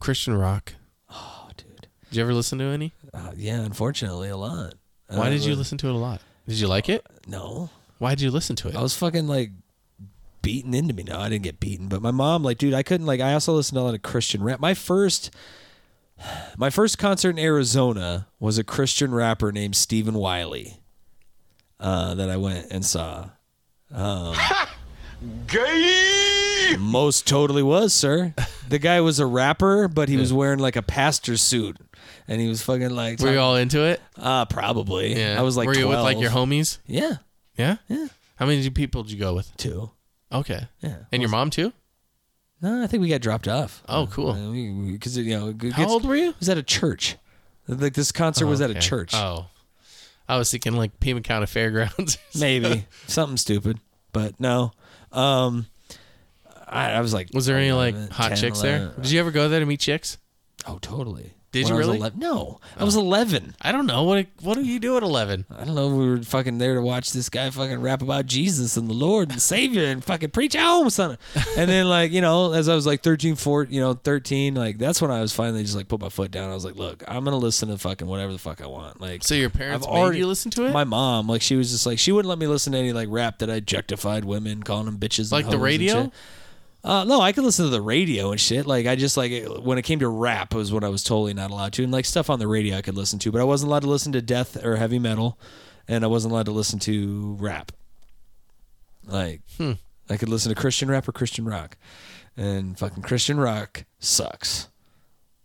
Speaker 2: Christian rock.
Speaker 1: Oh, dude.
Speaker 2: Did you ever listen to any?
Speaker 1: Uh, yeah, unfortunately, a lot.
Speaker 2: Why
Speaker 1: Uh,
Speaker 2: did you listen to it a lot? Did you like it?
Speaker 1: No,
Speaker 2: Why did you listen to it?
Speaker 1: I was fucking like beaten into me. No, I didn't get beaten, but my mom, like, dude, I couldn't. Like, I also listened to a lot of Christian rap. My first, my first concert in Arizona was a Christian rapper named Stephen Wiley, uh, that I went and saw.
Speaker 4: Gay!
Speaker 1: Most totally was, sir. The guy was a rapper, but he was wearing like a pastor suit, and he was fucking like,
Speaker 2: Were you all into it?
Speaker 1: uh, probably. I was like,
Speaker 2: were you
Speaker 1: 12.
Speaker 2: with like your homies?
Speaker 1: Yeah,
Speaker 2: Yeah. Yeah. How many people did you go with?
Speaker 1: two.
Speaker 2: Okay.
Speaker 1: Yeah.
Speaker 2: And your mom too?
Speaker 1: No, I think we got dropped off. Uh,
Speaker 2: Oh, cool.
Speaker 1: Because you know, it
Speaker 2: How
Speaker 1: gets-
Speaker 2: old were you?
Speaker 1: It was at a church. Like this concert was at a
Speaker 2: Okay.
Speaker 1: church.
Speaker 2: Oh. I was thinking like Pima County Fairgrounds.
Speaker 1: Maybe something stupid, but no. Um, I, I was like,
Speaker 2: was there any like
Speaker 1: 11,
Speaker 2: hot
Speaker 1: 10,
Speaker 2: chicks
Speaker 1: 11.
Speaker 2: there? Did you ever go there to meet chicks?
Speaker 1: Oh, totally.
Speaker 2: Did
Speaker 1: When
Speaker 2: you
Speaker 1: I was
Speaker 2: really? Oh.
Speaker 1: 11 no, I was eleven.
Speaker 2: I don't know. What what do you do at eleven?
Speaker 1: I don't know. We were fucking there to watch this guy fucking rap about Jesus and the Lord and Savior and fucking preach home, son. And then like you know, as I was like 13, 14, you know, thirteen, like that's when I was finally just like put my foot down. I was like, look, I'm gonna listen to fucking whatever the fuck I want. Like,
Speaker 2: So your parents
Speaker 1: I've
Speaker 2: made
Speaker 1: already-
Speaker 2: you listen to it?
Speaker 1: My mom, like, she was just like, she wouldn't let me listen to any like rap that I objectified women, calling them bitches,
Speaker 2: Like
Speaker 1: and
Speaker 2: the
Speaker 1: hoes
Speaker 2: radio?
Speaker 1: And shit. Uh, no, I could listen to the radio and shit. Like, I just like it- when it came to rap was what I was totally not allowed to, and like stuff on the radio I could listen to, but I wasn't allowed to listen to death or heavy metal, and I wasn't allowed to listen to rap. Like,
Speaker 2: Hmm.
Speaker 1: I could listen to Christian rap or Christian rock, and fucking Christian rock sucks.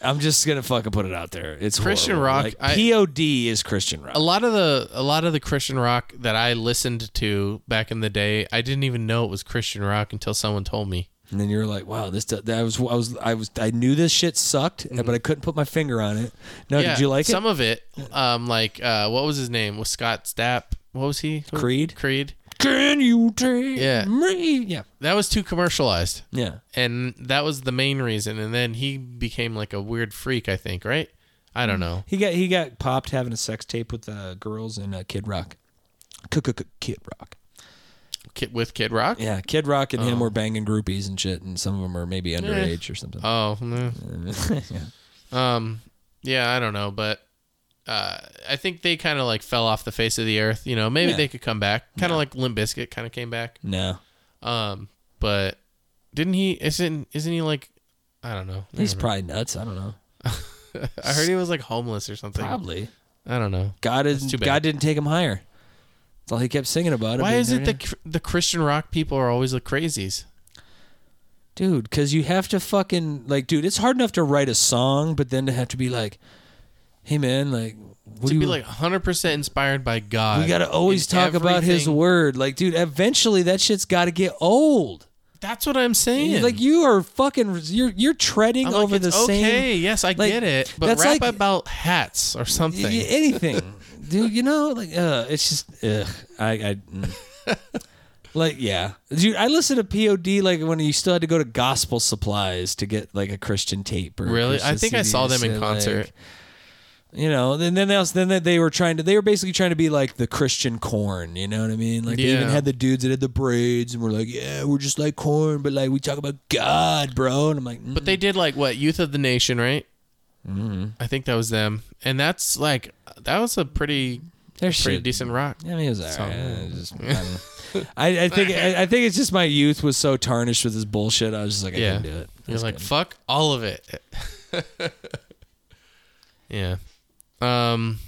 Speaker 1: I'm just gonna fucking put it out there. It's
Speaker 2: Christian
Speaker 1: horrible.
Speaker 2: rock,
Speaker 1: Like,
Speaker 2: I-
Speaker 1: POD is Christian rock.
Speaker 2: a lot of the a lot of the Christian rock that I listened to back in the day, I didn't even know it was Christian rock until someone told me.
Speaker 1: And then you're like, wow, this does, that was I was I was I knew this shit sucked, but I couldn't put my finger on it. No, Oh, did you like
Speaker 2: Mm-hmm. some of it? Um, like uh, what was his name? Was Scott Stapp? What was he?
Speaker 1: Creed?
Speaker 2: Creed.
Speaker 1: it? Can you take
Speaker 2: Yeah.
Speaker 1: me? Yeah,
Speaker 2: That was too commercialized,
Speaker 1: yeah.
Speaker 2: and that was the main reason. And then he became like a weird freak, I think. Right? I don't know.
Speaker 1: He got he got popped having a sex tape with uh, girls in uh, Kid Rock. Kid Rock.
Speaker 2: Kid, with Kid Rock.
Speaker 1: Yeah, Kid Rock and him
Speaker 2: Oh.
Speaker 1: were banging groupies and shit, and some of them are maybe underage or something.
Speaker 2: Eh. Oh. mm.
Speaker 1: yeah.
Speaker 2: Um, yeah, I don't know, but uh, I think they kind of like fell off the face of the earth. You know, maybe
Speaker 1: Yeah.
Speaker 2: they could come back, kind of like Limp Bizkit kind of came back.
Speaker 1: No,
Speaker 2: Um, but didn't he? Isn't isn't he like? I don't know.
Speaker 1: he's probably nuts. I don't know.
Speaker 2: I heard he was like homeless or something.
Speaker 1: Probably
Speaker 2: I don't know.
Speaker 1: God is
Speaker 2: too bad.
Speaker 1: God didn't take him higher. That's all he kept singing about.
Speaker 2: Why
Speaker 1: being
Speaker 2: is it
Speaker 1: dirty.
Speaker 2: the the Christian rock people are always the crazies?
Speaker 1: Dude, because you have to fucking like, dude, it's hard enough to write a song, but then to have to be like, hey man, like, what do
Speaker 2: To
Speaker 1: you
Speaker 2: be like 100% inspired by God.
Speaker 1: We gotta always
Speaker 2: in
Speaker 1: talk about His
Speaker 2: everything.
Speaker 1: word, like, dude. Eventually, that shit's got to get old.
Speaker 2: That's what I'm saying.
Speaker 1: Like, you are fucking, you're you're treading
Speaker 2: I'm like,
Speaker 1: over the
Speaker 2: it's
Speaker 1: same.
Speaker 2: Okay, yes, I
Speaker 1: like,
Speaker 2: get it. But
Speaker 1: that's
Speaker 2: rap
Speaker 1: like-
Speaker 2: about hats or something.
Speaker 1: Y- anything, dude. You know, like, uh, it's just, ugh, I, I, mm. like, yeah, dude. I listened to Pod like when you still had to go to Gospel Supplies to get like a Christian tape or a
Speaker 2: Really? I
Speaker 1: Christian
Speaker 2: think I
Speaker 1: CD,
Speaker 2: saw them in
Speaker 1: so,
Speaker 2: concert.
Speaker 1: like, you know, and then else, then they- they were trying to, they were basically trying to be like the Christian corn. You know what I mean? Like they even
Speaker 2: Yeah.
Speaker 1: had the dudes that had the braids and were like, yeah, we're just like corn, but like we talk about God, bro. And I'm like, mm.
Speaker 2: But they did like what Youth of the Nation, right? Mm-hmm. I think that was them, and that's like that was a pretty
Speaker 1: There's
Speaker 2: pretty
Speaker 1: shit.
Speaker 2: decent rock.
Speaker 1: I mean, it was alright.
Speaker 2: So-
Speaker 1: It was just- I, mean, I, I think I, I think it's just my youth was so tarnished with this bullshit. I was just like, I
Speaker 2: Yeah.
Speaker 1: can't do it.
Speaker 2: You're
Speaker 1: It's
Speaker 2: like,
Speaker 1: good.
Speaker 2: fuck all of it. yeah. Um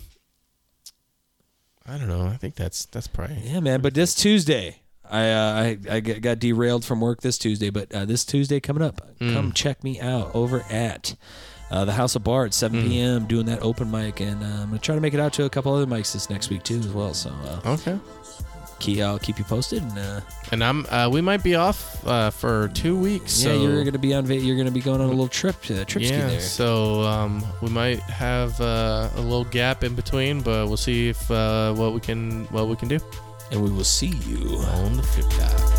Speaker 2: I don't know. I think that's that's probably
Speaker 1: yeah, man. But this Tuesday, I uh, I, I get- got derailed from work this Tuesday, but uh, this Tuesday coming up, come check me out over at. Uh, the House of Bar at 7 p.m. doing that open mic, and uh, I'm gonna try to make it out to a couple other mics this next week too, as well. So, uh,
Speaker 2: Okay.
Speaker 1: key, I'll keep you posted. And uh,
Speaker 2: And I'm uh we might be off uh for 2 weeks.
Speaker 1: yeah,
Speaker 2: so
Speaker 1: you're gonna be on, va- you're gonna be going on a little trip, uh, trip ski
Speaker 2: yeah,
Speaker 1: there.
Speaker 2: so um, we might have uh, a little gap in between, but we'll see if uh, what we can what we can do
Speaker 1: and we will see you
Speaker 2: on the flip side.